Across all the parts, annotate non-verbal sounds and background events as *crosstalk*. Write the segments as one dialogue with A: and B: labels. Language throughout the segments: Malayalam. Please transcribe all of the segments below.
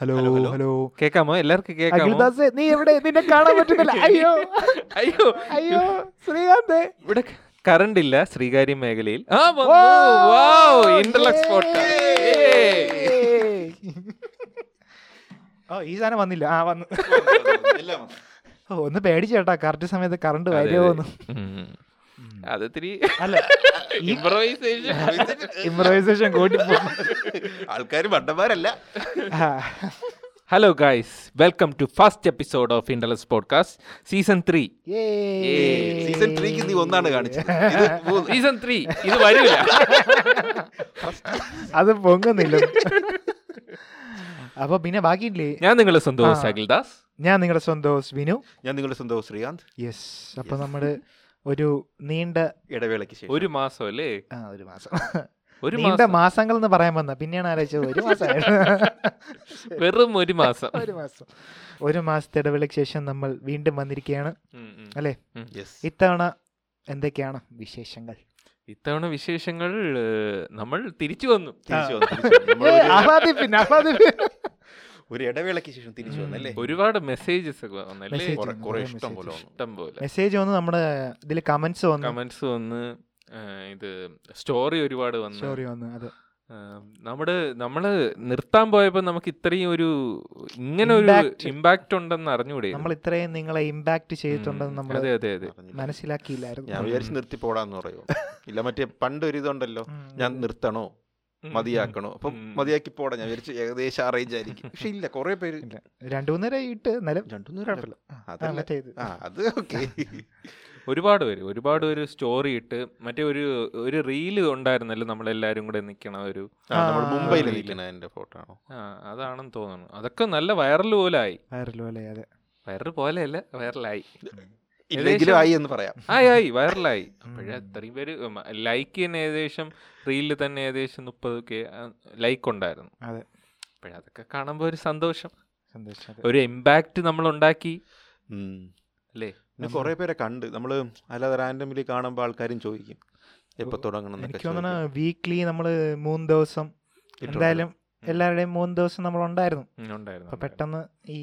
A: Hello
B: hello, hello.
A: ഹലോ
B: കേക്കാമോ എല്ലാവർക്കും
A: അഖിൽ
B: കേക്കാമോ
A: ദാസേ നീ എവിടെ നിന്നെ കാണാൻ പറ്റുന്നില്ല അയ്യോ
B: അയ്യോ
A: അയ്യോ ശ്രീകാന്തേ
B: ഇവിടെ കറണ്ട് ഇല്ല ശ്രീകാര്യം മേഖലയിൽ ആ
A: ഓ,
B: വന്നു വൗ ഇന്റർലോക്ക്
A: yay.
B: സ്പോട്ട്
A: ഓ Oh, ഈ സാധനം വന്നില്ല ആ വന്നു
C: എല്ലാം വന്നു.
A: ഓ, ഒന്ന് പേടിച്ചു കേട്ടാ കറക്റ്റ് സമയത്ത് കറണ്ട് വരുമോന്ന്
B: അത് ഇത്തിരി
A: അല്ല ഈ
B: ഇംപ്രവൈസേഷൻ
A: ഇംപ്രൈസേഷൻ കൂട്ടി
C: ആൾക്കാര് വണ്ടന്മാരല്ല
B: hello guys welcome to first episode of ഇന്റർലസ് podcast season three
C: season ത്രീക്ക് നീ ഒന്നാണ് കാണിച്ചത് ഇത് മൂന്ന്.
B: സീസൺ ത്രീ ഇത് വരില്ല
A: അത് പൊങ്ങുന്നില്ല അപ്പൊ പിന്നെ ബാക്കിയില്ലേ
B: ഞാൻ നിങ്ങളെ സ്വന്തം host
A: ആ.
B: അഖിൽ ദാസ്
A: ഞാൻ നിങ്ങളുടെ സ്വന്തം ഹോസ് വിനു
C: ഞാൻ നിങ്ങളുടെ സ്വന്തം ശ്രീകാന്ത്
A: യെസ് അപ്പൊ നമ്മുടെ ഒരു നീണ്ട
C: ഇടവേളയ്ക്ക് ശേഷം
B: ഒരു മാസം അല്ലേ
A: ആ, ഒരു മാസം
C: *laughs*
B: ഒരു
A: നീണ്ട
B: മാസം
A: മാസങ്ങൾ എന്ന് പറയാൻ വന്ന പിന്നെയാണ് ആലോചിച്ചത്
C: *laughs*
A: ഒരു മാസം
B: വെറും ഒരു മാസം
A: ഒരു മാസം ഒരു മാസത്തെ ഇടവേളയ്ക്ക് ശേഷം നമ്മൾ വീണ്ടും വന്നിരിക്കുകയാണ്
B: ഉം, ഉം.
A: അല്ലേ
C: Yes.
A: ഇത്തവണ എന്തൊക്കെയാണ് വിശേഷങ്ങൾ
B: ഇത്തവണ വിശേഷങ്ങൾ ഏഹ്, നമ്മൾ തിരിച്ചു വന്നു
C: തിരിച്ചു വന്നു, തിരിച്ചു വന്നു. നമ്മളൊരു-
A: ആഹ്ലാദിപ്പിൻ, ആഹ്ലാദിപ്പിൻ.
C: ഒരു ഇടവേളയ്ക്ക് ശേഷം തിരിച്ചു വന്നല്ലേ
B: ഒരുപാട് മെസ്സേജസ് ഒക്കെ വന്നല്ലേ
A: Message
C: കുറെ-
A: വന്നു,
C: കുറെ
A: കുറെ
C: ഇഷ്ടം പോലെ
A: messages.
C: വന്നു.
B: ഇഷ്ടം പോലെ
A: മെസ്സേജ് വന്ന് നമ്മുടെ ഇതിൽ കമന്റ്സ് വന്നു
B: കമന്റ്സ് വന്ന് ഏഹ്, ഇത് സ്റ്റോറി ഒരുപാട് വന്നു
A: സോറി വന്നു അത്
B: ആം, നമ്മുടെ നമ്മള് നിർത്താൻ പോയപ്പോ നമുക്ക് ഇത്രയും ഒരു ഇങ്ങനെ ഒരു
A: Impact.
B: ഇമ്പാക്റ്റ് ഉണ്ടെന്ന് അറിഞ്ഞൂടെ
A: നമ്മൾ ഇത്രയും നിങ്ങളെ ഇമ്പാക്ട് ചെയ്തിട്ടുണ്ടെന്ന് നമ്മൾ
B: അതെ അതെ അതെ
C: അറിഞ്ഞില്ല. ഞാൻ
A: മനസ്സിലാക്കിയില്ലായിരുന്നു
C: വിചാരിച്ച് നിർത്തി പോടാന്ന് പറയുമോ ഇല്ല മറ്റേ പണ്ട് ഒരു ഇതുണ്ടല്ലോ
A: ഉം.
C: ഞാൻ നിർത്തണോ
B: ഉം,
C: മതിയാക്കണോ അപ്പം
B: ഉം.
C: മതിയാക്കി പോടാ ഞാൻ വിചാരിച്ചു ഏകദേശം അറേഞ്ച് ആയിരിക്കും പക്ഷെ ഇല്ല കുറെ പേര്
A: ഇല്ല. രണ്ടു മൂന്ന് നേരം ഇട്ട് എന്നാലും
C: രണ്ടൊന്നും കുഴപ്പമില്ല അതല്ല.
A: മറ്റേ ഇത്.
C: ആ അത് ഓക്കെ
B: ഒരുപാട് പേര് ഒരുപാട് പേര് സ്റ്റോറി ഇട്ട് മറ്റേ ഒരു ഒരു റീല് ഉണ്ടായിരുന്നല്ലോ നമ്മളെല്ലാരും കൂടെ നിക്കണ ഒരു
C: നമ്മൾ
A: ആ,
C: മുംബൈയിൽ
B: ഇല്ല.
C: നിൽക്കണ എന്റെ ഫോട്ടോ ആണോ
B: ആ, അതാണെന്ന് തോന്നുന്നു അതൊക്കെ നല്ല വൈറൽ പോലായി
A: വൈറലും അല്ലേ അതെ
B: വൈറൽ പോലെയല്ല വൈറലായി
C: ഇല്ലെങ്കിലും
B: ഏകദേശം-
C: ആയി എന്ന് പറയാം
B: ആയി ആയി വൈറലായി അപ്പോഴേ അത്രയും പേര് ലൈക്ക് തന്നെ ഏകദേശം റീലിൽ തന്നെ ഏകദേശം മുപ്പത് കെ ലൈക്ക് ഉണ്ടായിരുന്നു
A: അതെ
B: അപ്പോഴതൊക്കെ കാണുമ്പോൾ ഒരു സന്തോഷം
A: സന്തോഷം അതെ.
B: ഒരു ഇമ്പാക്റ്റ് നമ്മൾ ഉണ്ടാക്കി
C: ഉം.
B: അല്ലേ
C: പിന്നെ കുറെ പേരെ കണ്ട് നമ്മള് അല്ലാതെ റാൻഡമിലി കാണുമ്പോൾ ആൾക്കാരും ചോദിക്കും എപ്പോ തുടങ്ങണം എന്നൊക്കെ
A: എനിക്ക് തോന്നണ
C: ചോദിക്കും.
A: വീക്ക്ലി നമ്മൾ മൂന്ന് ദിവസം
C: ഇട്ടുണ്ട്.
A: എന്തായാലും എല്ലാവരുടെയും മൂന്ന് ദിവസം നമ്മൾ ഉണ്ടായിരുന്നു
B: ഉം, ഉണ്ടായിരുന്നു,
A: അപ്പൊ
B: ഉണ്ടായിരുന്നു.
A: പെട്ടെന്ന് ഈ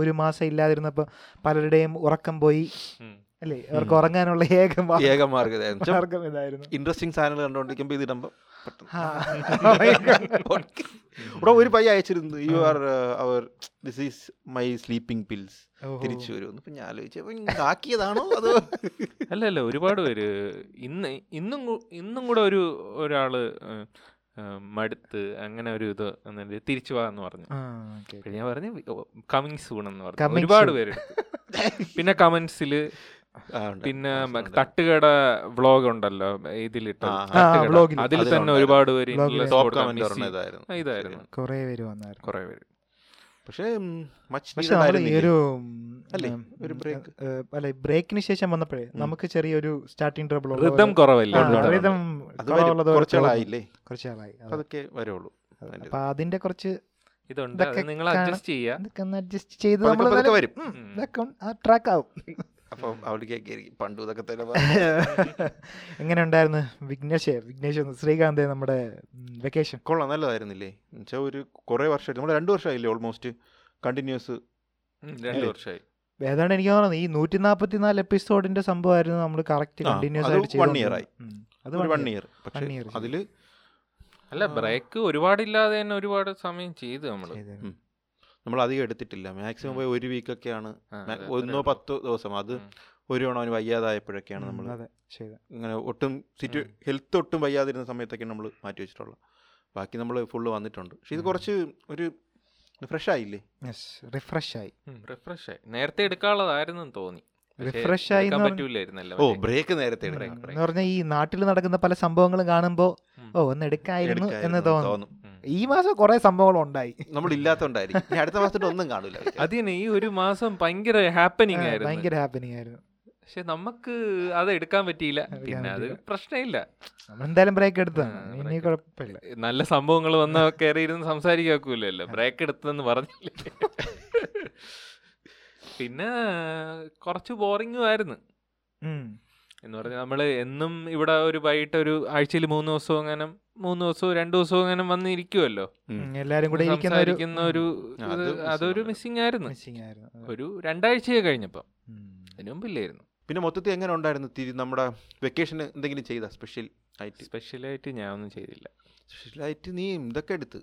A: ഒരു മാസം ഇല്ലാതിരുന്നപ്പോൾ പലരുടെയും ഉറക്കം പോയി
B: ഉം.
A: അല്ലേ അവർക്ക്
C: ഉം.
A: ഉറങ്ങാനുള്ള ഏക മാ-
C: ഏക മാർഗം
A: മാർഗം ഇതായിരുന്നു
C: ഇൻട്രസ്റ്റിംഗ് സാധനങ്ങൾ കണ്ടോണ്ടിരിക്കുമ്പോ ഇത് ഇടുമ്പോ പെട്ടെന്ന്
A: *laughs* ആ.
C: ഇവിടെ ഒരു പയ്യ അയച്ചിരുന്നു uh, യു ആർ അവർ this is my sleeping pills
A: ഓഹോ.
C: *laughs* തിരിച്ചു വരുമെന്ന് ഇപ്പൊ ഞാൻ ആലോചിച്ചു ആക്കിയതാണോ
A: *laughs*
C: അതോ
B: അല്ല അല്ല ഒരുപാട് പേര് ഇന്ന് ഇന്നും കൂ- ഇന്നും കൂടെ ഒരു ഒരാള് ഏഹ്, ഏഹ്, മടുത്ത് അങ്ങനെ ഒരു ഇത് എന്നിട്ട് തിരിച്ചു വാ എന്ന് പറഞ്ഞു
A: ആ, okay, okay.
B: പിന്നെ ഞാൻ പറഞ്ഞു കമ്മിങ് സൂൺ എന്ന് പറഞ്ഞു
A: Coming
B: ഒരുപാട്
A: soon.
B: പേര് പിന്നെ കമന്റ്സില്
C: ആ, ഉണ്ട്.
B: പിന്നെ
C: ആ,
B: മ-
C: ഉണ്ട്.
B: തട്ടുകട വ്ളോഗ് ഉണ്ടല്ലോ ഇതിലിട്ട്
C: ആ, ആ,
A: vlog ല്.
B: അതിൽ തന്നെ
C: അതിലുണ്ടായിരുന്നു.
B: ഒരുപാട് പേര്
A: Vlog ല്.
B: ഇൻലെസ്
C: Top
B: കൊടുക്കാൻ
C: comment
B: busy.
C: ഒരെണ്ണം ഇതായിരുന്നു.
B: ആ, ഇതായിരുന്നു
A: കുറേ പേര് വന്നായിരുന്നു
B: കുറെ പേര്
C: പക്ഷേ ഉം, much
A: പക്ഷെ
C: needed
A: നമ്മൾ ഈ
C: ആയിരുന്നില്ലേ?
A: ഒരു
C: അല്ലേ?
A: ഉം,
C: ഒരു
A: ഉം,
C: break.
A: ഏ, അല്ല ബ്രേക്കിന് ശേഷം വന്നപ്പോഴേ നമുക്ക് ചെറിയൊരു സ്റ്റാർട്ടിങ് ട്രബിൾ
B: റിതം കുറവല്ലേ
C: ആ, rhythm
B: ഉള്ളത്?
C: അത് വരും. കുറച്ചാളായില്ലേ
A: കുറച്ചാളായി അതെ.
C: അതൊക്കെ വരുള്ളൂ
A: അതെ.
C: അതിന്റെ
A: അപ്പൊ അതിന്റെ കുറച്ച്
B: ഇതുണ്ട് അത്
A: ഇതൊക്കെ
B: നിങ്ങൾ
A: കാണാം.
B: അഡ്ജസ്റ്റ് ചെയ്യാ
A: ഇതൊക്കെ ഒന്ന് അഡ്ജസ്റ്റ് ചെയ്ത്
C: പതുക്കെ
A: നമ്മൾ
C: പതുക്കെ വരും.
B: ഉം.
A: ആ ട്രാക്ക്
C: *laughs*
A: ആവും
C: അപ്പൊ അവൾക്ക് പണ്ട് ഇതൊക്കെ തന്നെ
A: എങ്ങനെ ഉണ്ടായിരുന്നു വിഘ്നേഷ് വിഘ്നേഷ് ഒന്ന് ശ്രീകാന്തേ നമ്മുടെ വെക്കേഷൻ
C: കൊള്ളാം നല്ലതായിരുന്നില്ലേ എന്നുവെച്ചാൽ ഒരു കുറേ വർഷമായിട്ട് നമ്മൾ രണ്ട് വർഷമായില്ലേ ഓൾമോസ്റ്റ് കണ്ടിന്യൂസ്
B: ഉം, രണ്ട് വർഷമായി
A: ഏതാണ്ട് എനിക്ക് തോന്നുന്നത് ഈ നൂറ്റി നാപ്പത്തി നാല് എപ്പിസോഡിന്റെ സംഭവമായിരുന്നു നമ്മൾ കറക്റ്റ്
C: ആ,
A: കണ്ടിന്യൂസ്
C: അത്
A: ആയിട്ട്
C: one year ആയി.
A: ചെയ്തുകൊണ്ടിരുന്നത്. ഉം. അത്
C: ഒരു
A: one
C: വൺ
A: year.
C: ഇയർ പക്ഷേ
A: One year ചെയ്തു.
C: അതില്
B: അല്ല ബ്രേക്ക് ഒരുപാടില്ലാതെ തന്നെ ഒരുപാട് സമയം ചെയ്തു നമ്മള്
A: ചെയ്തു.
C: നമ്മൾ അധികം എടുത്തിട്ടില്ല മാക്സിമം പോയി ഒരു വീക്കൊക്കെയാണ്
B: ആ,
C: മേ-
B: അതെ,
C: ഒന്നോ
B: അത്രേ
C: പത്തോ ദിവസം അത്
B: ഉം.
C: ഒരു തവണ അവന് വയ്യാതായപ്പോഴൊക്കെയാണ് നമ്മൾ
A: ഉം, അതെ ചെയ്തു.
C: ഇങ്ങനെ ഒട്ടും സിറ്റു ഹെൽത്ത് ഒട്ടും വയ്യാതിരുന്ന സമയത്തൊക്കെ നമ്മൾ മാറ്റി വെച്ചിട്ടുള്ളത് ബാക്കി നമ്മൾ ഫുള്ള് വന്നിട്ടുണ്ട് പക്ഷെ ഇത് കുറച്ച് ഒരു ഫ്രഷ് ആയില്ലേ
A: Yes, refresh ആയി
B: റിഫ്രഷ് ആയി നേരത്തെ എടുക്കാനുള്ളതായിരുന്നു തോന്നി പക്ഷേ
A: Refresh
B: എടുക്കാൻ
A: ആയി എന്ന് പറഞ്ഞ-
B: പറ്റൂലായിരുന്നല്ലോ
C: ഓ
B: മറ്റേ.
C: ബ്രേക്ക് നേരത്തെ
A: ഉം,
C: എടുക്കണം
A: എന്ന് പറഞ്ഞാൽ ഈ നാട്ടിൽ നടക്കുന്ന പല സംഭവങ്ങളും കാണുമ്പോൾ
B: ഉം.
A: ഓ ഒന്ന് എടുക്കായിരുന്നു എന്ന്
C: എടുക്കായിരുന്നു
A: തോന്നും
B: ഉം.
A: ഈ മാസം കുറെ സംഭവങ്ങൾ ഉണ്ടായി
C: നമ്മൾ ഇല്ലാത്തോണ്ടായിരിക്കും ഇനി അടുത്ത മാസത്തിൽ ഒന്നും കാണൂല
B: *laughs* അത് തന്നെ ഈ ഒരു മാസം ഭയങ്കര ഹാപ്പനിങ്
A: ആ,
B: ആയിരുന്നു
A: ഭയങ്കര ഹാപ്പനിങ് ആയിരുന്നു
B: പക്ഷെ നമുക്ക് അത് എടുക്കാൻ പറ്റിയില്ല
A: എടുക്കാൻ
B: പിന്നെ അത്
A: പറ്റിയില്ല.
B: പ്രശ്നമില്ല
A: നമ്മൾ എന്തായാലും ബ്രേക്ക് എടുത്തതാണ്
B: ആ,
A: ഇനി
B: break
A: കുഴപ്പമില്ല
B: നല്ല സംഭവങ്ങൾ
A: *laughs*
B: വന്ന കയറി ഇരുന്ന് സംസാരിക്കാക്കൂലല്ലോ ബ്രേക്ക് എടുത്തെന്ന് പറഞ്ഞില്ല പിന്നെ കുറച്ച് ബോറിംഗും ആയിരുന്നു
A: ഉം.
B: എന്ന് പറഞ്ഞാൽ നമ്മൾ എന്നും ഇവിടെ ഒരു വൈകിട്ട് ഒരു ആഴ്ചയിൽ മൂന്ന് ദിവസവും അങ്ങനെ മൂന്ന് ദിവസവും രണ്ട് ദിവസവും അങ്ങനെ വന്നിരിക്കുമല്ലോ
A: എല്ലാരും കൂടെ ഇരിക്കുന്ന ഒരു
B: സംസാരിക്കുന്ന ഒരു
C: ആ,
B: ഇത്
C: അത് missing
B: അതൊരു
C: ആണ്.
B: മിസ്സിംഗ് ആയിരുന്നു
A: missing ആയിരുന്നു. അത്.
B: ഒരു രണ്ടാഴ്ചയെ കഴിഞ്ഞപ്പം
A: ഉം.
B: അതിനു മുമ്പില്ലായിരുന്നു
C: പിന്നെ മൊത്തത്തിൽ എങ്ങനെ ഉണ്ടായിരുന്നു തിരി നമ്മുടെ വെക്കേഷന് എന്തെങ്കിലും ചെയ്ത സ്പെഷ്യൽ ആയിട്ട്
B: സ്പെഷ്യലായിട്ട് ഞാൻ ഒന്നും ചെയ്തില്ല
C: സ്പെഷ്യലായിട്ട് നീ ഇതൊക്കെ എടുത്ത്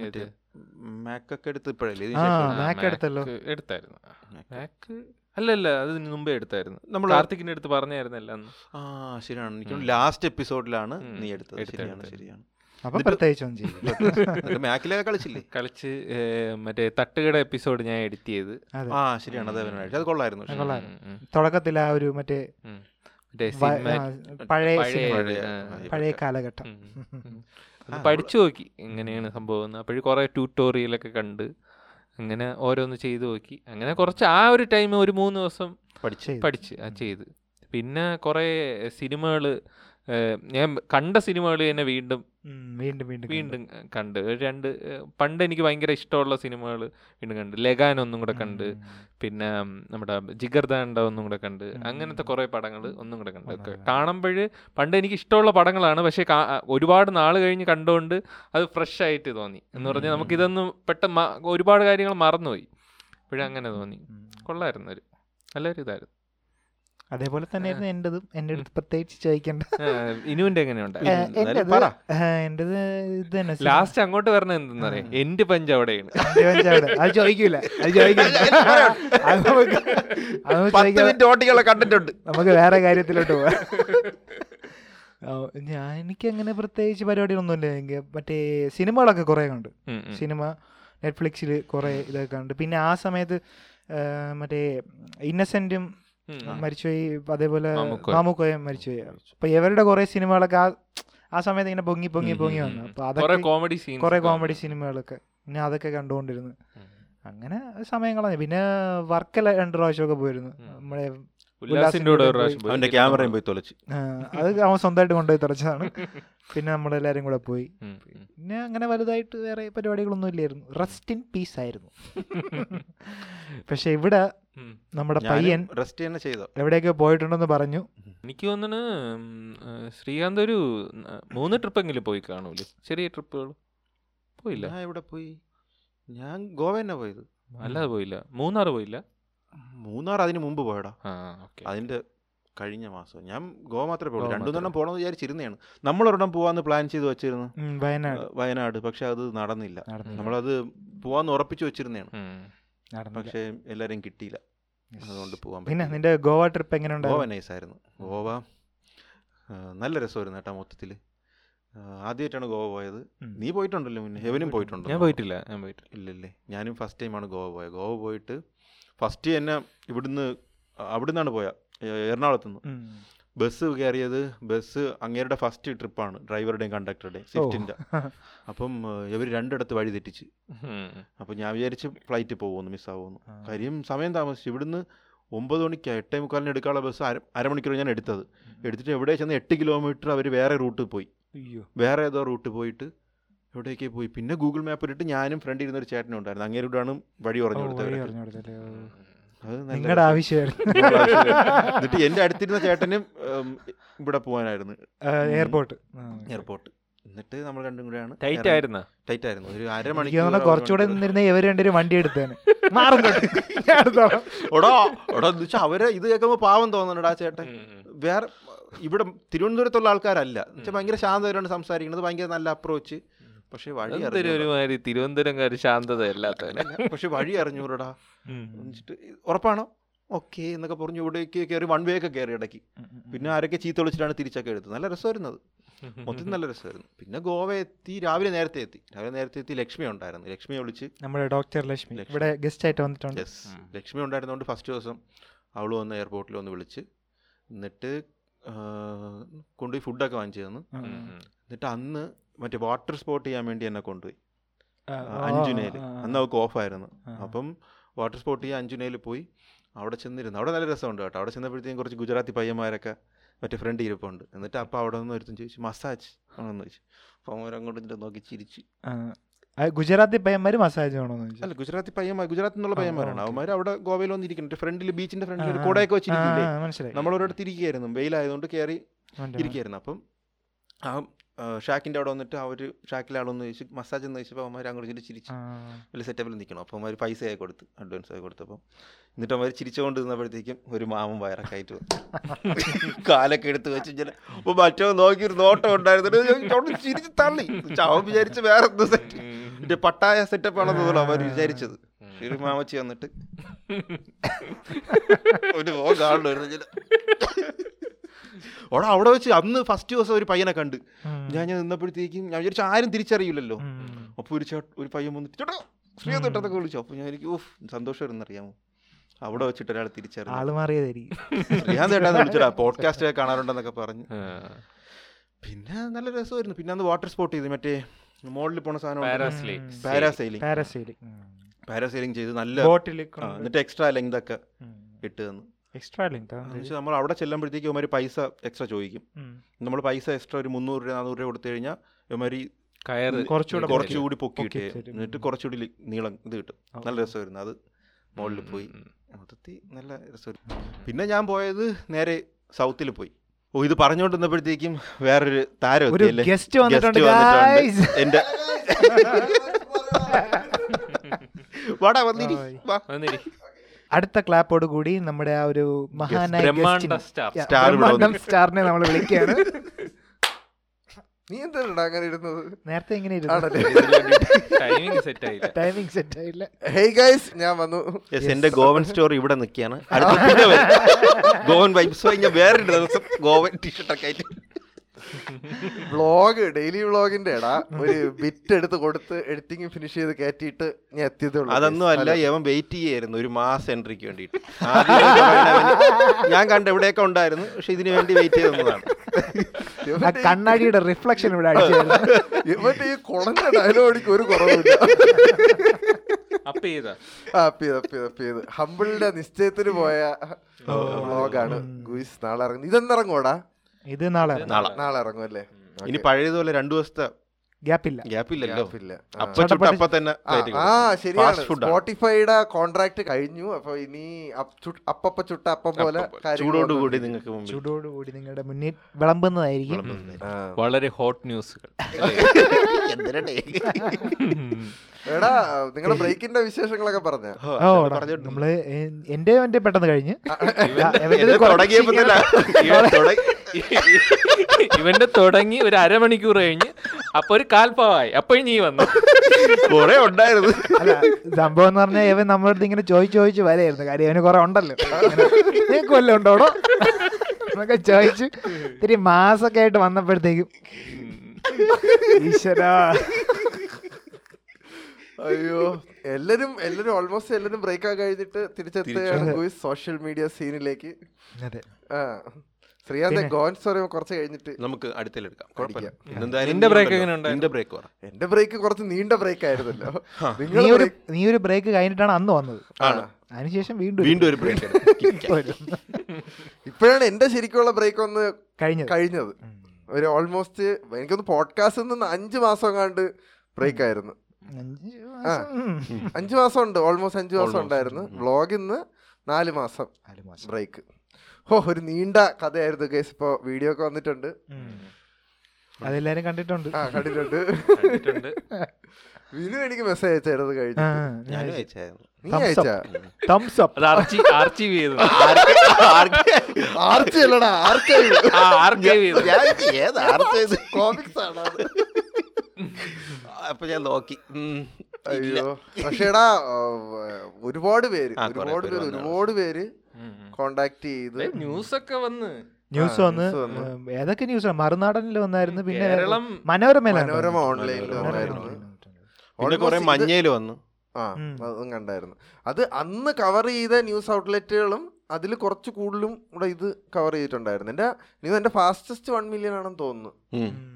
C: മറ്റേ
B: ഏത്?
C: മാക്കൊക്കെ എടുത്ത് ഇപ്പോഴല്ലേ
A: ആ,
B: ആ,
A: Mac
B: Mac
A: എടുത്തല്ലോ.
B: എടുത്തായിരുന്നു മാക്ക് അല്ലല്ല അതിന് മുമ്പേ എടുത്തായിരുന്നു
C: നമ്മൾ
B: കാർത്തിക്കിന്റെ അടുത്ത് പറഞ്ഞായിരുന്നല്ല അന്ന്
C: ആ ശരിയാണ് എനിക്ക്
B: ഉം.
C: ലാസ്റ്റ് എപ്പിസോഡിലാണ്
B: ഉം.
C: നീ എടുത്തത്
B: എടുത്ത്
C: ശരിയാണ്
B: എടുത്ത്.
C: ശരിയാണ്
A: അപ്പൊ
C: എന്നിട്ട്
A: പ്രത്യേകിച്ച് ഒന്നും ചെയ്യില്ല
C: മാക്കിലൊക്കെ
B: *laughs*
C: കളിച്ചില്ലേ
B: കളിച്ച് ഏ, മറ്റേ തട്ടുകട എപ്പിസോഡ് ഞാൻ എഡിറ്റ് ചെയ്ത്
A: അതെ
C: ആ ശരിയാണ് അത് അവനായിട്ട് അത് കൊള്ളായിരുന്നു പക്ഷേ.
A: അത് കൊള്ളാം. കൊള്ളായിരുന്നു.
B: ഉം, ഉം,
A: തുടക്കത്തിൽ ആ ഒരു മറ്റേ
B: ഉം. മറ്റേ
A: വ-
B: cinema-
A: ആ, പഴയ
B: പഴയ
A: cinema,
C: പഴയ,
B: ആ,
C: ആ, ഇതൊക്കെ.
A: പഴയ കാലഘട്ടം
B: ഉം, ഉം.
C: ആ,
B: ഒന്ന് പഠിച്ചു നോക്കി എങ്ങനെയാണ് സംഭവം എന്ന് അപ്പോഴും കുറേ ട്യൂട്ടോറിയലൊക്കെ കണ്ട് അങ്ങനെ ഓരോന്ന് ചെയ്തു നോക്കി അങ്ങനെ കുറച്ച് ആ ഒരു ടൈം ഒരു മൂന്ന് ദിവസം
C: പഠിച്ചു
A: ചെയ്തു.
B: പഠിച്ച് ആ
C: ഉം.
B: ചെയ്ത് പിന്നെ കുറേ സിനിമകൾ ഞാൻ കണ്ട സിനിമകൾ തന്നെ വീണ്ടും
A: ഉം, വീണ്ടും വീണ്ടും കണ്ടു.
B: വീണ്ടും കണ്ട് ഒരു രണ്ട് ഏ, പണ്ട് എനിക്ക് ഭയങ്കര ഇഷ്ടമുള്ള സിനിമകൾ വീണ്ടും കണ്ട് ലഗാൻ ഒന്നും കൂടെ കണ്ട്
A: ഉം.
B: പിന്നെ ഉം, നമ്മുടെ ജിഗർദാണ്ട ഒന്നും കൂടെ കണ്ട്
A: ഉം.
B: അങ്ങനത്തെ കുറേ പടങ്ങൾ ഒന്നും കൂടെ കണ്ട്
A: അതെ, അതെ.
B: കാണുമ്പോൾ പണ്ട് എനിക്ക് ഇഷ്ടമുള്ള പടങ്ങളാണ് പക്ഷേ കാ- ഒരുപാട് നാൾ കഴിഞ്ഞ് കണ്ടുകൊണ്ട് അത് ഫ്രഷ് ആയിട്ട് തോന്നി എന്ന് പറഞ്ഞാൽ
A: ഉം.
B: നമുക്ക് ഇതൊന്നും പെട്ടെന്ന് മ- ഒരുപാട് കാര്യങ്ങൾ മറന്നുപോയി ഇപ്പോഴും അങ്ങനെ തോന്നി
A: ഉം.
B: കൊള്ളായിരുന്നു ഒരു നല്ലൊരു ഇതായിരുന്നു
A: അതേപോലെ തന്നെയായിരുന്നു എന്റേതും എൻ്റെ അടുത്ത് പ്രത്യേകിച്ച് ചോദിക്കേണ്ട
B: ആ, ഇനുവിന്റെ എങ്ങനെ ഉണ്ടായി
A: ഏ,
C: ഉം, എന്നാലും
A: എന്റേത്
C: പറ.
A: ആ, എന്റേത് ഇത് തന്നെ
B: ലാസ്റ്റ് അങ്ങോട്ട് വരണത് എന്തെന്നറിയാം എന്റെ പഞ്ച് അവിടെയാണ്
A: ഇരുപത്തഞ്ചാണ്. അത് ചോദിക്കൂല അത്
C: *laughs*
A: ചോദിക്കൂല അത് നമുക്ക് അത് നമുക്ക്
C: പത്ത്
A: ചോദിക്കാതെ
C: മിനിറ്റ് ഓട്ടിക്കുള്ള കണ്ടന്റ് ഉണ്ട്
A: നമുക്ക് വേറെ കാര്യത്തിലോട്ട് പോവാം ഓ, ഞാൻ എനിക്ക് അങ്ങനെ പ്രത്യേകിച്ച് പരിപാടികളൊന്നുമില്ല എനിക്ക് മറ്റേ സിനിമകളൊക്കെ കുറേ കണ്ട്
B: ഉം, ഉം.
A: സിനിമ നെറ്റ്ഫ്ലിക്സിൽ കുറേ ഇതൊക്കെ കണ്ട് പിന്നെ ആ സമയത്ത് ആ, മറ്റേ ഇന്നസെന്റും
B: ഉം, ഉം.
A: മരിച്ചുപോയി അതേപോലെ
B: മാമുക്കോയ.
A: മാമുക്കോയും മരിച്ചുപോയി അപ്പൊ ഇവരുടെ കുറേ സിനിമകളൊക്കെ ആ ആ സമയത്ത് ഇങ്ങനെ പൊങ്ങി പൊങ്ങി
B: ഉം,
A: പൊങ്ങി
B: ഉം,
A: വന്നു
B: ഉം.
A: അപ്പൊ
B: കുറേ
A: അതൊക്കെ
B: കോമഡി സീൻസ്
A: കുറേ കോമഡി സിനിമകളൊക്കെ പിന്നെ അതൊക്കെ കണ്ടുകൊണ്ടിരുന്നു അങ്ങനെ സമയം കളഞ്ഞു പിന്നെ വർക്കല രണ്ട് പ്രാവശ്യമൊക്കെ പോയിരുന്നു
B: ഉം.
A: നമ്മളെ
B: ഉല്ലാസിന്റെ കൂടെ ഒരു
A: ഉല്ലാസിന്റെ
B: പ്രാവശ്യം പോയി.
C: അവന്റെ ക്യാമറയും പോയി തുളച്ച്
A: ആ, അത് അവൻ സ്വന്തമായിട്ട് കൊണ്ടുപോയി തുടച്ചതാണ് പിന്നെ നമ്മളെല്ലാരും കൂടെ പോയി
B: ഉം, ഉം.
A: പിന്നെ അങ്ങനെ വലുതായിട്ട് വേറെ പരിപാടികളൊന്നും ഇല്ലായിരുന്നു റെസ്റ്റ് ഇൻ പീസ് ആയിരുന്നു പക്ഷെ ഇവിടെ
B: ഉം.
A: നമ്മുടെ പയ്യൻ
C: ഞാൻ റെസ്റ്റ് തന്നെ ചെയ്ത
A: എവിടെയൊക്കെ പോയിട്ടുണ്ടെന്ന് പറഞ്ഞു
B: എനിക്ക് തോന്നണ് ഉം, ആ, ശ്രീകാന്ത് ഒരു ഉം, ആ, മൂന്ന് ട്രിപ്പെങ്കിലും പോയി കാണൂലേ ചെറിയ ട്രിപ്പുകൾ പോയില്ല
C: ഞാൻ എവിടെ പോയി ഞാൻ ഗോവ തന്നെ പോയത്
B: അല്ലാതെ പോയില്ല മൂന്നാർ പോയില്ല
C: മൂന്നാർ അതിന് മുമ്പ് പോയടാ
B: ആ ഓക്കെ
C: അതിന്റെ കഴിഞ്ഞ മാസം ഞാൻ ഗോവ മാത്രമേ പോയുള്ളൂ
B: ഗോവ
C: രണ്ടു മൂന്നെണ്ണം
B: മാത്രമേ.
C: പോകണമെന്ന് വിചാരിച്ചിരുന്നതാണ് നമ്മളൊരെണ്ണം പോവാന്ന് പ്ലാൻ ചെയ്ത് വെച്ചിരുന്നു
A: ഉം, വയനാട്
C: ഏഹ് വയനാട് പക്ഷെ അത് നടന്നില്ല
A: നടന്നില്ല.
C: നമ്മളത് പോവാന്ന് ഉറപ്പിച്ചു വെച്ചിരുന്നതാണ്
A: നടന്നില്ല.
C: പക്ഷേ എല്ലാവരും കിട്ടിയില്ല
A: Yes.
C: അതുകൊണ്ട് പോവാൻ
A: പിന്നെ
C: പറ്റിയില്ല.
A: നിന്റെ ഗോവ ട്രിപ്പ് എങ്ങനെ
C: ഗോവ
A: ഉണ്ടായിരുന്നു
C: നൈസായിരുന്നു ഗോവ ആ, നല്ല രസമായിരുന്നു കേട്ടോ മൊത്തത്തിൽ ആദ്യമായിട്ടാണ് ഗോവ പോയത്
A: ഉം.
C: നീ പോയിട്ടുണ്ടല്ലോ മുന്നേ ഹെവനും പോയിട്ടുണ്ടോ
B: ഞാൻ പോയിട്ടില്ല ഞാൻ പോയിട്ടില്ല
C: ഇല്ലല്ലേ ഞാനും ഫസ്റ്റ് ടൈമാണ് ഗോവ പോയത് ഗോവ പോയിട്ട് ഫസ്റ്റ് തന്നെ ഇവിടുന്ന് അവിടുന്നാണ് പോയ എറണാകുളത്ത് നിന്ന്
A: ഉം.
C: ബസ് കയറിയത് ബസ് അങ്ങേരുടെ ഫസ്റ്റ് ട്രിപ്പാണ് ഡ്രൈവറുടെയും കണ്ടക്ടറുടെയും സ്വിഫ്റ്റിൻ്റെ അപ്പം ഇവർ രണ്ടിടത്ത് വഴി തെറ്റിച്ച്
B: ഉം.
C: അപ്പോൾ ഞാൻ വിചാരിച്ച് ഫ്ലൈറ്റ് പോകുമെന്ന് മിസ്സാവുമെന്ന്
A: ആ.
C: കാര്യം സമയം താമസിച്ചു ഇവിടുന്ന് ഒമ്പത് മണിക്ക് എട്ടേ മുക്കാലിന് എടുക്കാനുള്ള ബസ് അര അരമണിക്കൂർ ഞാൻ എടുത്തത് എടുത്തിട്ട് എവിടെ ചെന്ന് എട്ട് കിലോമീറ്റർ അവർ വേറെ റൂട്ട് പോയി
A: അയ്യോ
C: വേറെ ഏതോ റൂട്ട് പോയിട്ട് എവിടേക്ക് പോയി പിന്നെ ഗൂഗിൾ മാപ്പ് ഇട്ടിട്ട് ഞാനും ഫ്രണ്ടിൽ ഇരുന്നൊരു ചേട്ടനും ഉണ്ടായിരുന്നു അങ്ങേരും കൂടെയാണ് വഴി പറഞ്ഞു കൊടുത്തത് അവരൊക്കെ. അത് നല്ല
A: നിങ്ങളുടെ
C: രസം.
A: ആവശ്യമായിരുന്നു *laughs*
C: നിങ്ങളുടെ ആവശ്യമില്ല. എന്നിട്ട് എൻ്റെ അടുത്തിരുന്ന ചേട്ടനും ഉം, ഇവിടെ പോകാനായിരുന്നു
A: എയർപോർട്ട്
C: എയർപോർട്ട് എന്നിട്ട് നമ്മൾ രണ്ടും കൂടെയാണ്
B: ടൈറ്റ് ആയിരുന്ന
C: ടൈറ്റ് ആയിരുന്നു ഒരു
A: എനിക്ക്
C: അരമണിക്കൂർ
A: തോന്നുന്നു കുറച്ചുകൂടെ
C: മണിക്കൂർ.
A: നിന്നിരുന്ന ഇവർ രണ്ടുപേരും വണ്ടി എടുത്തേനെ മാറുന്നുണ്ട് ഞാൻ എടുത്തോളാം.
C: എടാ എടാ എന്ന് വെച്ചാൽ അവരെ ഇത് കേൾക്കുമ്പോൾ പാവം തോന്നണടാ ചേട്ടൻ വേറെ ഇവിടെ തിരുവനന്തപുരത്തുള്ള ആൾക്കാരല്ല എന്നുവെച്ചാൽ ഭയങ്കര ശാന്തവരാണ് സംസാരിക്കുന്നത് ഭയങ്കര നല്ല അപ്രോച്ച് പക്ഷെ വഴി അറിഞ്ഞൂടാ.
B: ഒരുമാതിരി തിരുവനന്തപുരംകാർ ശാന്തത അല്ലാത്ത
C: അല്ല, പക്ഷെ വഴി അറിഞ്ഞൂടാ എന്നിട്ട് ഉറപ്പാണോ ഓക്കെ എന്നൊക്കെ പറഞ്ഞു ഇവിടേക്ക് കയറി വൺ വേ ഒക്കെ കയറി ഇടയ്ക്ക് പിന്നെ ആരൊക്കെ ചീത്ത വിളിച്ചിട്ടാണ് തിരിച്ചൊക്കെ എടുത്തത് നല്ല രസമായിരുന്നു അത് മൊത്തത്തിൽ നല്ല രസമായിരുന്നു പിന്നെ ഗോവ എത്തി രാവിലെ നേരത്തെ എത്തി രാവിലെ നേരത്തെ എത്തി ലക്ഷ്മി ഉണ്ടായിരുന്നു ലക്ഷ്മിയെ വിളിച്ച്
A: നമ്മുടെ ഡോക്ടർ ലക്ഷ്മി
C: ലക്ഷ്മി.
A: ഇവിടെ ഗസ്റ്റ് ആയിട്ട് വന്നിട്ടുണ്ട്
C: യെസ്
B: ഉം.
C: ലക്ഷ്മി ഉണ്ടായിരുന്നതുകൊണ്ട് ഫസ്റ്റ് ദിവസം അവൾ വന്ന് എയർപോർട്ടിൽ ഒന്ന് വിളിച്ച് എന്നിട്ട് ആ, കൊണ്ടുപോയി ഫുഡൊക്കെ വാങ്ങിച്ചു തന്നു എന്നിട്ട് അന്ന് മറ്റേ വാട്ടർ സ്പോട്ട് ചെയ്യാൻ വേണ്ടി എന്നെ കൊണ്ടുപോയി
A: ആ,
C: ആ,
A: ആ,
C: അഞ്ചുനേല്
A: ആ, ആ.
C: അന്ന് അവൾക്ക് ഓഫായിരുന്നു
A: ആ.
C: അപ്പം വാട്ടർ സ്പോട്ട് ചെയ്യാൻ അഞ്ചുനേല് പോയി അവിടെ ചെന്നിരുന്നു അവിടെ നല്ല രസമുണ്ട് കേട്ടോ അവിടെ ചെന്നപ്പോഴത്തേക്കും കുറച്ച് ഗുജറാത്തി പയ്യന്മാരൊക്കെ മറ്റേ ഫ്രണ്ട് ഇരിപ്പുണ്ട് എന്നിട്ട് അപ്പോൾ അവിടെ നിന്ന് ഒരുത്തും ചോദിച്ചു മസാജ് ആണെന്ന് ചോദിച്ചു അപ്പോൾ അവരങ്ങോട്ട് ഇങ്ങോട്ട് നോക്കി ചിരിച്ച്
A: ആ, ആ ഗുജറാത്തി പയ്യന്മാര് മസാജ് വേണോന്ന് ചോദിച്ചു
C: അല്ല ഗുജറാത്തി പയ്യന്മാർ ഗുജറാത്തിൽ നിന്നുള്ള
A: ആ,
C: പയ്യന്മാരാണ്
A: ഓക്കേ.
C: അവന്മാർ അവിടെ ഗോവയിൽ വന്നിരിക്കുന്നുണ്ട് ഫ്രണ്ടിൽ ബീച്ചിന്റെ ഫ്രണ്ടിൽ ഒരു
A: ആ,
C: കുടയൊക്കെ
A: ആ,
C: വെച്ചിരിക്കില്ലേ
A: ആ, മനസ്സിലായി
C: നമ്മളോരോട് തിരിക്കുകയായിരുന്നു വെയിലായതുകൊണ്ട് കയറി
A: ഉണ്ട്,
C: ഇരിക്കുകയായിരുന്നു അപ്പം ആ ആ, ഷാക്കിന്റെ അവിടെ വന്നിട്ട് ആ ഒരു ഷാക്കിലെ ആളൊന്ന് ചോദിച്ചു മസാജ് എന്ന് ചോദിച്ചപ്പോൾ അവന്മാർ അങ്ങോട്ട് ചെന്ന് ചിരിച്ചു
A: ആ,
C: വലിയ സെറ്റപ്പിൽ നിൽക്കണം അപ്പോൾ അവന്മാർ പൈസ ആയി കൊടുത്ത് അഡ്വാൻസ് ആയി കൊടുത്തപ്പം എന്നിട്ട് അവന്മാർ ചിരിച്ചുകൊണ്ട് നിന്നപ്പോഴത്തേക്കും ഒരു മാമൻ വയറൊക്കെ ആയിട്ട് വന്നു. കാലൊക്കെ എടുത്ത് വെച്ച് ഇങ്ങനെ അപ്പോൾ മറ്റോ നോക്കി ഒരു നോട്ടം ഉണ്ടായിരുന്നു എന്നിട്ട് അവിടെ ചിരിച്ച് തള്ളി ചവൻ വിചാരിച്ച് വേറെ എന്തോ സെറ്റ് എൻ്റെ പട്ടായ സെറ്റപ്പ് ആണെന്ന് തോന്നുന്നു അവർ വിചാരിച്ചത് ഒരു മാമച്ചി വന്നിട്ട് ഒരു ഓ കാണുന്നു ഓടാ അവിടെ വെച്ച് അന്ന് ഫസ്റ്റ് ദിവസം ഒരു പയ്യനെ കണ്ട്
A: ഉം,
C: ഞാൻ ഞാൻ നിന്നപ്പോഴത്തേക്കും ഞാൻ വിചാരിച്ചു ആരും തിരിച്ചറിയില്ലല്ലോ
A: ഉം.
C: അപ്പോൾ ഒരു ചേട്ട ഒരു പയ്യൻ വന്നിട്ട് ചേട്ടാ ശ്രീയ തൊട്ടത്തൊക്കെ വിളിച്ചു അപ്പോൾ ഞാൻ എനിക്ക് ഓഫ് സന്തോഷമായിരുന്നു അറിയാമോ അവിടെ വെച്ചിട്ട് ഒരാൾ തിരിച്ചറിഞ്ഞു
A: ആള് മാറിയതായിരിക്കും
C: ശ്രീയാൻ ചേട്ടാന്ന് വിളിച്ചടാ പോഡ്കാസ്റ്റ് കാണാറുണ്ടെന്നൊക്കെ പറഞ്ഞു പിന്നെ നല്ല രസമായിരുന്നു പിന്നെ അന്ന് വാട്ടർ സ്പോട്ട് ചെയ്തു മറ്റേ മോളിൽ പോണ സാധനം
B: പാരാസ്ലൈഡ്
C: പാരാസൈലിംഗ്
A: പാരസൈലിംഗ്
C: പാരാസൈലിംഗ് ചെയ്ത് നല്ല
A: ബോട്ടിൽ
C: ആ, എന്നിട്ട് എക്സ്ട്രാ ലെങ്ത് ഒക്കെ ഇട്ട് തന്നു
A: എക്സ്ട്രാ ലിങ്ക്
C: എന്നുവെച്ചാൽ നമ്മൾ അവിടെ ചെല്ലുമ്പോഴത്തേക്കും ഇവന്മാർ പൈസ എക്സ്ട്രാ ചോദിക്കും നമ്മൾ പൈസ എക്സ്ട്രാ ഒരു മുന്നൂറ് രൂപ നാനൂറ് രൂപ കൊടുത്തു കഴിഞ്ഞാൽ ഇവന്മാർ
B: കയറ്
A: കുറച്ചുകൂടെ
C: കുറച്ചുകൂടി പൊക്കിയിട്ട്
A: പൊക്കി തരും.
C: എന്നിട്ട് കുറച്ചുകൂടി ലി- നീളം ഇത് കിട്ടും നല്ല രസമായിരുന്നു അത് മുകളിൽ പോയി
B: ഉം.
C: മൊത്തത്തിൽ നല്ല രസമായിരുന്നു പിന്നെ ഞാൻ പോയത് നേരെ സൗത്തിൽ പോയി ഓ ഇത് പറഞ്ഞുകൊണ്ടിരുന്നപ്പോഴത്തേക്കും വേറൊരു താരം
A: ഒരു
C: എത്തിയല്ലേ?
A: ഗസ്റ്റ്
C: Guest
A: വന്നിട്ടുണ്ട്
C: വന്നിട്ടുണ്ട്.
A: ഗായ്സ്
C: എൻ്റെ വാടാ വന്നിരി
A: ഓയ്.
C: വാ
B: വന്നിരി.
A: അടുത്ത ക്ലാപ്പോട് കൂടി നമ്മുടെ ആ ഒരു മഹാനായ
B: ബ്രഹ്മാണ്ട സ്റ്റാർ
C: Star ഇവിടെ
A: ബ്രഹ്മാണ്ടം
C: വന്നു.
A: സ്റ്റാറിനെ നമ്മൾ വിളിക്കുകയാണ്
D: നീ എന്താണ് അങ്ങനെ ഇരുന്നത്
A: നേരത്തെ ഇങ്ങനെ ഇരുന്നു
D: ആണല്ലേ?
B: ടൈമിങ് സെറ്റ് ആയില്ല
A: ടൈമിംഗ് സെറ്റ് ആയില്ല
D: ഹേയ് ഗൈസ് ഞാൻ വന്നു
C: യെസ് എൻ്റെ ഗോവൻ സ്റ്റോറി ഇവിടെ നിൽക്കുകയാണ് അടുത്ത പിന്നെ വരും. ഗോവൻ വൈബ്സ് കഴിഞ്ഞാൽ വേറൊരു ദിവസം ഗോവൻ ടീഷർട്ടൊക്കെ ആയിട്ട്
D: വ്ളോഗ് ഡെയിലി വ്ളോഗിന്റെ എടാ ഒരു ബിറ്റ് എടുത്ത് കൊടുത്ത് എഡിറ്റിംഗ് ഫിനിഷ് ചെയ്ത് കയറ്റിയിട്ട് ഞാൻ എത്തിയതുള്ളൂ
C: അതൊന്നും അല്ല ഇവൻ വെയിറ്റ് ചെയ്യായിരുന്നു ഒരു മാസ് എൻട്രിക്ക് വേണ്ടിയിട്ട് ആദ്യം പറയുന്നവന് ഞാൻ കണ്ട എവിടെയൊക്കെ ഉണ്ടായിരുന്നു പക്ഷെ ഇതിനു വേണ്ടി വെയിറ്റ് ചെയ്തതാണ്
A: ആ കണ്ണാടിയുടെ റിഫ്ലക്ഷൻ ഇവിടെ അടിച്ചായിരുന്നു
D: ഇവന്റെ ഈ കുളഞ്ഞ ഡയലോഗിക്ക് ഒരു കുറവില്ല
B: അപ്പ് ചെയ്താ
D: അപ്പ് ചെയ്ത് അപ്പ് ചെയ്ത് അപ്പ് ചെയ്ത് ഹമ്പിളിന്റെ നിശ്ചയത്തിന് പോയ വ്ളോഗാണ് ഗുയിസ് നാളെ ഇറങ്ങുന്നത് ഇതെന്നിറങ്ങൂടാ
A: ഇത് നാളെ
C: നാളെ.
D: നാളെ ഇറങ്ങും അല്ലേ
C: ഇനി പഴയതുപോലെ രണ്ടു ദിവസത്തെ
A: ഗ്യാപ്പില്ല
C: ഗ്യാപ്പ് ഇല്ലല്ലോ
D: ഇല്ല
C: അപ്പൊ ചുട്ട് അപ്പൊ തന്നെ
D: ആ, ആ ശരിയാണ്
C: ഫുഡ്
D: സ്പോട്ടിഫൈയുടെ കോൺട്രാക്ട് കഴിഞ്ഞു അപ്പൊ ഇനി അപ്പ് ചുട്ട്- അപ്പപ്പ ചുട്ട അപ്പം പോലെ കാര്യങ്ങൾ
C: ചൂടോടുകൂടി
D: വന്നുകൊണ്ടിരിക്കും.
C: നിങ്ങൾക്ക് മുമ്പിൽ
A: ചൂടോടുകൂടി നിങ്ങളുടെ മുന്നിൽ വിളമ്പുന്നതായിരിക്കും
C: വിളമ്പുന്നത്.
D: ആ.
B: വളരെ ഹോട്ട് ന്യൂസുകൾ
C: *laughs* എന്തിനടേ?
D: എടാ നിങ്ങളുടെ ബ്രേക്കിന്റെ വിശേഷങ്ങളൊക്കെ പറഞ്ഞ
C: ഓ,
A: ഓ
C: അതാണ്
A: എടാ,
C: പറഞ്ഞോണ്ട്
A: നമ്മള് എ- എന്റെ എന്റെ പെട്ടെന്ന് കഴിഞ്ഞ്
C: എന്നെ തുടങ്ങിയപ്പോ തന്നെ ഇവൻ തുടങ്ങി.
B: ഇവന്റെ തുടങ്ങി ഒരു അരമണിക്കൂർ കഴിഞ്ഞ് അപ്പൊ ഒരു കാൽപ്പാവായി അപ്പൊ നീ വന്നു
C: കുറെ ഉണ്ടായിരുന്നു
A: അല്ല സംഭവം എന്ന് പറഞ്ഞാൽ ഇവൻ നമ്മുടെ അടുത്ത് ഇങ്ങനെ ചോദിച്ചു ചോദിച്ചു വരെയായിരുന്നു കാര്യം ഇവന് കുറെ ഉണ്ടല്ലോ നിങ്ങൾക്ക് വല്ലതും ഉണ്ടോടോ എന്നൊക്കെ ചോദിച്ചു ഇത്തിരി മാസൊക്കെ ആയിട്ട് വന്നപ്പോഴത്തേക്കും ഈശ്വരാ
D: അയ്യോ എല്ലാരും എല്ലാരും ഓൾമോസ്റ്റ് എല്ലാരും ബ്രേക്ക് ആയി കഴിഞ്ഞിട്ട് തിരിച്ചെത്തുകയാണ് ഗോയി സോഷ്യൽ മീഡിയ സീനിലേക്ക്
A: അതെ
D: ആ ശ്രീകാന്ത്
A: പിന്നെ?
D: ഗോൻ സ്റ്റോറി കുറച്ച് കഴിഞ്ഞിട്ട്
C: നമുക്ക് അടുത്തേലെടുക്കാം
D: അടിക്കാം.
B: നിന്റെ break എങ്ങനെ ഉണ്ടായിരുന്നു?
C: നിന്റെ ബ്രേക്ക് പറ
D: എന്റെ ബ്രേക്ക് കുറച്ച് നീണ്ട ബ്രേക്ക് ആയിരുന്നല്ലോ
A: *laughs* നീ
D: നിങ്ങൾ
A: ഒരു നീ ഒരു ബ്രേക്ക് കഴിഞ്ഞിട്ടാണ് അന്ന് വന്നത്
C: ആണ്.
A: അതിനുശേഷം വീണ്ടും
C: വീണ്ടും ഒരു ബ്രേക്ക്
D: ഇപ്പോഴാണ് എന്റെ ശരിക്കുള്ള ബ്രേക്ക് ഒന്ന്
A: കഴിഞ്ഞത്
D: കഴിഞ്ഞത് ഒരു ഓൾമോസ്റ്റ് എനിക്കൊന്ന് പോഡ്കാസ്റ്റിൽ നിന്ന് അഞ്ച് മാസം കണ്ട് ബ്രേക്ക് ആയിരുന്നു
A: അഞ്ച് മാസം. ഉം.
D: അഞ്ച് മാസം ഉണ്ട് ഓൾമോസ്റ്റ് അഞ്ച് മാസം ഉണ്ടായിരുന്നു വ്ളോഗിൽ നിന്ന് നാല് മാസം
A: നാല് മാസം.
D: ബ്രേക്ക് ഓ ഒരു നീണ്ട കഥയായിരുന്നു കേസ് ഇപ്പോൾ വീഡിയോ ഒക്കെ വന്നിട്ടുണ്ട്
A: അതെല്ലാരും കണ്ടിട്ടുണ്ട്
D: ആ
A: *laughs*
D: കണ്ടിട്ടുണ്ട്
B: കണ്ടിട്ടുണ്ട്.
D: വിനു എനിക്ക് മെസ്സേജ് അയച്ചായിരുന്നു കഴിഞ്ഞു
A: ആ,
C: ഞാനും അയച്ചായിരുന്നു
D: നീ
A: Thumbs up.
D: അയച്ച
A: thumbs up.
B: അത് ആർച്ചി ആർച്ചീവ് ചെയ്തു
D: ആർച്ചി അല്ലടാ ആർക്കൈവ്
B: ആ ആർക്കൈവ് ചെയ്തു
C: ഞാൻ ഇത്
D: *laughs*
C: ഏത് ആർത്തത്?
D: കോമിക്സ് ആണ് അത്.
C: *laughs* അപ്പൊ ഞാൻ നോക്കി ഉം, ഇല്ല.
D: അയ്യോ പക്ഷേടാ ആ, ഒരുപാട് പേര്
C: ആ, കുറേ
D: ഒരുപാട്
C: പേര്
D: പേര്
C: വന്നു.
D: ഒരുപാട് പേര്
B: ഉം.
D: കോണ്ടാക്ട് ചെയ്ത്
B: ന്യൂസ് ഒക്കെ വന്ന്
A: ന്യൂസ്
D: ആ,
A: വന്ന്
D: news വന്നു.
A: ഉം, ഏതൊക്കെ ന്യൂസാണ് മറുനാടനിൽ വന്നായിരുന്നു പിന്നെ
B: കേരളം
A: മനോരമയിലാണ്
D: മനോരമ
A: വന്നത്.
D: ഓൺലൈനിൽ
C: മനോരമ
D: വന്നായിരുന്നു
A: online.
C: പിന്നെ കുറെ
D: Almost ഇത്-
C: മഞ്ഞയില് വന്നു
D: ആ
A: ഉം.
D: അതും കണ്ടായിരുന്നു അത് അന്ന് കവർ ചെയ്ത ന്യൂസ് ഔട്ട്ലെറ്റുകളും അതിൽ കുറച്ച് കൂടുതലും കൂടെ ഇത് കവർ ചെയ്തിട്ടുണ്ടായിരുന്നു എൻ്റെ ന്യൂസ് എൻ്റെ ഫാസ്റ്റസ്റ്റ് വൺ മില്യൺ ആണെന്ന് തോന്നുന്നു
C: ഉം.
A: ഉം.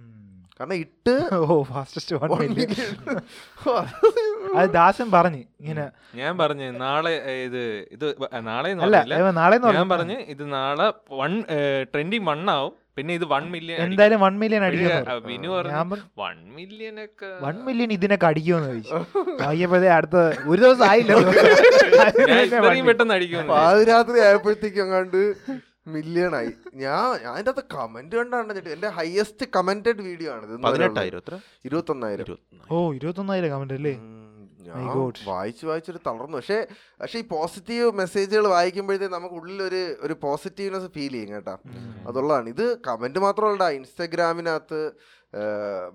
D: കാരണം ഇട്ട്
A: ഓ fastest one
C: *laughs*
D: one
A: million
D: million.
A: *laughs* അത് ദാസൻ പറഞ്ഞു ഇങ്ങനെ
B: ഞാൻ പറഞ്ഞു നാളെ ഏ, ഇത് ഇത് വ- ആ, നാളെ എന്ന്
A: അല്ല
B: പറഞ്ഞില്ല.
A: ഏവ നാളെ
B: ഞാൻ പറഞ്ഞു ഇത് നാളെ വൺ ട്രെൻഡിങ് വൺ ആവും പിന്നെ ഇത് വൺ മില്യൺ
A: എന്തായാലും വൺ മില്യൺ അടിക്കും
B: വിനു
A: ഞാൻ
B: പറഞ്ഞു
A: പറഞ്ഞു
B: വൺ മില്യൺ
A: *laughs*
B: ഒക്കെ
A: വൺ മില്യൺ ഇതിനൊക്കെ അടിക്കുമെന്ന് ചോദിച്ചു അയ്യപ്പോഴേ അടുത്ത ഒരു ദിവസം ആയില്ല
B: ഞാൻ ഇത്രയും പെട്ടെന്ന് അടിക്കും
D: പാതിരാത്രി ആയപ്പോഴത്തേക്കും അങ്ങാണ്ട് million ആയി ഞാൻ ഞാൻ അതിന്റെ അകത്ത് കമന്റ് കണ്ടാണ് കേട്ടോ. എന്റെ ഹയസ്റ്റ് കമന്റഡ് വീഡിയോ ആണ്
C: പതിനെട്ടായിരം എത്ര
D: ഇരുപത്തൊന്നായിരം
C: ഇരുപത്തൊന്ന്
A: ഓ ഇരുപത്തൊന്നായിരം കമന്റ് അല്ലേ
D: ഉം,
A: My
D: ഞാൻ
A: God.
D: വായിച്ചു വായിച്ചൊരു തളർന്നു പക്ഷേ പക്ഷേ ഈ പോസിറ്റീവ് മെസ്സേജുകൾ വായിക്കുമ്പോഴത്തേ നമുക്ക് ഉള്ളിൽ ഒരു ഒരു പോസിറ്റീവ്നെസ് ഫീൽ ചെയ്യും കേട്ടാ അതുള്ളതാണ് ഇത് കമന്റ് മാത്രമല്ല ഇൻസ്റ്റഗ്രാമിനകത്ത്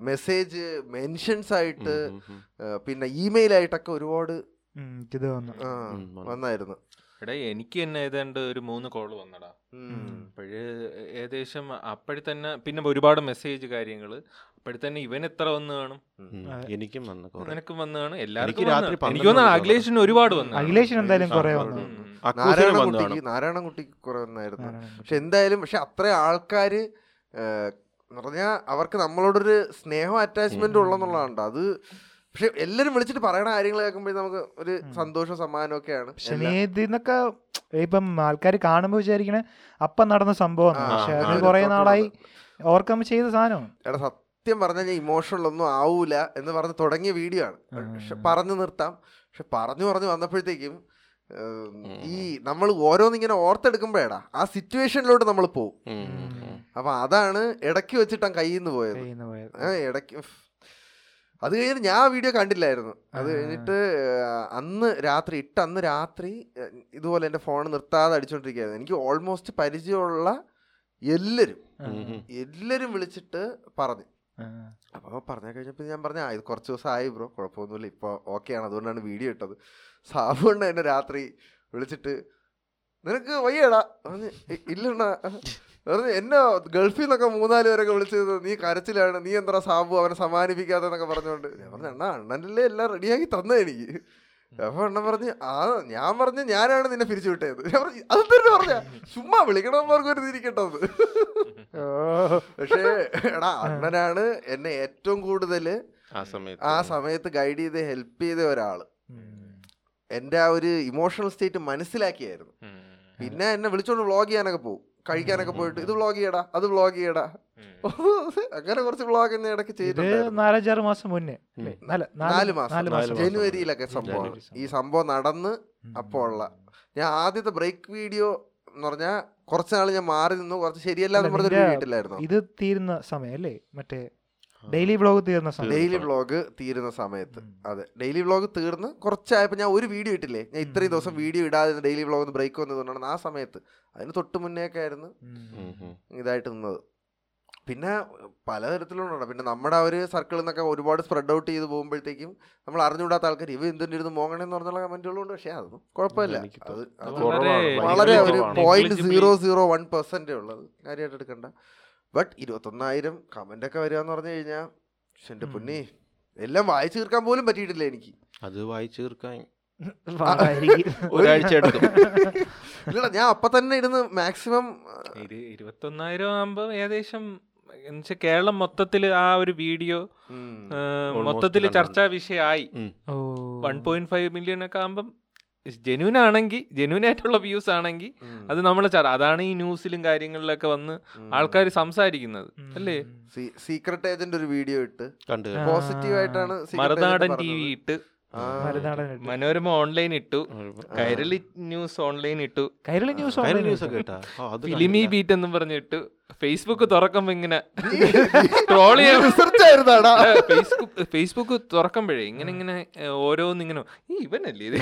D: മെസ്സേജ് മെൻഷൻസ് ആയിട്ട്
C: ഉം, ഉം, ഉം.
D: ഏഹ്, പിന്നെ ഇമെയിൽ ആയിട്ടൊക്കെ ഒരുപാട്
A: ഉം, ഇത് വന്നു
D: ആ,
C: ഉം, വന്നു.
D: വന്നായിരുന്നു
B: എടാ എനിക്ക് തന്നെ ഏതാണ്ട് ഒരു മൂന്ന് കോള് വന്നടാ
D: ഉം.
B: അപ്പോഴ് ഏകദേശം അപ്പോഴെ തന്നെ പിന്നെ ഒരുപാട് മെസ്സേജ് കാര്യങ്ങൾ അപ്പോഴെ തന്നെ ഇവൻ എത്ര വന്ന് കാണും
C: ഉം, എനിക്കും വന്ന് കുറെ
B: നിനക്കും വന്ന് കാണും എല്ലാവർക്കും
C: രാത്രി
B: വന്ന് കാണും.
C: പന്ത്രണ്ട്
B: എനിക്ക് തോന്നുന്നു
C: മണി
B: അഖിലേഷിന് ഒരുപാട് വന്ന് കാണും.
A: അഖിലേഷിന് എന്തായാലും കുറെ
C: ആ,
A: വന്നു
B: ഉം.
C: അക്കൂസിനും
D: നാരായണ
C: വന്ന്
D: കുട്ടിക്ക്
C: കാണും.
D: നാരായണ കുട്ടിക്ക് കുറെ വന്നായിരുന്നു
A: നാരായണൻ.
D: പക്ഷെ എന്തായാലും പക്ഷെ അത്ര ആൾക്കാർ എന്ന് പറഞ്ഞാൽ അവർക്ക് നമ്മളോടൊരു സ്നേഹം അറ്റാച്ച്മെന്റ് ഉള്ളെന്നുള്ളതാണ് അത് പക്ഷെ എല്ലാരും വിളിച്ചിട്ട് പറയണ കാര്യങ്ങൾ കേൾക്കുമ്പോഴേ നമുക്ക് ഒരു സന്തോഷവും സമ്മാനമൊക്കെയാണ്
A: പക്ഷെ നീ ഇതിന്നൊക്കെ ഇപ്പം ആൾക്കാർ കാണുമ്പോൾ വിചാരിക്കണേ അപ്പം നടന്ന സംഭവമാണ്
D: ആ,
A: പക്ഷെ
D: ആ
A: അത്
D: ഒരു
A: കുറെ
D: thought
A: നാളായി ഓവർകം ചെയ്ത സാധനമാണ്
D: എടാ സത്യം പറഞ്ഞാൽ ഞാൻ ഇമോഷണൽ ഒന്നും ആവൂല എന്ന് പറഞ്ഞ് തുടങ്ങിയ വീഡിയോ ആണ് പക്ഷെ പറഞ്ഞു നിർത്താം പക്ഷെ പറഞ്ഞു പറഞ്ഞു വന്നപ്പോഴത്തേക്കും ഏം, ഈ നമ്മൾ ഓരോന്നിങ്ങനെ ഓർത്തെടുക്കുമ്പോഴേടാ ആ സിറ്റുവേഷനിലോട്ട് നമ്മൾ പോകും
C: ഉം, ഉം, ഉം.
D: അപ്പൊ അതാണ് ഇടയ്ക്ക് വെച്ചിട്ടാൻ കയ്യിൽ നിന്ന് പോയത്
A: കയ്യിന്ന് പോയത്
D: ആ, ഇടയ്ക്ക് ഉഫ്. അത് കഴിഞ്ഞിട്ട് ഞാൻ ആ വീഡിയോ കണ്ടില്ലായിരുന്നു അത്
A: ആ.
D: കഴിഞ്ഞിട്ട് ആ, അന്ന് രാത്രി ഇട്ട് അന്ന് രാത്രി ആ, ഇതുപോലെ എൻ്റെ ഫോൺ നിർത്താതെ അടിച്ചുകൊണ്ടിരിക്കുകയായിരുന്നു എനിക്ക് ഓൾമോസ്റ്റ് പരിചയമുള്ള എല്ലാവരും
C: ഉം, ഉം.
D: എല്ലാവരും വിളിച്ചിട്ട് പറഞ്ഞു
A: ആ.
D: അപ്പോൾ പറഞ്ഞു കഴിഞ്ഞപ്പോൾ ഞാൻ പറഞ്ഞു ആ ഇത് കുറച്ച് ദിവസമായി ബ്രോ കുഴപ്പമൊന്നുമില്ല ഇപ്പോൾ ഓക്കെയാണ് അതുകൊണ്ടാണ് വീഡിയോ ഇട്ടത് സാബുണ്ട് എന്നെ രാത്രി വിളിച്ചിട്ട് നിനക്ക് വയ്യടാ പറഞ്ഞു "ഇ- ഇല്ലണ്ണാ പറഞ്ഞു എന്നെ ഗൾഫിൽ നിന്നൊക്കെ മൂന്നാല് പേരൊക്കെ വിളിച്ചത് നീ കരച്ചിലാണ് നീ എന്താ സാബു അവനെ സമാനിപ്പിക്കാത്തെന്നൊക്കെ പറഞ്ഞുകൊണ്ട് ഞാൻ പറഞ്ഞു അണ്ണാ അണ്ണനല്ലേ എല്ലാം റെഡിയാക്കി തന്നെ എനിക്ക് അപ്പോൾ അണ്ണൻ പറഞ്ഞ് ആ ഞാൻ പറഞ്ഞു ഞാനാണ് നിന്നെ പിരിച്ചു വിട്ടത് ഞാൻ പറഞ്ഞു അത് തന്നെ പറഞ്ഞ ചുമ്മാ വിളിക്കണമെന്നവർക്ക് ഒരു തിരിക്കട്ടത്
A: ഓ.
D: പക്ഷേ എടാ അണ്ണനാണ് എന്നെ ഏറ്റവും കൂടുതൽ
C: ആ സമയത്ത്
D: ആ സമയത്ത് ഗൈഡ് ചെയ്ത് ഹെൽപ്പ് ചെയ്ത ഒരാൾ
A: ഉം.
D: എൻ്റെ ആ ഒരു ഇമോഷണൽ സ്റ്റേറ്റ് മനസ്സിലാക്കിയായിരുന്നു
B: ഉം.
D: പിന്നെ എന്നെ വിളിച്ചോണ്ട് വ്ളോഗ് ചെയ്യാനൊക്കെ പോകും കഴിക്കാനൊക്കെ പോയിട്ട് ഇത് വ്ളോഗ് ചെയ്യടാ അത് വ്ളോഗ് ചെയ്യടാ
B: ഉം.
D: അങ്ങനെ കുറച്ച് വ്ളോഗ് എന്നെ ഇടയ്ക്ക്
A: ഇത്
D: ചെയ്തിട്ടുണ്ട്
A: നാലഞ്ചാറ് മാസം മുന്നേ അല്ലേ? നാല്
D: നാല്
A: നാല്
D: മാസം
A: മാസം
C: ജനുവരി
D: ജനുവരിയിലൊക്കെ സംഭവം
A: ജനുവരി
D: ഈ സംഭവം നടന്ന് അപ്പോൾ ഉള്ള ഞാൻ ആദ്യത്തെ ബ്രേക്ക് വീഡിയോ എന്ന് പറഞ്ഞാൽ കുറച്ച് നാൾ ഞാൻ മാറി നിന്നു കുറച്ച് ശരിയല്ലാന്ന്
A: അല്ല,
D: പറഞ്ഞൊരു
A: നിന്റെ-
D: വീട്ടിലായിരുന്നു
A: ഇത് തീരുന്ന സമയം അല്ലേ മറ്റേ ഡെയിലി ബ്ലോഗ് തീർന്ന സമയം
D: ഡെയിലി വ്ളോഗ് തീരുന്ന സമയത്ത് അതെ ഡെയിലി വ്ളോഗ് തീർന്ന് കുറച്ചായപ്പോൾ ഞാൻ ഒരു വീഡിയോ ഇട്ടില്ലേ ഞാൻ ഇത്രയും ദിവസം വീഡിയോ ഇടാതെ ഡെയിലി വ്ളോഗ് ഒന്ന് ബ്രേക്ക് വന്നതുകൊണ്ടാണ് ആ സമയത്ത് അതിന് തൊട്ട് മുന്നേ ഒക്കെ ആയിരുന്നു
A: ഉം.
C: ഉം, ഉം.
D: ഇതായിട്ട് നിന്നത് പിന്നെ പലതരത്തിലുള്ള പിന്നെ നമ്മുടെ ആ ഒരു സർക്കിളിൽ നിന്നൊക്കെ ഒരുപാട് സ്പ്രെഡ് ഔട്ട് ചെയ്ത് പോകുമ്പോഴത്തേക്കും നമ്മൾ അറിഞ്ഞുകൂടാത്ത ആൾക്കാർ ഇവ എന്തിൻ്റെ ഇരുന്ന് മോങ്ങണെന്ന് പറഞ്ഞുള്ള കമൻറ്റുകളുണ്ട് പക്ഷേ അതൊന്നും കുഴപ്പമില്ല
C: എനിക്ക്
D: അത് അത്
B: വളരെ
C: കുറവാണ്.
D: വളരെ
B: negligible
D: ഒരു
B: ആണ്.
D: Point
B: Negligible.
D: Zero zero one പെർസെൻറ്റേ ഉള്ളത് കാര്യമായിട്ട് എടുക്കണ്ട ബട്ട് ഇരുപത്തൊന്നായിരം കമൻ്റൊക്കെ വരിക എന്ന് പറഞ്ഞു കഴിഞ്ഞാൽ എൻ്റെ പൊന്നി എല്ലാം വായിച്ചു തീർക്കാൻ പോലും പറ്റിയിട്ടില്ല എനിക്ക്
C: അത് വായിച്ചു തീർക്കാൻ
A: വായിരിക്കും.
C: ഒരാഴ്ച എടുക്കും
D: ഇല്ലടാ ഞാൻ അപ്പം തന്നെ ഇരുന്ന് മാക്സിമം
B: ഇരു- ഇരുപത്തൊന്നായിരം ആകുമ്പോൾ ഏകദേശം എന്നുവെച്ചാൽ കേരളം മൊത്തത്തിൽ ആ ഒരു വീഡിയോ
C: Almost
B: മൊത്തത്തിൽ
C: രണ്ടെണ്ണം.
B: ചർച്ചാ വിഷയമായി
A: ഓ.
B: വൺ പോയിന്റ് ഫൈവ് മില്യൺ ഒക്കെ ആകുമ്പം ജെന്യൂൻ ആണെങ്കിൽ ജെന്യൂൻ ആയിട്ടുള്ള വ്യൂസ് ആണെങ്കിൽ അത് നമ്മൾ അതാണ് ഈ ന്യൂസിലും കാര്യങ്ങളിലൊക്കെ വന്ന് ആൾക്കാർ സംസാരിക്കുന്നത് അല്ലേ
D: സീക്രട്ട് ഏജന്റ് ഒരു വീഡിയോ ഇട്ട്
C: കണ്ടു
A: ആ.
D: പോസിറ്റീവ് ആയിട്ടാണ് secret agent
B: Marunadan T V
D: പറഞ്ഞത്.
B: ഇട്ട് *laughs*
D: ആ.
A: മലനാടൻ ഇട്ടു.
B: മനോരമ ഓൺലൈൻ ഇട്ടു
C: കണ്ടു.
B: കൈരളി ന്യൂസ് ഓൺലൈൻ ഇട്ടു
A: Kairali news
C: Kairali
A: online
C: news ഒക്കെ
A: ഇട്ടു.
C: ഇട്ടാ? ആ, അത്
B: ഫിലിമി
C: കണ്ടില്ല.
B: ബീറ്റ് എന്നും പറഞ്ഞിട്ട് ഫേസ്ബുക്ക് തുറക്കുമ്പോ ഇങ്ങനെ ട്രോൾ ചെയ്യാൻ
D: Research ആയിരുന്നാടാ.
B: ഫേസ്ബുക്ക് ഫേസ്ബുക്ക് തുറക്കുമ്പോഴേ ഇങ്ങനെ ഇങ്ങനെ ഏ, ഓരോന്നിങ്ങനെ ഈ ഇവനല്ലേ ഇത്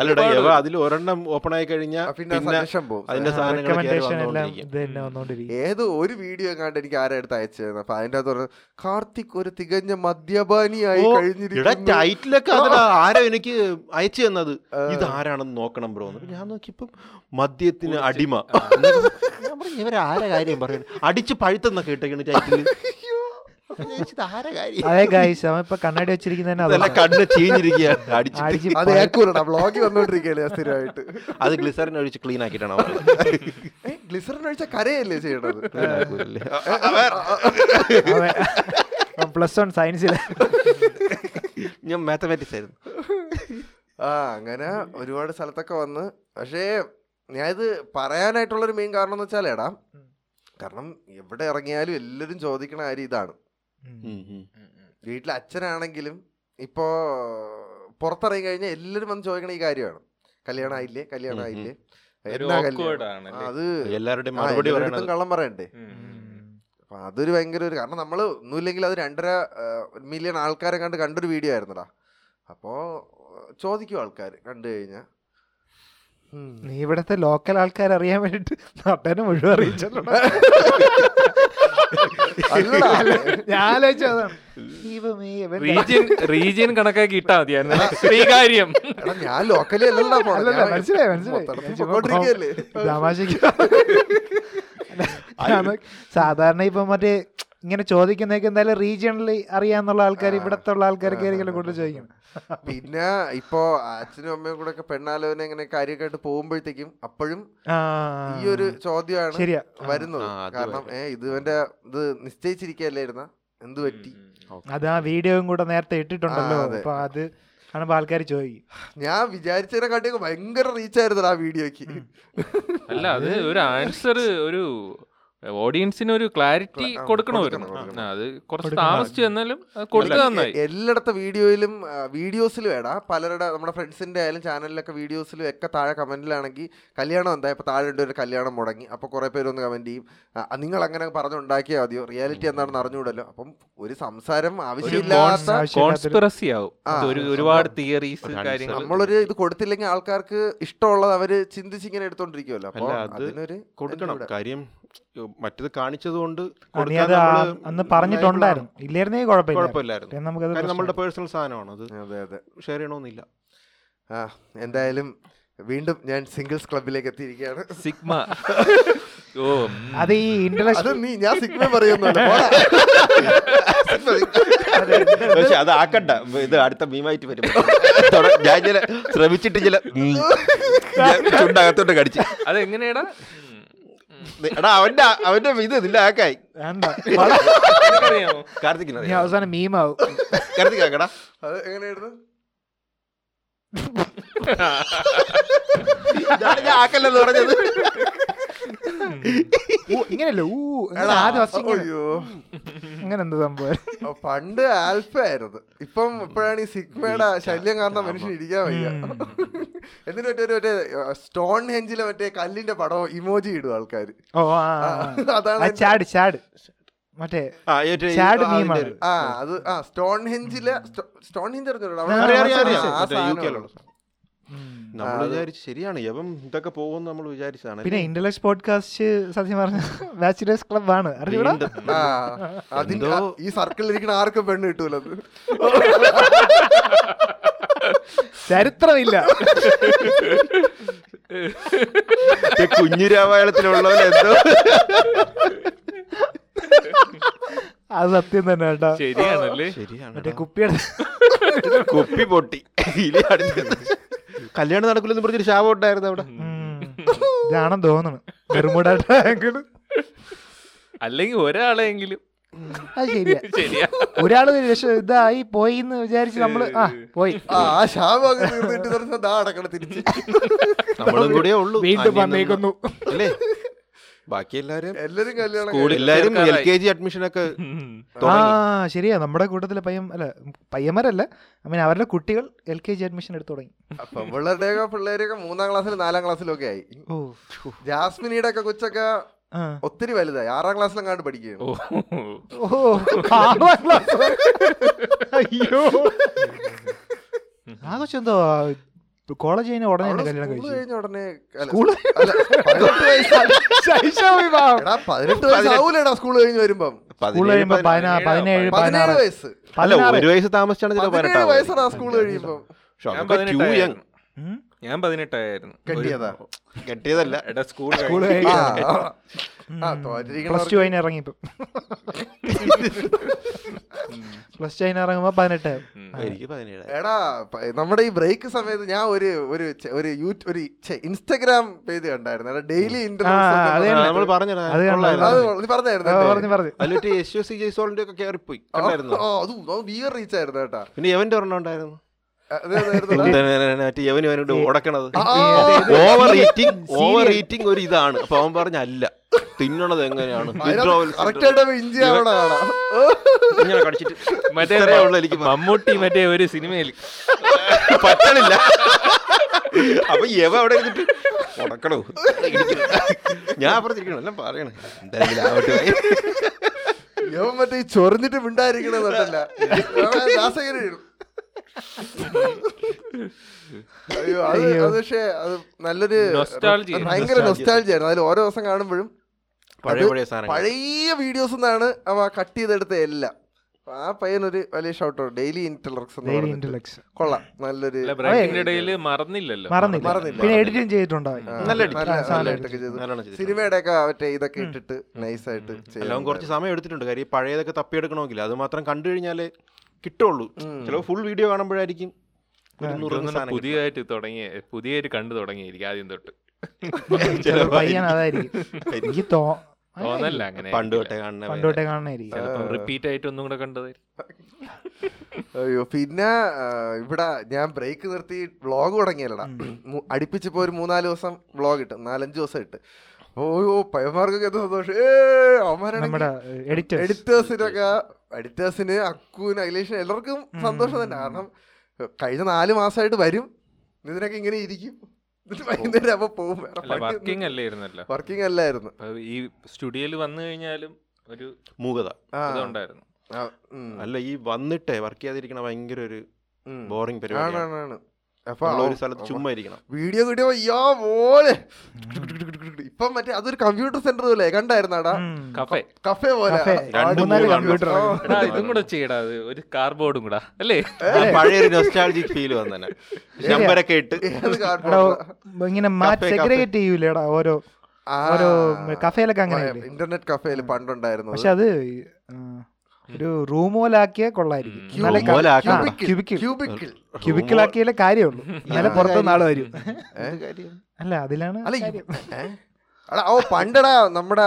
C: അല്ലടാ എവ അതിൽ ഒരെണ്ണം ഓപ്പൺ ആയി കഴിഞ്ഞാൽ
D: പിന്നെ ആ സന്ദേശം പോകും
C: അതിന്റെ
A: ആ,
C: സാധനങ്ങൾ കയറി
A: recommendation എല്ലാം
C: വന്നുകൊണ്ടിരിക്കും
A: ഇത് തന്നെ വന്നോണ്ടിരിക്കും
D: ഏതോ ഒരു വീഡിയോ എങ്ങാണ്ട് എനിക്ക് ആരെടുത്ത് അയച്ചിരുന്നു അപ്പൊ അതിന്റെ അകത്ത് പറഞ്ഞു, കാർത്തിക് ഒരു തികഞ്ഞ മദ്യപാനിയായി
C: ഓ, എടാ
D: കഴിഞ്ഞിരിക്കുന്നു
C: ടൈറ്റിലൊക്കെ അതിലാ ആരോ എനിക്ക് അയച്ചു തന്നത് ഇത് ആരാണെന്ന് നോക്കണം ബ്രോ എന്ന്. അപ്പൊ ഞാൻ നോക്കിയപ്പം മദ്യത്തിന് അടിമ ഞാൻ പറഞ്ഞു ഇവരാരെ കാര്യം പറയുന്നു അടിച്ച് പഴുത്തെന്നൊക്കെ ഇട്ടേക്കണ് ടൈറ്റിൽ ആരെ കാര്യം
A: അതെ ഗൈസ് അവൻ ഇപ്പൊ കണ്ണാടി വെച്ചിരിക്കുന്ന തന്നെ
C: അതല്ല
A: അതാണ്.
C: കണ്ണ് ചീഞ്ഞിരിക്കുകയാണ് അടിച്ചിട്ട്
A: അടിച്ച്
D: അത്
A: പഴുത്ത്
D: ഏക്കൂലടാ വ്ളോഗിൽ വന്നോണ്ടിരിക്കുകയല്ലേ ഞാൻ സ്ഥിരമായിട്ട്
C: അത് ഗ്ലിസറിൻ ഒഴിച്ച് ക്ലീൻ ആക്കിയിട്ടാണ്
D: ഗ്ലിസറിൻ ഒഴിച്ച കരയല്ലേ
C: *laughs*
D: ചെയ്യണത്
A: അവൻ പ്ലസ് വൺ സയൻസിൽ
C: ഞാൻ മാത്തമാറ്റിക്സ് ആയിരുന്നു
D: ആ അങ്ങനെ ഒരുപാട് സ്ഥലത്തൊക്കെ വന്ന് പക്ഷേ ഞാനിത് പറയാനായിട്ടുള്ളൊരു മെയിൻ കാരണം എന്ന് വെച്ചാൽ എടാ കാരണം എവിടെ ഇറങ്ങിയാലും എല്ലാവരും ചോദിക്കണ കാര്യം ഇതാണ് വീട്ടിലെ അച്ഛനാണെങ്കിലും ഇപ്പോൾ പുറത്തിറങ്ങി കഴിഞ്ഞാൽ എല്ലാവരും വന്ന് ചോദിക്കണ ഈ കാര്യമാണ് കല്യാണം ആയില്ലേ കല്യാണം ആയില്ലേ
B: ഒരു
D: എന്നാ
B: awkward
D: കല്യാണം
B: ആണല്ലേ?
D: അത്
C: എല്ലാവരുടെയും
D: ആ,
C: മറുപടി
D: എല്ലാവരുടെ
C: പറയണത്
D: അടുത്തും കള്ളം പറയണ്ടേ അപ്പൊ അതൊരു ഭയങ്കര ഒരു കാരണം നമ്മൾ ഒന്നുമില്ലെങ്കിൽ അത് രണ്ടര മില്യൺ ആൾക്കാരെ കണ്ട് കണ്ടൊരു വീഡിയോ ആയിരുന്നടാ അപ്പോൾ ചോദിക്കും ആൾക്കാർ കണ്ടു കഴിഞ്ഞാൽ
A: നീ ഇവിടുത്തെ ലോക്കൽ ആൾക്കാർ അറിയാൻ വേണ്ടിട്ട് നട്ടനെ മുഴുവൻ അറിയിച്ചിട്ടുണ്ട്
D: അല്ലടാ.
A: ഞാൻ ആലോചിച്ചു അതാണ് ദൈവമേ, ഇവൻ
B: റീജിയൻ റീജിയൻ കണക്കാക്കി ഇട്ടാ മതിയായിരുന്നു ശ്രീകാര്യം
D: എടാ ഞാൻ ലോക്കലി അല്ലല്ലോ
A: അല്ലല്ല, മനസ്സിലായി, മനസ്സിലായി. ഞാൻ ചുമ്മാ തമാശക്ക് ഞാൻ സാധാരണ ഇപ്പൊ മറ്റേ ഇങ്ങനെ ചോദിക്കുന്നേക്ക് എന്തായാലും റീജിയണലി അറിയാന്നുള്ള ആൾക്കാർ ഇവിടത്തെ ഉള്ള ആൾക്കാരൊക്കെ ആയിരിക്കും കൂടുതൽ ചോദിക്കണം
D: പിന്നെ ഇപ്പൊ അച്ഛനും അമ്മയും കൂടെ ഒക്കെ പെണ്ണാലോചന ഇങ്ങനെ കാര്യമൊക്കെ ആയിട്ട് പോകുമ്പോഴത്തേക്കും അപ്പോഴും
A: ആ,
D: ഈ ഒരു ചോദ്യമാണ്
A: ശരിയാ
D: വരുന്നത്
C: ആ, അത്
D: കാരണം ഏ ഇതുവന്റെ ഇത് നിശ്ചയിച്ചിരിക്കല്ലായിരുന്ന എന്ത് പറ്റി
A: അത് ആ വീഡിയോയും കൂടെ നേരത്തെ ഇട്ടിട്ടുണ്ടല്ലോ
D: ആ, അതെ.
A: അപ്പൊ അത് കാണുമ്പോ ആൾക്കാർ ചോദിക്കും
D: ഞാൻ വിചാരിച്ചതിനെക്കാട്ടിയൊക്കെ ഭയങ്കര റീച്ചായിരുന്നു ആ വീഡിയോക്ക്
B: അല്ല അത് ഒരു ആൻസർ ഒരു ഓഡിയൻസിന് ഒരു ക്ലാരിറ്റി
D: ആ,
B: കൊടുക്കണമായിരുന്നു
D: കൊടുക്കണം, കൊടുക്കണം.
B: ആ, അത് കുറച്ച്
A: കൊടുക്കണം.
B: താമസിച്ചു എന്നാലും അത് കൊടുക്കുക നന്നായി
D: എല്ലായിടത്തെ വീഡിയോയിലും വീഡിയോസിലും എടാ പലരുടെ നമ്മുടെ ഫ്രണ്ട്സിന്റെ ആയാലും ചാനലിലൊക്കെ വീഡിയോസിലും ഒക്കെ താഴെ കമന്റിലാണെങ്കിൽ കല്യാണം എന്താ ഇപ്പൊ താഴെ ഉണ്ട് ഒരു കല്യാണം മുടങ്ങി അപ്പൊ കുറെ പേര് ഒന്ന് കമന്റ് ചെയ്യും ആ, നിങ്ങൾ അങ്ങനെ പറഞ്ഞുണ്ടാക്കിയാൽ മതിയോ റിയാലിറ്റി എന്താണെന്ന് അറിഞ്ഞുകൂടല്ലോ അപ്പം ഒരു സംസാരം ആവശ്യമില്ലാത്ത
A: ആവശ്യം-
B: കോൺസ്പിറസി ആവും
D: ആ,
B: ഇത് ഒരു
D: സംഭവം.
B: ഒരുപാട് തിയറീസ്
C: ഒരു answer.
B: കാര്യങ്ങൾ
D: നമ്മളൊരു ഇത് കൊടുത്തില്ലെങ്കിൽ ആൾക്കാർക്ക് ഇഷ്ടമുള്ളത് അവര് ചിന്തിച്ചിങ്ങനെ എടുത്തോണ്ടിരിക്കുമല്ലോ അപ്പൊ
C: അല്ല, അത്
D: അതിനൊരു
C: കൊടുക്കണം
D: എന്തുകൂടെ?
C: കാര്യം ഏ, മറ്റത് കാണിച്ചത് കൊണ്ട്
A: ആ, നീ അത് ആ- അന്ന് പറഞ്ഞിട്ടുണ്ടായിരുന്നു ഇല്ലായിരുന്നേ കുഴപ്പമില്ല
C: കുഴപ്പമില്ലായിരുന്നു
A: നമുക്കത്
C: കാര്യം
A: പ്രശ്നമില്ല.
C: നമ്മളുടെ പേഴ്സണൽ സാധനമാണ് അത്
D: അതെ അതെ
C: ഷെയർ ചെയ്യണമെന്നില്ല
D: ആ എന്തായാലും വീണ്ടും ഞാൻ സിംഗിൾസ് ക്ലബിലേക്ക് എത്തിയിരിക്കുകയാണ്
B: സിഗ്മ *laughs* ഓ ഉം.
A: അത് ഈ ഇന്റലക്ച്വൽ
D: അത് നീ ഞാൻ സിഗ്മ പറയുന്നു
C: പക്ഷെ അത് ആക്കണ്ട ഇത് അടുത്ത മീമായിട്ട് വരും തുട- ഞാൻ ചില ശ്രമിച്ചിട്ട് ചില ഉം. ഞാൻ ചുണ്ടകത്തോട്ട് കടിച്ച്
B: അതെങ്ങനെയാടാ
C: എടാ അവന്റെ അവന്റെ ഇത് ഇതിന്റെ ആക്കായി
A: വേണ്ട
D: *laughs*
B: അറിയാമോ
C: കാർത്തിക്കിന്
A: നീ അവസാനം മീമാവും
C: കാർത്തിക് ആക്കടാ
D: അത് എങ്ങനെയായിരുന്നു
C: ഇതാണ് ഞാൻ ആക്കല്ലെന്ന് പറഞ്ഞത്
A: ഊ, ഇങ്ങനെയല്ലേ ഊ ഇങ്ങനെ
D: എടാ,
A: ആദ്യം first ഇങ്ങനെ.
D: അയ്യോ
A: ഇങ്ങനെ എന്താ സംഭവം
D: ഓ, പണ്ട് ആൽഫ ആയിരുന്നു ഇപ്പം ഇപ്പോഴാണ് ഈ സിഗ്മയുടെ ശല്യം കാരണം മനുഷ്യൻ ഇരിക്കാൻ വയ്യ എന്നിട്ട് മറ്റേ ഒരു മറ്റേ സ്റ്റോൺ ഹെഞ്ചിലെ മറ്റേ കല്ലിന്റെ പടം ഇമോജി ഇടും ആൾക്കാർ
A: ഓ ആ, ആ, ആ.
D: അതാണ്
A: ആ
D: അതിന്റെ-
A: ചാട് ചാട് മറ്റേ
C: ആ, ഏറ്റവും ഈ-
A: ചാട്
C: ആ,
A: മീമാണ്.
C: അതിന്റെ ഒരു-
D: ആ അത് ആ സ്റ്റോൺ ഹെഞ്ചിലെ സ്റ്റോൺ ഹെഞ്ച്
C: അറിയാം, അറിയാം, അറിയാം.
A: ആ
C: മറ്റേ UK ലുള്ള
D: അറിഞ്ഞു
C: സാധനം. നമ്മൾ വിചാരിച്ചു ശരിയാണ് യവം ഇതൊക്കെ പോകുമെന്ന് നമ്മൾ വിചാരിച്ചതാണ്
A: പിന്നെ ഇന്റലക്ട് പോഡ്കാസ്റ്റ് സത്യം പറഞ്ഞ ബാച്ചിലേഴ്സ് ക്ലബ് ആണ് അറിയൂടാ
C: വീണ്ടും.
D: ആ അതിന്റെ ആ, ഈ സർക്കിളിൽ ഇരിക്കുന്ന ആർക്കും പെണ്ണ് കിട്ടൂല അത്
A: ചരിത്രമില്ല
C: ഈ കുഞ്ഞു രാമായണത്തിലുള്ളവരെന്തോ
A: അത് സത്യം തന്നെ കേട്ടോ
B: ശരിയാണല്ലേ
A: മറ്റേ
C: ശരിയാണ്
A: കുപ്പിയുടെ
C: കുപ്പി പൊട്ടി ഇനി അടുത്തത്. കല്യാണം നടക്കില്ലെന്ന് പറഞ്ഞൊരു ശാപം ഉണ്ടായിരുന്നു അവിടെ
A: ഉം. ഇതാണെന്ന് തോന്നണ് ബെർമുഡാങ്കിൾ
B: അല്ലെങ്കിൽ ഒരാളെങ്കിലും
A: അത് ശരിയാ
B: ശരിയാ
A: ഒരാള് രക്ഷ ഇതായി പോയി എന്ന് വിചാരിച്ച് നമ്മള് ആ പോയി
D: ആ ആ ശാപം അങ്ങ് തീർന്നിട്ട് പറഞ്ഞ ദാ അടക്കണം തിരിച്ച്
C: നമ്മളും കൂടിയേ ഉള്ളൂ
A: വീണ്ടും
C: അന്യം
A: വന്നേക്കുന്നു
C: നിന്ന്. അല്ലേ ബാക്കി എല്ലാരും
D: എല്ലാരും കല്യാണം
B: സ്കൂളിൽ
C: എല്ലാരും എൽ
B: ചേർക്കാറായി.
C: കെ ജി അഡ്മിഷൻ ഒക്കെ
B: ഉം.
A: ആ
C: തുടങ്ങി.
A: ശരിയാ നമ്മുടെ കൂട്ടത്തിലെ പയ്യൻ അല്ല പയ്യന്മാരല്ല ഐ മീൻ അവരുടെ കുട്ടികൾ എൽ കെ ജി അഡ്മിഷൻ എടുത്തു തുടങ്ങി
D: പെമ്പിള്ളേരുടെയൊക്കെ പിള്ളേരെയൊക്കെ മൂന്നാം ക്ലാസ്സിലും നാലാം ക്ലാസ്സിലും ഒക്കെ ആയി
A: ഓ
D: ജാസ്മിനിയുടെ ഒക്കെ കൊച്ചൊക്കെ
A: ആ.
D: ഒത്തിരി വലുതായി ആറാം ക്ലാസ്സിലും കണ്ട് പഠിക്കുകയാണ്
B: ഓ
A: ഓ ആറാം class വരെ. അയ്യോ ആ കൊച്ചെന്തോ കോളേജ് കഴിഞ്ഞ ഉടനെ
D: അവള്
A: തന്നെ കല്യാണം
D: സ്കൂള്
A: കഴിച്ചു
D: കഴിഞ്ഞ ഉടനെ അല്ല,
A: സ്കൂള്?
D: അല്ല, പതിനെട്ട് വയസ്സായി.
A: ശൈശവ വിവാഹം.
D: എടാ, പതിനെട്ട് വയസ്സാവൂലടാ സ്കൂൾ കഴിഞ്ഞ് വരുമ്പം
A: സ്കൂൾ
C: പതിനേഴ്
A: കഴിയുമ്പോ പതിനാ
B: പതിനേഴ്,
A: പതിനേഴ്
D: പതിനേഴ്
A: പതിനാറ്
D: വയസ്സ്
C: അല്ല
A: പതിനാറ്
C: ഒരു വയസ്സ് താമസിച്ചാണ് ചില
D: പതിനേഴ് വയസ്സാണ് ആ സ്കൂൾ കഴിയുമ്പം
B: ഞാൻ പതിനെട്ടായിരുന്നു.
C: പതിനെട്ട്
A: ഉം.
B: ഞാൻ പതിനെട്ടായിരുന്നു ഒരു-
D: കെട്ടിയതാ?
C: കെട്ടിയതല്ല
B: എടാ
D: *laughs*
B: സ്കൂൾ
A: School
B: കഴിഞ്ഞ്
A: കഴിഞ്ഞ്.
D: ആ,
B: കെട്ടി.
D: ആ. ആ, തോറ്റിരിക്കണ
A: പ്ലസ് ടു അതിന് ഇറങ്ങി ഇപ്പം പ്ലസ് ടു അതിന് ഇറങ്ങുമ്പോ പതിനെട്ട്
B: ഉം.
C: എനിക്ക് പതിനേഴായി
D: എടാ പ- നമ്മുടെ ഈ ബ്രേക്ക് സമയത്ത് ഞാൻ ഒരു ഒരു ചെ- ഒരു യൂട്യൂബ് ഒരു ഇൻസ്റ്റാഗ്രാം പേജ് കണ്ടായിരുന്നു എടാ ഡെയിലി
A: ആ, അത് തന്നെ.
C: നമ്മൾ പറഞ്ഞടാ
A: അത് കണ്ടു, അത്
D: അത്
A: കണ്ടു.
D: നീ പറഞ്ഞായിരുന്നു
A: ആ,
D: അല്ലേ?
A: പറഞ്ഞു പറഞ്ഞു
C: അതിലിട്ട് എസ് യു സി ജയ്സോളിന്റെ ഒക്കെ കയറിപ്പോയി
D: ആ,
C: കണ്ടായിരുന്നു
D: ആ, അതും ബിയർ റീച്ച് ആയിരുന്നു കേട്ടാ
C: പിന്നെ എവന്റെ ഒരെണ്ണം ഉണ്ടായിരുന്നു
D: അത് ഏതായിരുന്നു?
C: മറ്റേ യവൻ ഇവനോട് ഓടക്കണത്
D: ആ,
C: ഓവർ ഈറ്റിംഗ് ഓവർ ഈറ്റിംഗ് ഒരു ഇതാണ് അപ്പൊ അവൻ പറഞ്ഞ അല്ല തിന്നണത് എങ്ങനെയാണ് withdrawal
D: അതിനകത്ത് correct
C: syndrome.
D: ആയിട്ട് അവൻ ഇഞ്ചി ആവണ കാണാം.
C: ഇങ്ങനെ കടിച്ചിട്ട്
B: മറ്റേ
C: ഇത്രയേ ഉള്ളൂ എനിക്ക് പറയാൻ.
B: മമ്മൂട്ടി മറ്റേ ഒരു സിനിമയിൽ
C: പറ്റണില്ല അപ്പൊ യവ അവിടെ ഇരുന്നിട്ട് ഉടക്കണോ ഞാൻ അപ്പുറത്തിരിക്കണം എല്ലാം പറയണേ എന്തായാലും ആവട്ടെ
D: ഇവൻ മറ്റേ ഈ ചൊറിഞ്ഞിട്ട് മിണ്ടായിരിക്കണതല്ല അയ്യോ അത്
A: അയ്യോ.
D: അത് പക്ഷേ അത് നല്ലൊരു
B: Nostalgia.
D: ഭയങ്കര നൊസ്റ്റാൾജി ആയിരുന്നു അതിൽ ഓരോ ദിവസം കാണുമ്പോഴും
C: പഴയ
D: അത്
C: പഴയ സാധനങ്ങൾ.
D: പഴയ വീഡിയോസ് നിന്നാണ് അവ കട്ട് ചെയ്തെടുത്ത എല്ലാം ആ പയ്യനൊരു വലിയ shout daily
A: Daily
D: intellects
A: intellects.
D: കൊള്ളാം നല്ലൊരു
B: അല്ല, ബ്രേക്കിന്റെ ഇടയിൽ മറന്നില്ലല്ലോ
A: മറന്നില്ല
D: മറന്നില്ല.
A: പിന്നെ എഡിറ്റും ചെയ്തിട്ടുണ്ടാവും
D: ആ,
C: നല്ല edit.
D: നല്ല-
A: സാധനം
D: നല്ല
A: edit
D: edit ഒക്കെ ചെയ്തു.
C: നല്ലോണം ചെയ്തിട്ടുണ്ട്.
D: സിനിമയുടെ ഒക്കെ മറ്റേ ഇതൊക്കെ ഇട്ടിട്ട് നൈസായിട്ട്
C: അല്ല അവൻ കുറച്ച് സമയം എടുത്തിട്ടുണ്ട് കാര്യം ഈ പഴയതൊക്കെ തപ്പിയെടുക്കണമെങ്കിൽ അത് മാത്രം കണ്ടു കഴിഞ്ഞാലേ കിട്ടുള്ളൂ ചിലപ്പോൾ ഫുൾ വീഡിയോ കാണുമ്പോഴായിരിക്കും ഒരു നുറുങ്ങ്
B: തോന്നുന്നു
C: സാധനം കിട്ടുക.
B: പുതിയതായിട്ട് തുടങ്ങിയ പുതിയൊരു കണ്ടു തുടങ്ങിയിരിക്കും ആദ്യം തൊട്ട്
A: ചിലപ്പോ പയ്യൻ അതായിരിക്കും
D: *laughs*
A: എനിക്ക് തോ
B: തോന്നല്ല അങ്ങനെ
C: പണ്ട് തൊട്ടേ കാണുന്ന
A: പണ്ട് തൊട്ടേ കാണണായിരിക്കും
B: റിപ്പീറ്റ് ആയിട്ട് ഒന്നും കൂടെ കണ്ടത്
D: അയ്യോ പിന്നെ ആ, ഇവിടെ ഞാൻ ബ്രേക്ക് നിർത്തി വ്ളോഗ് തുടങ്ങിയല്ലടാ മു- അടുപ്പിച്ചിപ്പോ ഒരു മൂന്നാല് ദിവസം വ്ളോഗ് ഇട്ട് നാലഞ്ച് ദിവസം ഇട്ട് ഓയോ പയ്യന്മാർക്കൊക്കെ എന്ത് സന്തോഷം ഏ അവന്മാരാണെങ്കിൽ
A: നമ്മുടെ എഡിറ്റർ
D: എഡിറ്റേഴ്സിനൊക്കെ എഡിറ്റേഴ്സിന് അക്കുവിന് അഖിലേഷിന് എല്ലാവർക്കും സന്തോഷം തന്നെ കാരണം എഹ്, കഴിഞ്ഞ നാല് മാസമായിട്ട് വരും ഇതിനൊക്കെ ഇങ്ങനെ ഇരിക്കും എന്നിട്ട് വൈകുന്നേരം അപ്പൊ പോകും വേറെ
B: അല്ല വർക്കിംഗ് അല്ലായിരുന്നല്ലോ
D: വർക്കിംഗ് അല്ലായിരുന്നു
B: അപ്പൊ ഈ സ്റ്റുഡിയോയിൽ വന്നു കഴിഞ്ഞാലും ഒരു
C: മൂകത
D: ആ,
B: ഇതുണ്ടായിരുന്നു
D: ആ, ഉം,
C: അല്ല ഈ വന്നിട്ടേ വർക്ക് ചെയ്യാതിരിക്കണ ഭയങ്കര ഒരു
D: ഉം.
C: ബോറിംഗ് പരിപാടിയാണ്
D: ആണാണാണ് അപ്പൊ
C: നമ്മൾ ഒരു
D: അവ-
C: സ്ഥലത്ത്
D: അവ-
C: ചുമ്മാ ഇരിക്കണം
D: വീഡിയോ കിട്ടിയപ്പോ യ്യോ പോലെ ഇപ്പൊ മറ്റേ അതൊരു കമ്പ്യൂട്ടർ സെന്റർ പോലെ കണ്ടായിരുന്നാടാ
B: കഫേ
D: കഫേ പോലെ
A: കഫേ.
C: രണ്ട്
A: മൂന്നാല്
C: മൂന്ന്
A: കമ്പ്യൂട്ടർ
D: ആ.
B: എടാ ഇതും കൂടെ ചെയ്യടാ അത് ഒരു കാർബോർഡും കൂടാ അല്ലേ
C: ആ പഴയൊരു നൊസ്റ്റാൾജിക് ഫീൽ വന്നെ നമ്പരൊക്കെ ഇട്ട്
D: ഏത് cardboard
A: എടാ
D: ആ?
A: ഇങ്ങനെ മാറ്റ്
C: കഫേ,
A: സെഗ്രിഗേറ്റ് ചെയ്യൂലേടാ ഓരോ
D: ആ.
A: ഓരോ കഫേലൊക്കെ അങ്ങനെ
D: ആ, ഇന്റർനെറ്റ് കഫേയില് പണ്ടുണ്ടായിരുന്നു
A: പക്ഷെ അത് ആ, ഒരു റൂം പോലാക്കിയ കൊള്ളായിരിക്കും
B: ഉം.
A: എന്നാലേ
C: Room
A: ക-
C: പോലാക്കണം.
A: ആ, ക്യൂബിക്കിൾ
D: ക്യൂബിക്കിൽ
A: ക്യൂബിക്കിളാക്കിയാലേ കാര്യമുള്ളൂ എന്നാലേ പുറത്തു നാളെ വരും
C: കാര്യം?
A: അല്ല അതിലാണ്
D: അല്ല ഇ-
A: കാര്യം.
D: ഏ? എടാ ഓ പണ്ടടാ നമ്മുടെ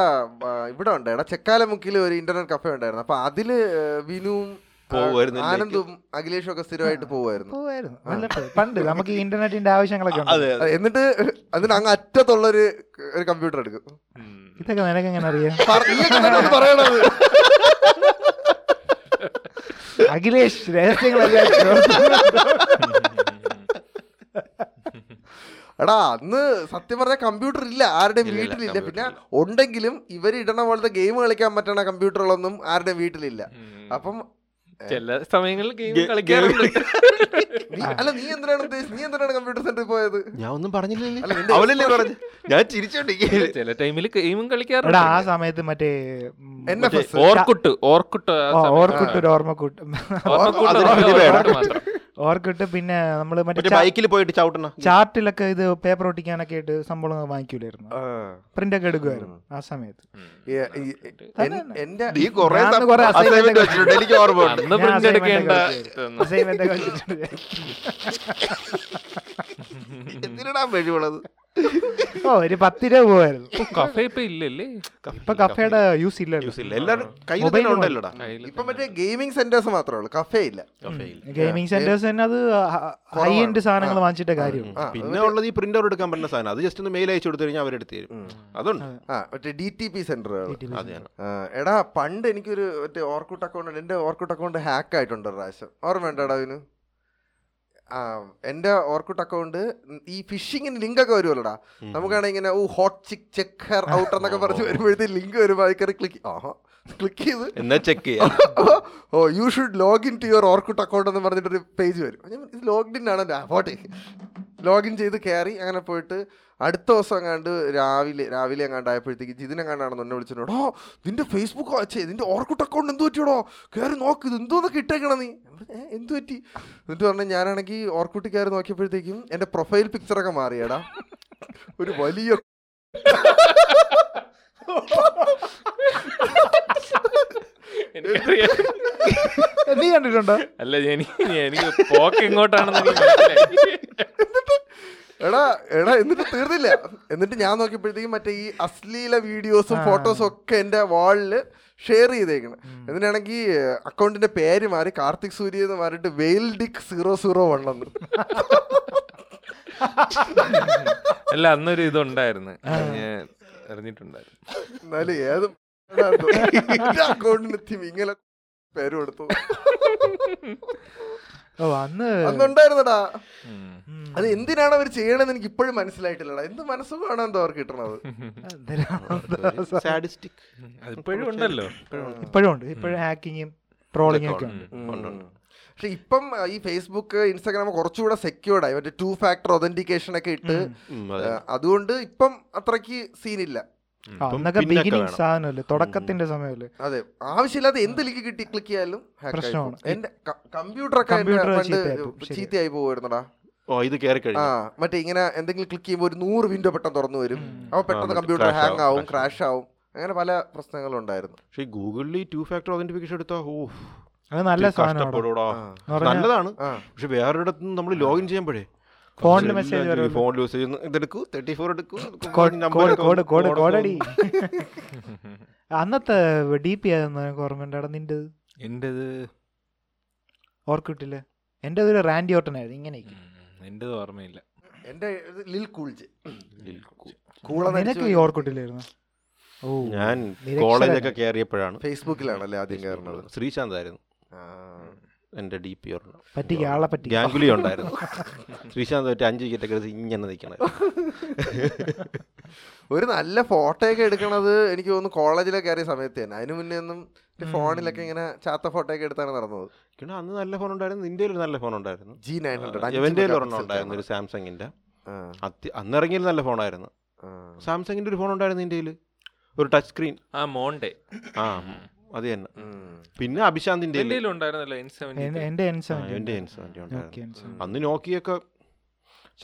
D: ആ, ഇവിടെ ഉണ്ട് എടാ ചെക്കാലമുക്കിൽ ഒരു ഇന്റർനെറ്റ് കഫേ ഉണ്ടായിരുന്നു അപ്പൊ അതില് ഏ, വിനുവും ആ,
C: പോവുമായിരുന്നു
D: ആനന്ദും അഖിലേഷും ഒക്കെ സ്ഥിരമായിട്ട് പോവായിരുന്നു
A: പോവായിരുന്നു നല്ല പ- പണ്ട് നമുക്ക് ഈ ഇന്റർനെറ്റിന്റെ ആവശ്യങ്ങളൊക്കെ ഉണ്ട്.
C: അതെ അതെ.
D: എന്നിട്ട് അതിന് അങ്ങ് അറ്റത്തുള്ളൊരു ഒരു കമ്പ്യൂട്ടർ എടുക്കും
B: ഉം.
A: ഇതൊക്കെ നിനക്ക് എങ്ങനെ അറിയാം
D: പറ- നീയൊക്കെ തന്നോട് പറയണത്
A: അഖിലേഷ് രഹസ്യങ്ങളെല്ലാം
D: എടാ അന്ന് സത്യം പറഞ്ഞാൽ കമ്പ്യൂട്ടർ ഇല്ല ആരുടെയും
C: ഇല്ലില്ല,
D: വീട്ടിലില്ല പിന്നെ
C: computer
D: ഉണ്ടെങ്കിലും ഇവർ ഇടണ പോലത്തെ ഗെയിം കളിക്കാൻ പറ്റണ കമ്പ്യൂട്ടറുകളൊന്നും ആരുടെയും വീട്ടിലില്ല
B: ഉം.
D: അപ്പം
B: ചില സമയങ്ങളിൽ ഗെയിം
C: ഗെ-
B: കളിക്കാറുണ്ട്
D: നീ അല്ല നീ എന്തിനാണ് ഉദ്ദേശിച്ചത് നീ എന്തിനാണ് കമ്പ്യൂട്ടർ സെന്ററിൽ പോയത്
C: ഞാൻ ഒന്നും പറഞ്ഞില്ലല്ലേ
D: അല്ല, നിന്റെ
C: അവനല്ലേ പറഞ്ഞു ഞാൻ ചിരിച്ചോണ്ടിരിക്കുകയായിരുന്നു.
B: ചില ടൈമിൽ ഗെയിമും
A: എടാ
B: കളിക്കാറുണ്ട്
A: ആ സമയത്ത് മറ്റേ ഉം,
D: എന്നെ
A: മറ്റേ-
D: ഫസ്റ്റ്
B: ഓർക്കുട്ട് ഓർക്കുട്ട് ആ
A: ഓ,
B: സമയത്ത്.
A: ഓർക്കുട്ട് ഒരു ഓർമ്മക്കൂട്ട്
B: ഓർക്കുട്ട്
C: അതിന്
B: മാത്രം,
C: ഇതിലേ
B: ഓർക്കുട്ട് മാത്രം.
A: ഓർക്കുട്ട് പിന്നെ നമ്മള് മറ്റേ
C: മറ്റേ ബൈക്കിൽ പോയിട്ട് ചവിട്ടണ
A: ചാ- ചാർട്ടിലൊക്കെ ഇത് പേപ്പർ ഒട്ടിക്കാനൊക്കെ ആയിട്ട് സംഭവം വാങ്ങിക്കൂലായിരുന്നു പ്രിന്റ് ഒക്കെ എടുക്കുമായിരുന്നു ആ സമയത്ത്
D: ഏ- ഈ- എൻ- എന്റെ
C: നീ കൊറേ
A: ഞാൻ അന്ന്
C: സം-
A: കൊറേ assignment
C: assignment
A: ഒക്കെ
C: വെച്ചിട്ടുണ്ട് എനിക്ക് ഓർമ്മയുണ്ട്
B: അന്ന്
A: ഞാൻ
B: പ്രിന്റ്
A: assignment
B: എടുക്കേണ്ട
A: ഒക്കെ വെച്ചിരുന്നു.
B: ഇതൊന്നും.
A: Assignment ഒക്കെ വെച്ചിട്ടുണ്ട്.
C: എന്തിനാ വഴിവുള്ളത്
A: ഓ ഒരു പത്ത് രൂപ പോവായിരുന്നു
B: ഇപ്പൊ കഫേ ഇപ്പൊ ഇല്ലല്ലേ
A: ഇപ്പൊ കഫേയുടെ യൂസ്
C: യൂസ് ഇല്ല
A: ഇല്ലല്ലോ
C: എല്ലാരും കയ്യിൽ
A: Mobile
C: തന്നെ
A: phone.
C: ഉണ്ടല്ലോടാ
B: കയ്യില്
D: ഇപ്പൊ മറ്റേ ഗെയിമിംഗ് സെന്റേഴ്സ് മാത്രമേ ഉള്ളൂ കഫേ ഇല്ല
A: ഗെയിമിംഗ് സെന്റേഴ്സ് തന്നെ അത് ഹൈ എൻഡ് സാധനങ്ങൾ വാങ്ങിച്ചിട്ടേ കാര്യമുള്ളൂ
D: ആ,
C: പിന്നെ ഉള്ളത് ഈ പ്രിന്റ് ഔട്ട് എടുക്കാൻ പറ്റുന്ന സാധനം അത് ജസ്റ്റ് ഒന്ന് മെയിൽ അയച്ചു കൊടുത്തു കഴിഞ്ഞാൽ അവരെടുത്ത് തരും അതുണ്ട്
D: ആ മറ്റേ ഡി ടി പി സെന്ററുകൾ
C: അത് ഞാൻ
D: എടാ പണ്ട് എനിക്കൊരു മറ്റേ ഓർക്കുട്ട് അക്കൗണ്ട് എൻ്റെ ഓർക്കുട്ട് അക്കൗണ്ട് ഹാക്ക് ആയിട്ടുണ്ട് ഒരു പ്രാവശ്യം ഓർമ്മ ഉണ്ടോടാ അതിന് ആ എൻ്റെ ഓർക്കുട്ട് അക്കൗണ്ട് ഈ ഫിഷിങ്ങിന് ലിങ്ക് ഒക്കെ വരുമല്ലോടാ നമുക്കാണെങ്കിൽ ഇങ്ങനെ ഓ hot chick check hair out എന്നൊക്കെ പറഞ്ഞ് വരുമ്പോഴത്തെ ലിങ്ക് വരുമ്പോൾ അതിൽ കയറി ക്ലിക്ക് ആഹാ ക്ലിക്ക് ചെയ്ത്
C: എന്നാ ചെക്ക് ചെയ്യാം
D: *laughs* ഓ you should login to your Orkut account എന്ന് പറഞ്ഞിട്ടൊരു പേജ് വരും ഞാൻ പറഞ്ഞു, ഇത് ലോഗിൻ ആണല്ലോ ആ, പോട്ടെ ലോഗിൻ ചെയ്ത് കയറി അങ്ങനെ പോയിട്ട് അടുത്ത ദിവസം അങ്ങാണ്ട് രാവിലെ രാവിലെ അങ്ങാണ്ട് ആയപ്പോഴത്തേക്ക് ജിതിനെങ്ങാണ്ടാണെന്ന് എന്നെ വിളിച്ചിട്ടോട് ഓ നിന്റെ ഫേസ്ബുക്ക് വാച്ചേ നിന്റെ ഓർക്കുട്ട് അക്കൗണ്ട് എന്ത് പറ്റിയോടോ കയറി നോക്ക് ഇത് എന്തോന്നൊക്കെ ഇട്ടേക്കണം നീ ഞാൻ പറഞ്ഞു, "ഏ, എന്ത് പറ്റി എന്നിട്ട് പറഞ്ഞു ഞാനാണെങ്കിൽ ഓർക്കുട്ടി കയറി നോക്കിയപ്പോഴത്തേക്കും എൻ്റെ പ്രൊഫൈൽ പിക്ചറൊക്കെ മാറിയടാ ഒരു വലിയ
B: എനിക്കറിയാം
A: നീ കണ്ടിട്ടുണ്ടോ
B: അല്ല എനിക്ക് എനിക്ക് പോക്ക് എങ്ങോട്ടാണെന്ന് എനിക്ക് മനസ്സിലായി.
D: എടാ എടാ എന്നിട്ട് തീർന്നില്ല എന്നിട്ട് ഞാൻ നോക്കിയപ്പോഴത്തേക്കും മറ്റേ ഈ അശ്ലീല വീഡിയോസും ഫോട്ടോസും ഒക്കെ എൻ്റെ വാളിൽ ഷെയർ ചെയ്തേക്കണം എന്നിട്ടാണെങ്കിൽ അക്കൗണ്ടിന്റെ പേര് മാറി കാർത്തിക് സൂര്യ എന്ന് മാറിയിട്ട് വെയിൽ ഡിക് സീറോ സീറോ വൺ എന്ന്
B: അല്ല അന്നൊരു ഇതുണ്ടായിരുന്നു അത് ഞാൻ അറിഞ്ഞിട്ടുണ്ടായിരുന്നു
D: എന്നാലും ഏത് അക്കൗണ്ടിന് തിമിങ്ങനെ പേര് കൊടുത്തു
A: ഓ അന്ന്
D: അന്നുണ്ടായിരുന്നടാ
B: ഉം.
D: അത് എന്തിനാണ് അവർ ചെയ്യണമെന്ന് എനിക്ക് ഇപ്പോഴും മനസ്സിലായിട്ടില്ലടാ എന്ത് മനസ്സുഖമാണ് എന്തോ അവർക്ക് കിട്ടണത്
C: സാഡിസ്റ്റിക്
B: അതിപ്പോഴും ഉണ്ടല്ലോ
A: ഇപ്പോഴും ഉണ്ട് ഇപ്പോഴും ഹാക്കിങ്ങും ട്രോളിങ്ങും ഒക്കെ ഉണ്ട്
D: പക്ഷെ ഇപ്പം അഹ് ഈ ഫേസ്ബുക്ക് ഇൻസ്റ്റാഗ്രാം കുറച്ചുകൂടെ സെക്യൂർഡ് ആയി മറ്റേ ടു ഫാക്ടർ ഒതന്റിക്കേഷൻ ഒക്കെ ഇട്ട് അഹ് അതുകൊണ്ട് ഇപ്പം അത്രയ്ക്ക് സീനില്ല
A: ആ,
C: ഇപ്പം
A: അന്നൊക്കെ
C: പിന്നൊക്കെ
A: ബിഗിനിങ്
C: വേണം.
A: സാധനമല്ലേ തുടക്കത്തിന്റെ സമയമല്ലേ
D: അതെ ആവശ്യമില്ലാതെ എന്ത് ലിങ്ക് കിട്ടി ക്ലിക്ക് ചെയ്യാലും hack ആയി
A: പ്രശ്നമാണ്.
D: പോകും. എന്റെ കമ്പ്യൂട്ടർ ഒക്കെ എന്റെ
A: Computer
D: പണ്ട്
A: ചീത്തയായി പോകും, ശരിയാ.
D: ചീത്തയായി പോകുമായിരുന്നടാ
C: ഓ ഇത് കയറി
D: ആ
C: കഴിഞ്ഞു
D: മറ്റേ ഇങ്ങനെ എന്തെങ്കിലും ക്ലിക്ക് ചെയ്യുമ്പോൾ ഒരു നൂറ് വിൻഡോ പെട്ടെന്ന് തുറന്നു വരും അപ്പൊ പെട്ടെന്ന്
C: മറ്റേ
D: കമ്പ്യൂട്ടർ
C: crash
D: ഹാങ്
C: ആവും,
D: ആവും
C: crash
D: ക്രാഷ് ആവും അങ്ങനെ പല പ്രശ്നങ്ങളും ഉണ്ടായിരുന്നു
C: പക്ഷേ ഈ ഗൂഗിളിൽ ഈ ടു ഫാക്ടർ ഒതന്റിഫിക്കേഷൻ എടുത്താൽ ഓ
A: അത് നല്ല സാധനമാണ്
C: കഷ്ടപ്പെടൂടാ
D: ആ.
A: എന്ന് പറഞ്ഞാ-
C: നല്ലതാണ്
D: ആ.
C: പക്ഷെ വേറൊരിടത്തും നമ്മൾ ലോഗിൻ ചെയ്യുമ്പോഴേ
A: ഫോണിൽ മെസ്സേജ് വരും
C: ഫോണിൽ മെസ്സേജ് ഇതെടുക്കൂ തേർട്ടി ഫോർ എടുക്കൂ
A: കോഡ് കോഡ് കോഡ് കോഡടി *laughs* അന്നത്തെ ഡി പി ആയിരുന്നു എനിക്ക് ഓർമ്മയുണ്ട് അവിടെ നിന്റെ
B: എൻ്റെത്
A: ഓർക്കിട്ടില്ല എൻ്റെ ഒരു റാൻഡി ഓട്ടനായിരുന്നു ഇങ്ങനെയൊക്കെ
B: എൻ്റെത് ഓർമ്മയില്ല
D: എന്റെ ഇത് ലിൽ കൂൾജ്
A: നിനക്ക് ഈ ഓർക്കിട്ടില്ലായിരുന്നു ഓ
C: ഞാൻ
A: നിരക്ഷരനാ.
C: കോളേജൊക്കെ കയറിയപ്പോഴാണ്
D: ഫേസ്ബുക്കിലാണല്ലേ ആദ്യം കയറുന്നത്
C: ശ്രീശാന്തായിരുന്നു
D: ആ.
C: എൻ്റെ ഡി പി ഓർമ്മ
A: പറ്റിക്ക ആളെ പറ്റി
C: ഗാംഗുലി ഉണ്ടായിരുന്നു ശ്രീശാന്ത് മറ്റേ അഞ്ച് വിക്കറ്റൊക്കെ എടുത്ത് ഇങ്ങനെ നിൽക്കണത്
D: ഒരു നല്ല ഫോട്ടോ ഒക്കെ എടുക്കണത് എനിക്ക് തോന്നുന്നു കോളേജിലൊക്കെ കയറിയ സമയത്ത് തന്നെ അതിന് മുന്നേ ഒന്നും എന്റെ ഫോണിലൊക്കെ ഇങ്ങനെ ചാത്ത ഫോട്ടോ ഒക്കെ എടുത്താണ് നടന്നത്
C: പിന്നെ അന്ന് നല്ല ഫോൺ ഉണ്ടായിരുന്നു നിന്റെ ഒരു നല്ല ഫോൺ ഉണ്ടായിരുന്നു
D: ജി നയൻ
C: എവൻ്റെ ഒരെണ്ണം ഉണ്ടായിരുന്നു ഒരു സാംസങ്ങിൻ്റെ അത്യ അന്ന് ഇറങ്ങിയത് നല്ല ഫോണായിരുന്നു സാംസങ്ങിൻ്റെ ഒരു ഫോൺ ഉണ്ടായിരുന്നു ഇന്ത്യയിൽ ഒരു ടച്ച് സ്ക്രീൻ
B: ആ മോണ്ടെ
C: ആ അത് തന്നെ പിന്നെ അഭിശാന്തിൻ്റെ
B: എൻ്റെ ഉണ്ടായിരുന്നല്ലോ എൻ സെവൻ
A: എൻ്റെ എൻ
C: എൻ്റെ
A: സെവൻറ്റി
C: ഉണ്ടായിരുന്നു അന്ന് നോക്കിയൊക്കെ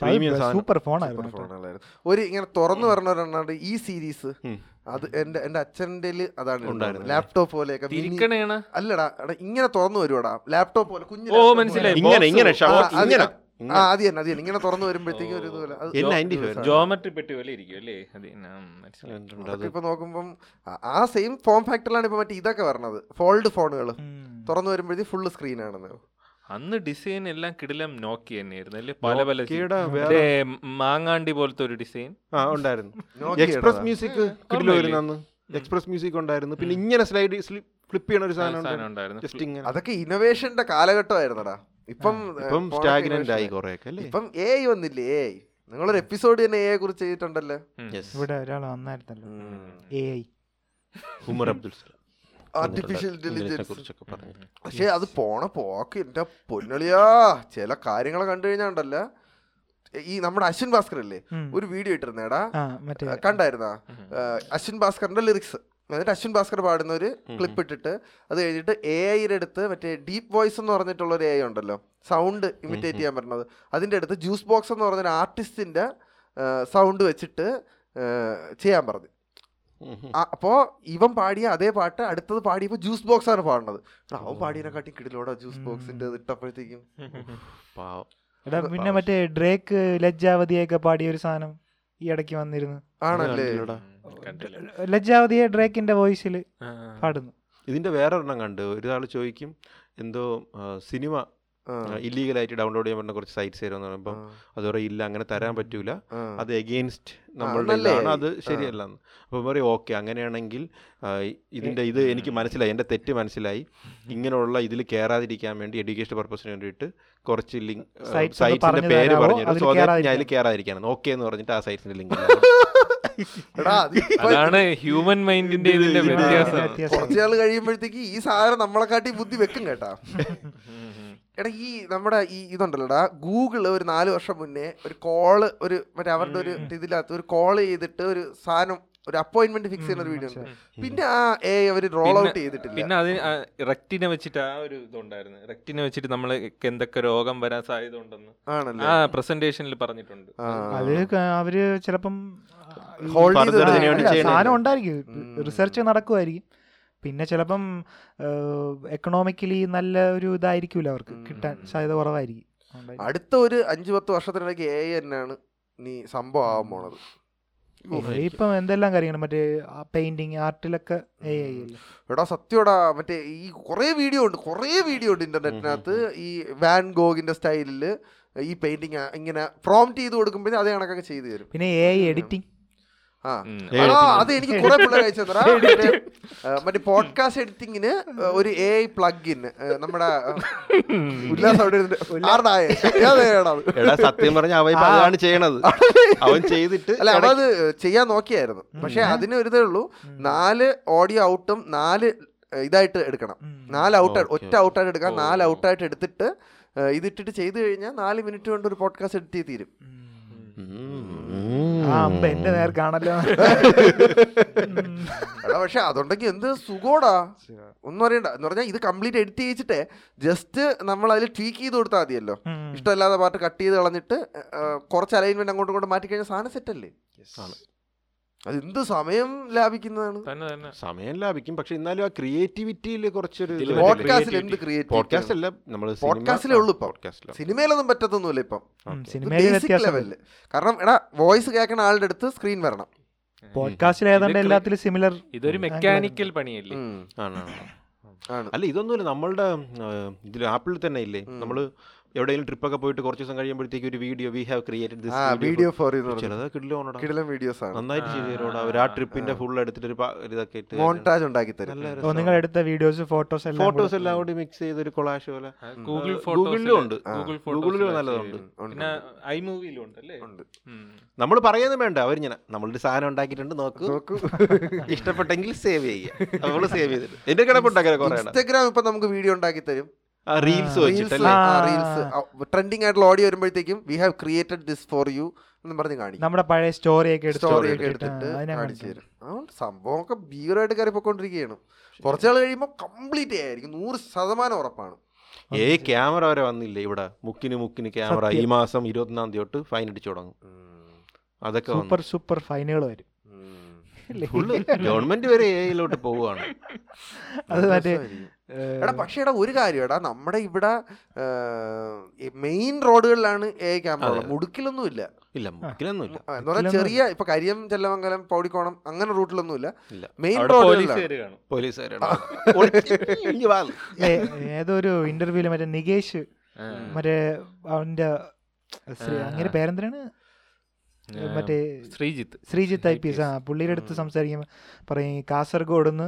C: പ്രീമിയം
A: നോക്കിയ
C: സാധനം
A: സൂപ്പർ ഫോണായിരുന്നു കേട്ടോ.
D: ഒരു ഇങ്ങനെ തുറന്നു പറഞ്ഞവരെണ്ണാണ്ട് ഈ സീരീസ്
C: ഉം.
D: അത് എന്റെ എന്റെ അച്ഛൻ്റെ അതാണ്
C: ഉണ്ടായിരുന്നു.
D: ലാപ്ടോപ്പ് പോലെയൊക്കെ mini-
B: തിരിക്കണേണ
D: അല്ലടാ എടാ, ഇങ്ങനെ തുറന്നു വരുവാടാ ലാപ്ടോപ്പ് പോലെ കുഞ്ഞു
B: ഓ,
D: laptop പോലെ.
B: മനസ്സിലായി.
C: ഇങ്ങനെ
B: Box
C: ഇങ്ങനെ
B: ഉം.
D: ആ,
C: ഷവർ
D: അത്
C: ഇങ്ങനെ
D: ആ അത് തന്നെ അത് തന്നെ ഇങ്ങനെ തുറന്നു വരുമ്പോഴത്തേക്കും ഒരു ഇതുപോലെ അത്
C: എന്നെ അതിൻ്റെ
D: ഒരു സാധനം.
B: ജോമെട്രി പെട്ടി പോലെ ഇരിക്കും അല്ലേ അത് ഞാൻ മനസ്സിലായി
D: അതൊക്കെ ഇപ്പൊ നോക്കുമ്പം ആ- ആ സെയിം ഫോം ഫാക്ടറിലാണ് ഇപ്പൊ മറ്റേ ഇതൊക്കെ വരണത് ഫോൾഡ് ഫോണുകൾ
A: ഉം.
D: തുറന്നു വരുമ്പോഴത്തേക്ക് ഫുള്ള് സ്ക്രീനാണെന്ന്
B: അന്ന് ഡിസൈൻ എല്ലാം കിടിലം നോക്കി തന്നെയായിരുന്നു അല്ലേ പല പല
C: നോക്കിയുടെ
B: design.
C: വേറെ-
B: മറ്റേ മാങ്ങാണ്ടി പോലത്തെ ഒരു ഡിസൈൻ
C: ആ ഉണ്ടായിരുന്നു
D: നോക്കിയയുടെ
C: എക്സ്പ്രസ്
D: അതാ.
C: മ്യൂസിക് കിട്ടില്ല വരുന്ന അന്ന് എക്സ്പ്രസ് മ്യൂസിക് ഉണ്ടായിരുന്നു പിന്നെ ഇങ്ങനെ സ്ലൈഡ് ഫ്ലിപ്പ് ചെയ്യണ ഒരു സാധനം
B: സാധനം
C: ഉണ്ടായിരുന്നു.
B: ഉണ്ടായിരുന്നു
C: Just ഇങ്ങനെ
D: അതൊക്കെ ഇന്നോവേഷന്റെ കാലഘട്ടമായിരുന്നടാ ഇപ്പം ഏ,
C: ഇപ്പം
D: phone ഒക്കെ
C: സ്റ്റാഗ്നന്റ്
D: innovation
C: ആയി
D: ആയി.
C: കുറെയൊക്കെ അല്ലേ
D: ഇപ്പം എ വന്നില്ലേ എ നിങ്ങളൊരു എപ്പിസോഡ് തന്നെ എ കുറിച്ച് ചെയ്തിട്ടുണ്ടല്ലോ
B: ഉം.
C: യെസ്
A: ഇവിടെ ഒരാൾ വന്നായിരുന്നല്ലോ A I
C: Umar Abdul Salam
D: artificial
C: ഇതിനെ
D: ഇന്റലിജൻസ്
C: കുറിച്ചൊക്കെ പറഞ്ഞു
D: പക്ഷെ അത് പോണ പോക്ക് എന്റെ പൊന്നളിയാ ചില കാര്യങ്ങൾ കണ്ടു കഴിഞ്ഞാണ്ടല്ല ഈ നമ്മുടെ അശ്വിൻ ഭാസ്കർ അല്ലേ
A: ഉം.
D: ഒരു വീഡിയോ ഇട്ടിരുന്നേടാ
A: ആ മറ്റേ
D: ഏഹ് കണ്ടായിരുന്നാ ഏഹ് അശ്വിൻ ഭാസ്കറിന്റെ ലിറിക്സ് എന്നിട്ട് അശ്വിൻ ഭാസ്കർ പാടുന്ന ഒരു ക്ലിപ്പ് ഇട്ടിട്ട് അത് കഴിഞ്ഞിട്ട് എ ഐയുടെ അടുത്ത് മറ്റേ ഡീപ്പ് വോയിസ് എന്ന് പറഞ്ഞിട്ടുള്ള ഒരു എ ഐ ഉണ്ടല്ലോ സൗണ്ട് ഇമിറ്റേറ്റ് ചെയ്യാൻ പറ്റുന്നത് അതിൻ്റെ അടുത്ത് ജ്യൂസ് ബോക്സ് എന്ന് പറഞ്ഞൊരു ആർട്ടിസ്റ്റിന്റെ സൗണ്ട് വെച്ചിട്ട് ഏഹ് ചെയ്യാൻ പറഞ്ഞു അപ്പോൾ ഇവൻ പാടിയ അതേ പാട്ട് അടുത്തത് പാടിയപ്പോൾ ജ്യൂസ് ബോക്സ് ആണ് പാടുന്നത് എടാ, അവൻ പാടിയതിനെക്കാട്ടി കിടിലോടാ ജ്യൂസ് ബോക്സിന്റെ ഇട്ടപ്പോഴത്തേക്കും
C: പാവം
A: എടാ പിന്നെ മറ്റേ ഡ്രേക്ക് ലജ്ജാവതിയൊക്കെ പാടിയ ഒരു സാധനം ഈ ഇടയ്ക്ക് വന്നിരുന്നു
D: ആണല്ലേ
C: കണ്ടില്ലടാ.
B: ഉം. കണ്ടില്ല
A: ലജ്ജാവതിയെ ഡ്രേക്കിന്റെ വോയിസിൽ
B: ആ.
A: പാടുന്നു
C: ഇതിന്റെ വേറെ ഒരെണ്ണം കണ്ട് ഒരാൾ ചോദിക്കും എന്തോ ആ, സിനിമ
D: ആ.
C: ഇല്ലീഗലായിട്ട് ഡൗൺലോഡ് ചെയ്യാൻ പറ്റുന്ന കുറച്ച് സൈറ്റ്സ് തരുമെന്ന് പറയുമ്പോൾ അതുവരെ ഇല്ല അങ്ങനെ തരാൻ പറ്റൂല
D: ആ.
C: അത് എഗെയിൻസ്റ്റ് നമ്മളുടെ
D: നല്ലേ?
C: ഇതാണ് അത് ശരിയല്ല എന്ന് അപ്പോൾ പറയും ഓക്കെ അങ്ങനെയാണെങ്കിൽ ആ, ഇതിൻ്റെ ഇത് എനിക്ക് മനസ്സിലായി എൻ്റെ തെറ്റ് മനസ്സിലായി ഇങ്ങനെയുള്ള ഇതിൽ കയറാതിരിക്കാൻ വേണ്ടി എഡ്യൂക്കേഷൻ പർപ്പസിന് വേണ്ടിയിട്ട് കുറച്ച് ലിങ്ക്
A: Sites ഒന്ന്
C: സൈറ്റ്സിൻ്റെ
A: പറഞ്ഞ്
C: പേര്
A: തരാവോ?
C: പറഞ്ഞു
A: അതിൽ
C: സോ ഞാൻ അതിൽ
A: കയറാതിരിക്കാൻ.
C: കയറാതിരിക്കാനെന്ന് ഓക്കെ എന്ന് പറഞ്ഞിട്ട് ആ സൈറ്റ്സിൻ്റെ ലിങ്ക്
D: എടാ, അത് ഇപ്പൊ
B: അതാണ് ഹ്യൂമൻ മൈൻഡിന്റെ ഇതിന്റെ
A: ആ,
B: വ്യത്യാസം
A: അതിന്റെ വ്യത്യാസം.
B: *laughs*
D: കുറച്ച് നാൾ കഴിയുമ്പോഴത്തേക്ക് ഈ സാധനം നമ്മളെക്കാട്ടി ബുദ്ധി വെക്കും കേട്ടാ എടാ ഈ നമ്മുടെ ഈ ഇതുണ്ടല്ലോടാ ഗൂഗിള് ഒരു നാല് വർഷം മുന്നേ ഒരു കോള് ഒരു മറ്റേ അവരുടെ ഒരു
B: ഉം.
D: ഇതിനകത്ത് ഒരു കോള് ചെയ്തിട്ട് ഒരു സാധനം ഒരു അപ്പോയിന്റ്മെന്റ് ഫിക്സ് ചെയ്യുന്ന ഒരു
A: ഉം,
D: വീഡിയോ ഉണ്ട്
A: മനസ്സിലായി.
D: പിന്നെ ആ എ അവര് റോൾ ഔട്ട്
B: പിന്നെ-
D: ചെയ്തിട്ടില്ല
B: പിന്നെ അതിന് ആ റെക്റ്റിനെ വെച്ചിട്ട് ആ ഒരു ഇതുണ്ടായിരുന്നു റെക്റ്റിനെ വെച്ചിട്ട് നമ്മൾ എന്തൊക്കെ രോഗം വരാൻ സാധ്യത ഉണ്ടെന്ന്
D: ആണല്ലേ
B: ആ പ്രസന്റേഷനിൽ പറഞ്ഞിട്ടുണ്ട്
D: ആ.
A: അത് ക- അവര് ചിലപ്പം ഈ
D: Hold
A: ആ,
D: ചെയ്ത്
C: ഇതിനു വേണ്ടി
A: അല്ല,
C: ചെയ്യണതല്ലേ?
A: സാധനം ഉണ്ടായിരിക്കും
D: ഉം.
A: റിസർച്ച് നടക്കുമായിരിക്കും പിന്നെ ചിലപ്പം എക്കണോമിക്കലി നല്ല ഒരു ഇതായിരിക്കൂല അവർക്ക് കിട്ടാൻ
D: ഉം.
A: സാധ്യത കുറവായിരിക്കും അതുകൊണ്ടായിരിക്കും.
D: അടുത്ത ഒരു അഞ്ചു പത്ത് വർഷത്തിനിടയ്ക്ക് എ തന്നെയാണ് നീ സംഭവം ആവാൻ പോണത്
A: AI ഇപ്പം എന്തെല്ലാം കാര്യങ്ങൾ മറ്റേ പെയിന്റിങ് ആർട്ടിലൊക്കെ എ ഐ അല്ലേ
D: എടാ സത്യടാ മറ്റേ ഈ കുറേ വീഡിയോ ഉണ്ട് കുറേ വീഡിയോ ഉണ്ട് ഇന്റർനെറ്റിനകത്ത് ഈ വാൻ ഗോഗിന്റെ സ്റ്റൈലിൽ ഈ പെയിന്റിങ് ഇങ്ങനെ പ്രോംപ്റ്റ് ചെയ്ത് കൊടുക്കുമ്പോഴേ അതേ കണക്കൊക്കെ ചെയ്തു തരും
A: പിന്നെ എ ഐ എഡിറ്റിംഗ്
D: ആ
B: ഉം.
C: ഏ-
D: ആ, അത് എനിക്ക് കുറെ പിള്ളേർ അയച്ചു തന്നടാ. മറ്റേ, ആ, മറ്റേ പോഡ്കാസ്റ്റ് എഡിറ്റിങ്ങിന് ഒരു എ ഐ പ്ലഗിൻ നമ്മുടെ ആ, ഉല്ലാസ് അവിടെ ഇരുന്നിട്ട് ആരുടെ ആയ? ഏതാടാ അത്?
C: എടാ സത്യം പറഞ്ഞ അവൻ ഇപ്പൊ അതാണ്
D: *laughs*
C: ചെയ്യണത് അവൻ ചെയ്തിട്ട്
D: അല്ല അവൻ അത് ചെയ്യാൻ നോക്കിയായിരുന്നു പക്ഷെ അതിന് ഒരു ഇതേ ഉള്ളൂ നാല് ഓഡിയോ ഔട്ടും നാല് ഏഹ്, ഇതായിട്ട് എടുക്കണം നാല് ഔട്ട്
C: ഓക്കേ,
D: ഒറ്റ ഔട്ടായിട്ട് എടുക്കാം നാല് ഔട്ടായിട്ട് എടുത്തിട്ട് ഏഹ്, ഇതിട്ടിട്ട് ചെയ്തു കഴിഞ്ഞാൽ നാല് മിനിറ്റ് കൊണ്ട് ഒരു പോഡ്കാസ്റ്റ് എഡിറ്റ് ചെയ്ത് തീരും
A: ആ അമ്പ എന്റെ നേർക്കാണല്ലോ
D: എടാ പക്ഷെ അതുണ്ടെങ്കിൽ എന്ത് സുഖോടാ ഒന്നും അറിയണ്ട എന്ന് പറഞ്ഞാൽ ഇത് കംപ്ലീറ്റ് എഡിറ്റ് ചെയ്യിച്ചിട്ടേ ജസ്റ്റ് നമ്മൾ അതിൽ ട്വീക്ക് ചെയ്ത് കൊടുത്താൽ മതിയല്ലോ
A: ഉം.
D: ഇഷ്ടമല്ലാത്ത പാട്ട് കട്ട് ചെയ്ത് കളഞ്ഞിട്ട് ഏഹ്, ഏഹ്, കുറച്ച് അലൈൻമെന്റ് അങ്ങോട്ടും ഇങ്ങോട്ടും മാറ്റി കഴിഞ്ഞാൽ സാധനം സെറ്റല്ലേ
C: ആണ്.
D: അത് എന്ത് സമയം ലാഭിക്കുന്നതാണ്
B: തന്നെ തന്നെ
C: സമയം ലാഭിക്കും പക്ഷെ എന്നാലും ആ ക്രിയേറ്റിവിറ്റിയിൽ കുറച്ചൊരു
B: ഇതില് മറ്റേ
D: പോഡ്കാസ്റ്റിൽ എന്ത് ക്രിയേറ്റ്
C: പോഡ്കാസ്റ്റ് അല്ല നമ്മള്
D: പോഡ്കാസ്റ്റിലേ ഉള്ളൂ ഇപ്പം. സിനിമയിലൊന്നും പറ്റത്തൊന്നുമില്ല ഇപ്പം
A: ഉം,
C: പോഡ്കാസ്റ്റിലും
A: സിനിമയിൽ
D: ബേസിക്
A: വ്യത്യാസം
D: ലെവലില് കാരണം എടാ വോയിസ് കേൾക്കുന്ന ആളുടെ അടുത്ത് സ്ക്രീൻ വരണം
A: പോഡ്കാസ്റ്റിൽ ഏതാണ്ട്
B: ഇത്
A: എല്ലാത്തിലും സിമിലർ
B: ഇതൊരു മെക്കാനിക്കൽ പണിയല്ലേ
D: ഉം, ആണ്
C: അല്ല ഇതൊന്നുമില്ല നമ്മളുടെ ഇതിൽ ആപ്പിളിൽ തന്നെ ഇല്ലേ നമ്മള് എവിടെയെങ്കിലും ട്രിപ്പൊക്കെ പോയിട്ട് കുറച്ച് ദിവസം കഴിയുമ്പോഴത്തേക്ക് ഒരു video we have created
D: ah
C: this
D: video for
C: ചിലതൊക്കെ ഇല്ലോണടാ
D: കിടലം വീഡിയോസ് ആണ്
C: നന്നായിട്ട് ചെയ്തു തരുവാടാ. അവര് ആ ട്രിപ്പിന്റെ ഫുൾ എടുത്തിട്ട് ഒരു പ- ഇതൊക്കെ ഇട്ട്
D: മോൺടാജ് ഉണ്ടാക്കി തരും
C: നല്ല
A: ഓ, നിങ്ങൾ എടുത്ത വീഡിയോസ് ഫോട്ടോസ് എല്ലാം
C: ഫോട്ടോസ് എല്ലാം കൂടി മിക്സ് ചെയ്ത് ഒരു കൊളാഷ് പോലെ
B: ഗൂഗിൾ
C: ആ,
B: ഫോട്ടോസില്-
C: ഗൂഗിളിലും ഉണ്ട്.
D: ആ,
B: ഗൂഗിൾ
C: ഗൂഗിളിലും
B: ഫോട്ടോസില്
C: നല്ലതുണ്ട്.
B: actually പിന്നെ ഐ മൂവിയിലും ഉണ്ടല്ലേ
D: ഉണ്ട്.
B: ഉം.
C: നമ്മൾ പറയുന്നത് വേണ്ട അവരിങ്ങനെ നമ്മളൊരു സാധനം ഉണ്ടാക്കിയിട്ടുണ്ട് നോക്കൂ
D: നോക്കൂ
C: *laughs* ഇഷ്ടപ്പെട്ടെങ്കിൽ സേവ് ചെയ്യുക നമ്മൾ സേവ് ചെയ്തിട്ട് എന്റെ കിടപ്പുണ്ട് അങ്ങനെ കുറെ
D: ഇൻസ്റ്റഗ്രാം ഇപ്പൊ നമുക്ക് വീഡിയോ ഉണ്ടാക്കി തരും
C: റീൽസ്
D: റീൽസ്
C: വെച്ചിട്ടല്ലേ
A: ആ.
D: റീൽസ് ട്രെൻഡിങ് ആയിട്ടുള്ള ഓഡിയോ വരുമ്പോഴത്തേക്കും we have created this for you എന്ന് പറഞ്ഞ് കാണിക്കും
A: നമ്മുടെ പഴയ സ്റ്റോറി ഒക്കെ എടുത്ത്
D: സ്റ്റോറി ഒക്കെ
A: എടുത്തിട്ട്
D: എടുത്തിട്ട്
A: ആ, അതിനെ
D: കാണിച്ചു
A: കാണിക്കും.
D: തരും അതുകൊണ്ട് സംഭവമൊക്കെ ഭീകരമായിട്ട് കയറിപ്പോയിക്കൊണ്ടിരിക്കുകയാണ് കുറച്ചാൾ കഴിയുമ്പോൾ കംപ്ലീറ്റ് ആയിരിക്കും നൂറ് ശതമാനം ഉറപ്പാണ്
C: ഏ ക്യാമറ വരെ വന്നില്ലേ ഇവിടെ മുക്കിന് മുക്കിന് ക്യാമറ ഈ മാസം ഇരുപത്തിനാം തീയതി തൊട്ട് ഫൈൻ അടിച്ചു തുടങ്ങും അതൊക്കെ
A: സൂപ്പർ സൂപ്പർ ഫൈനുകൾ വരും *laughs*
C: ഫുള്ള് ഗവൺമെന്റ് വരെ എയിലോട്ട് പോവുകയാണ്
A: അത് മറ്റേ
D: എടാ പക്ഷേ എടാ ഒരു കാര്യം എടാ നമ്മുടെ ഇവിടെ മെയിൻ റോഡുകളിലാണ് എ ക്യാമറ ഉള്ളത് മുടുക്കിലൊന്നും ഇല്ല
C: ഇല്ല മുക്കിലൊന്നും ഇല്ല
D: ആ, എന്ന് പറഞ്ഞാൽ ചെറിയ ഇപ്പൊ കരിയം ചെല്ലമംഗലം പൗടിക്കോണം അങ്ങനെ റൂട്ടിലൊന്നും ഇല്ല
C: ഇല്ല.
D: മെയിൻ
B: അവിടെ
D: റോഡുകളിലാണ്
B: പോലീസുകാര് കാണും
C: പോലീസുകാരാണ്
A: ഏ- ഏതൊരു ഇന്റർവ്യൂല് മറ്റേ നികേഷ്
B: ആ.
A: മറ്റേ അവന്റെ ശ്രീ- അങ്ങനെ പേരെന്തിനാണ് മറ്റേ
B: Sreejith
A: Sreejith I P S ആ പുള്ളിയുടെ അടുത്ത് സംസാരിക്കുമ്പോൾ പറയും ഈ കാസർഗോഡ് നിന്ന്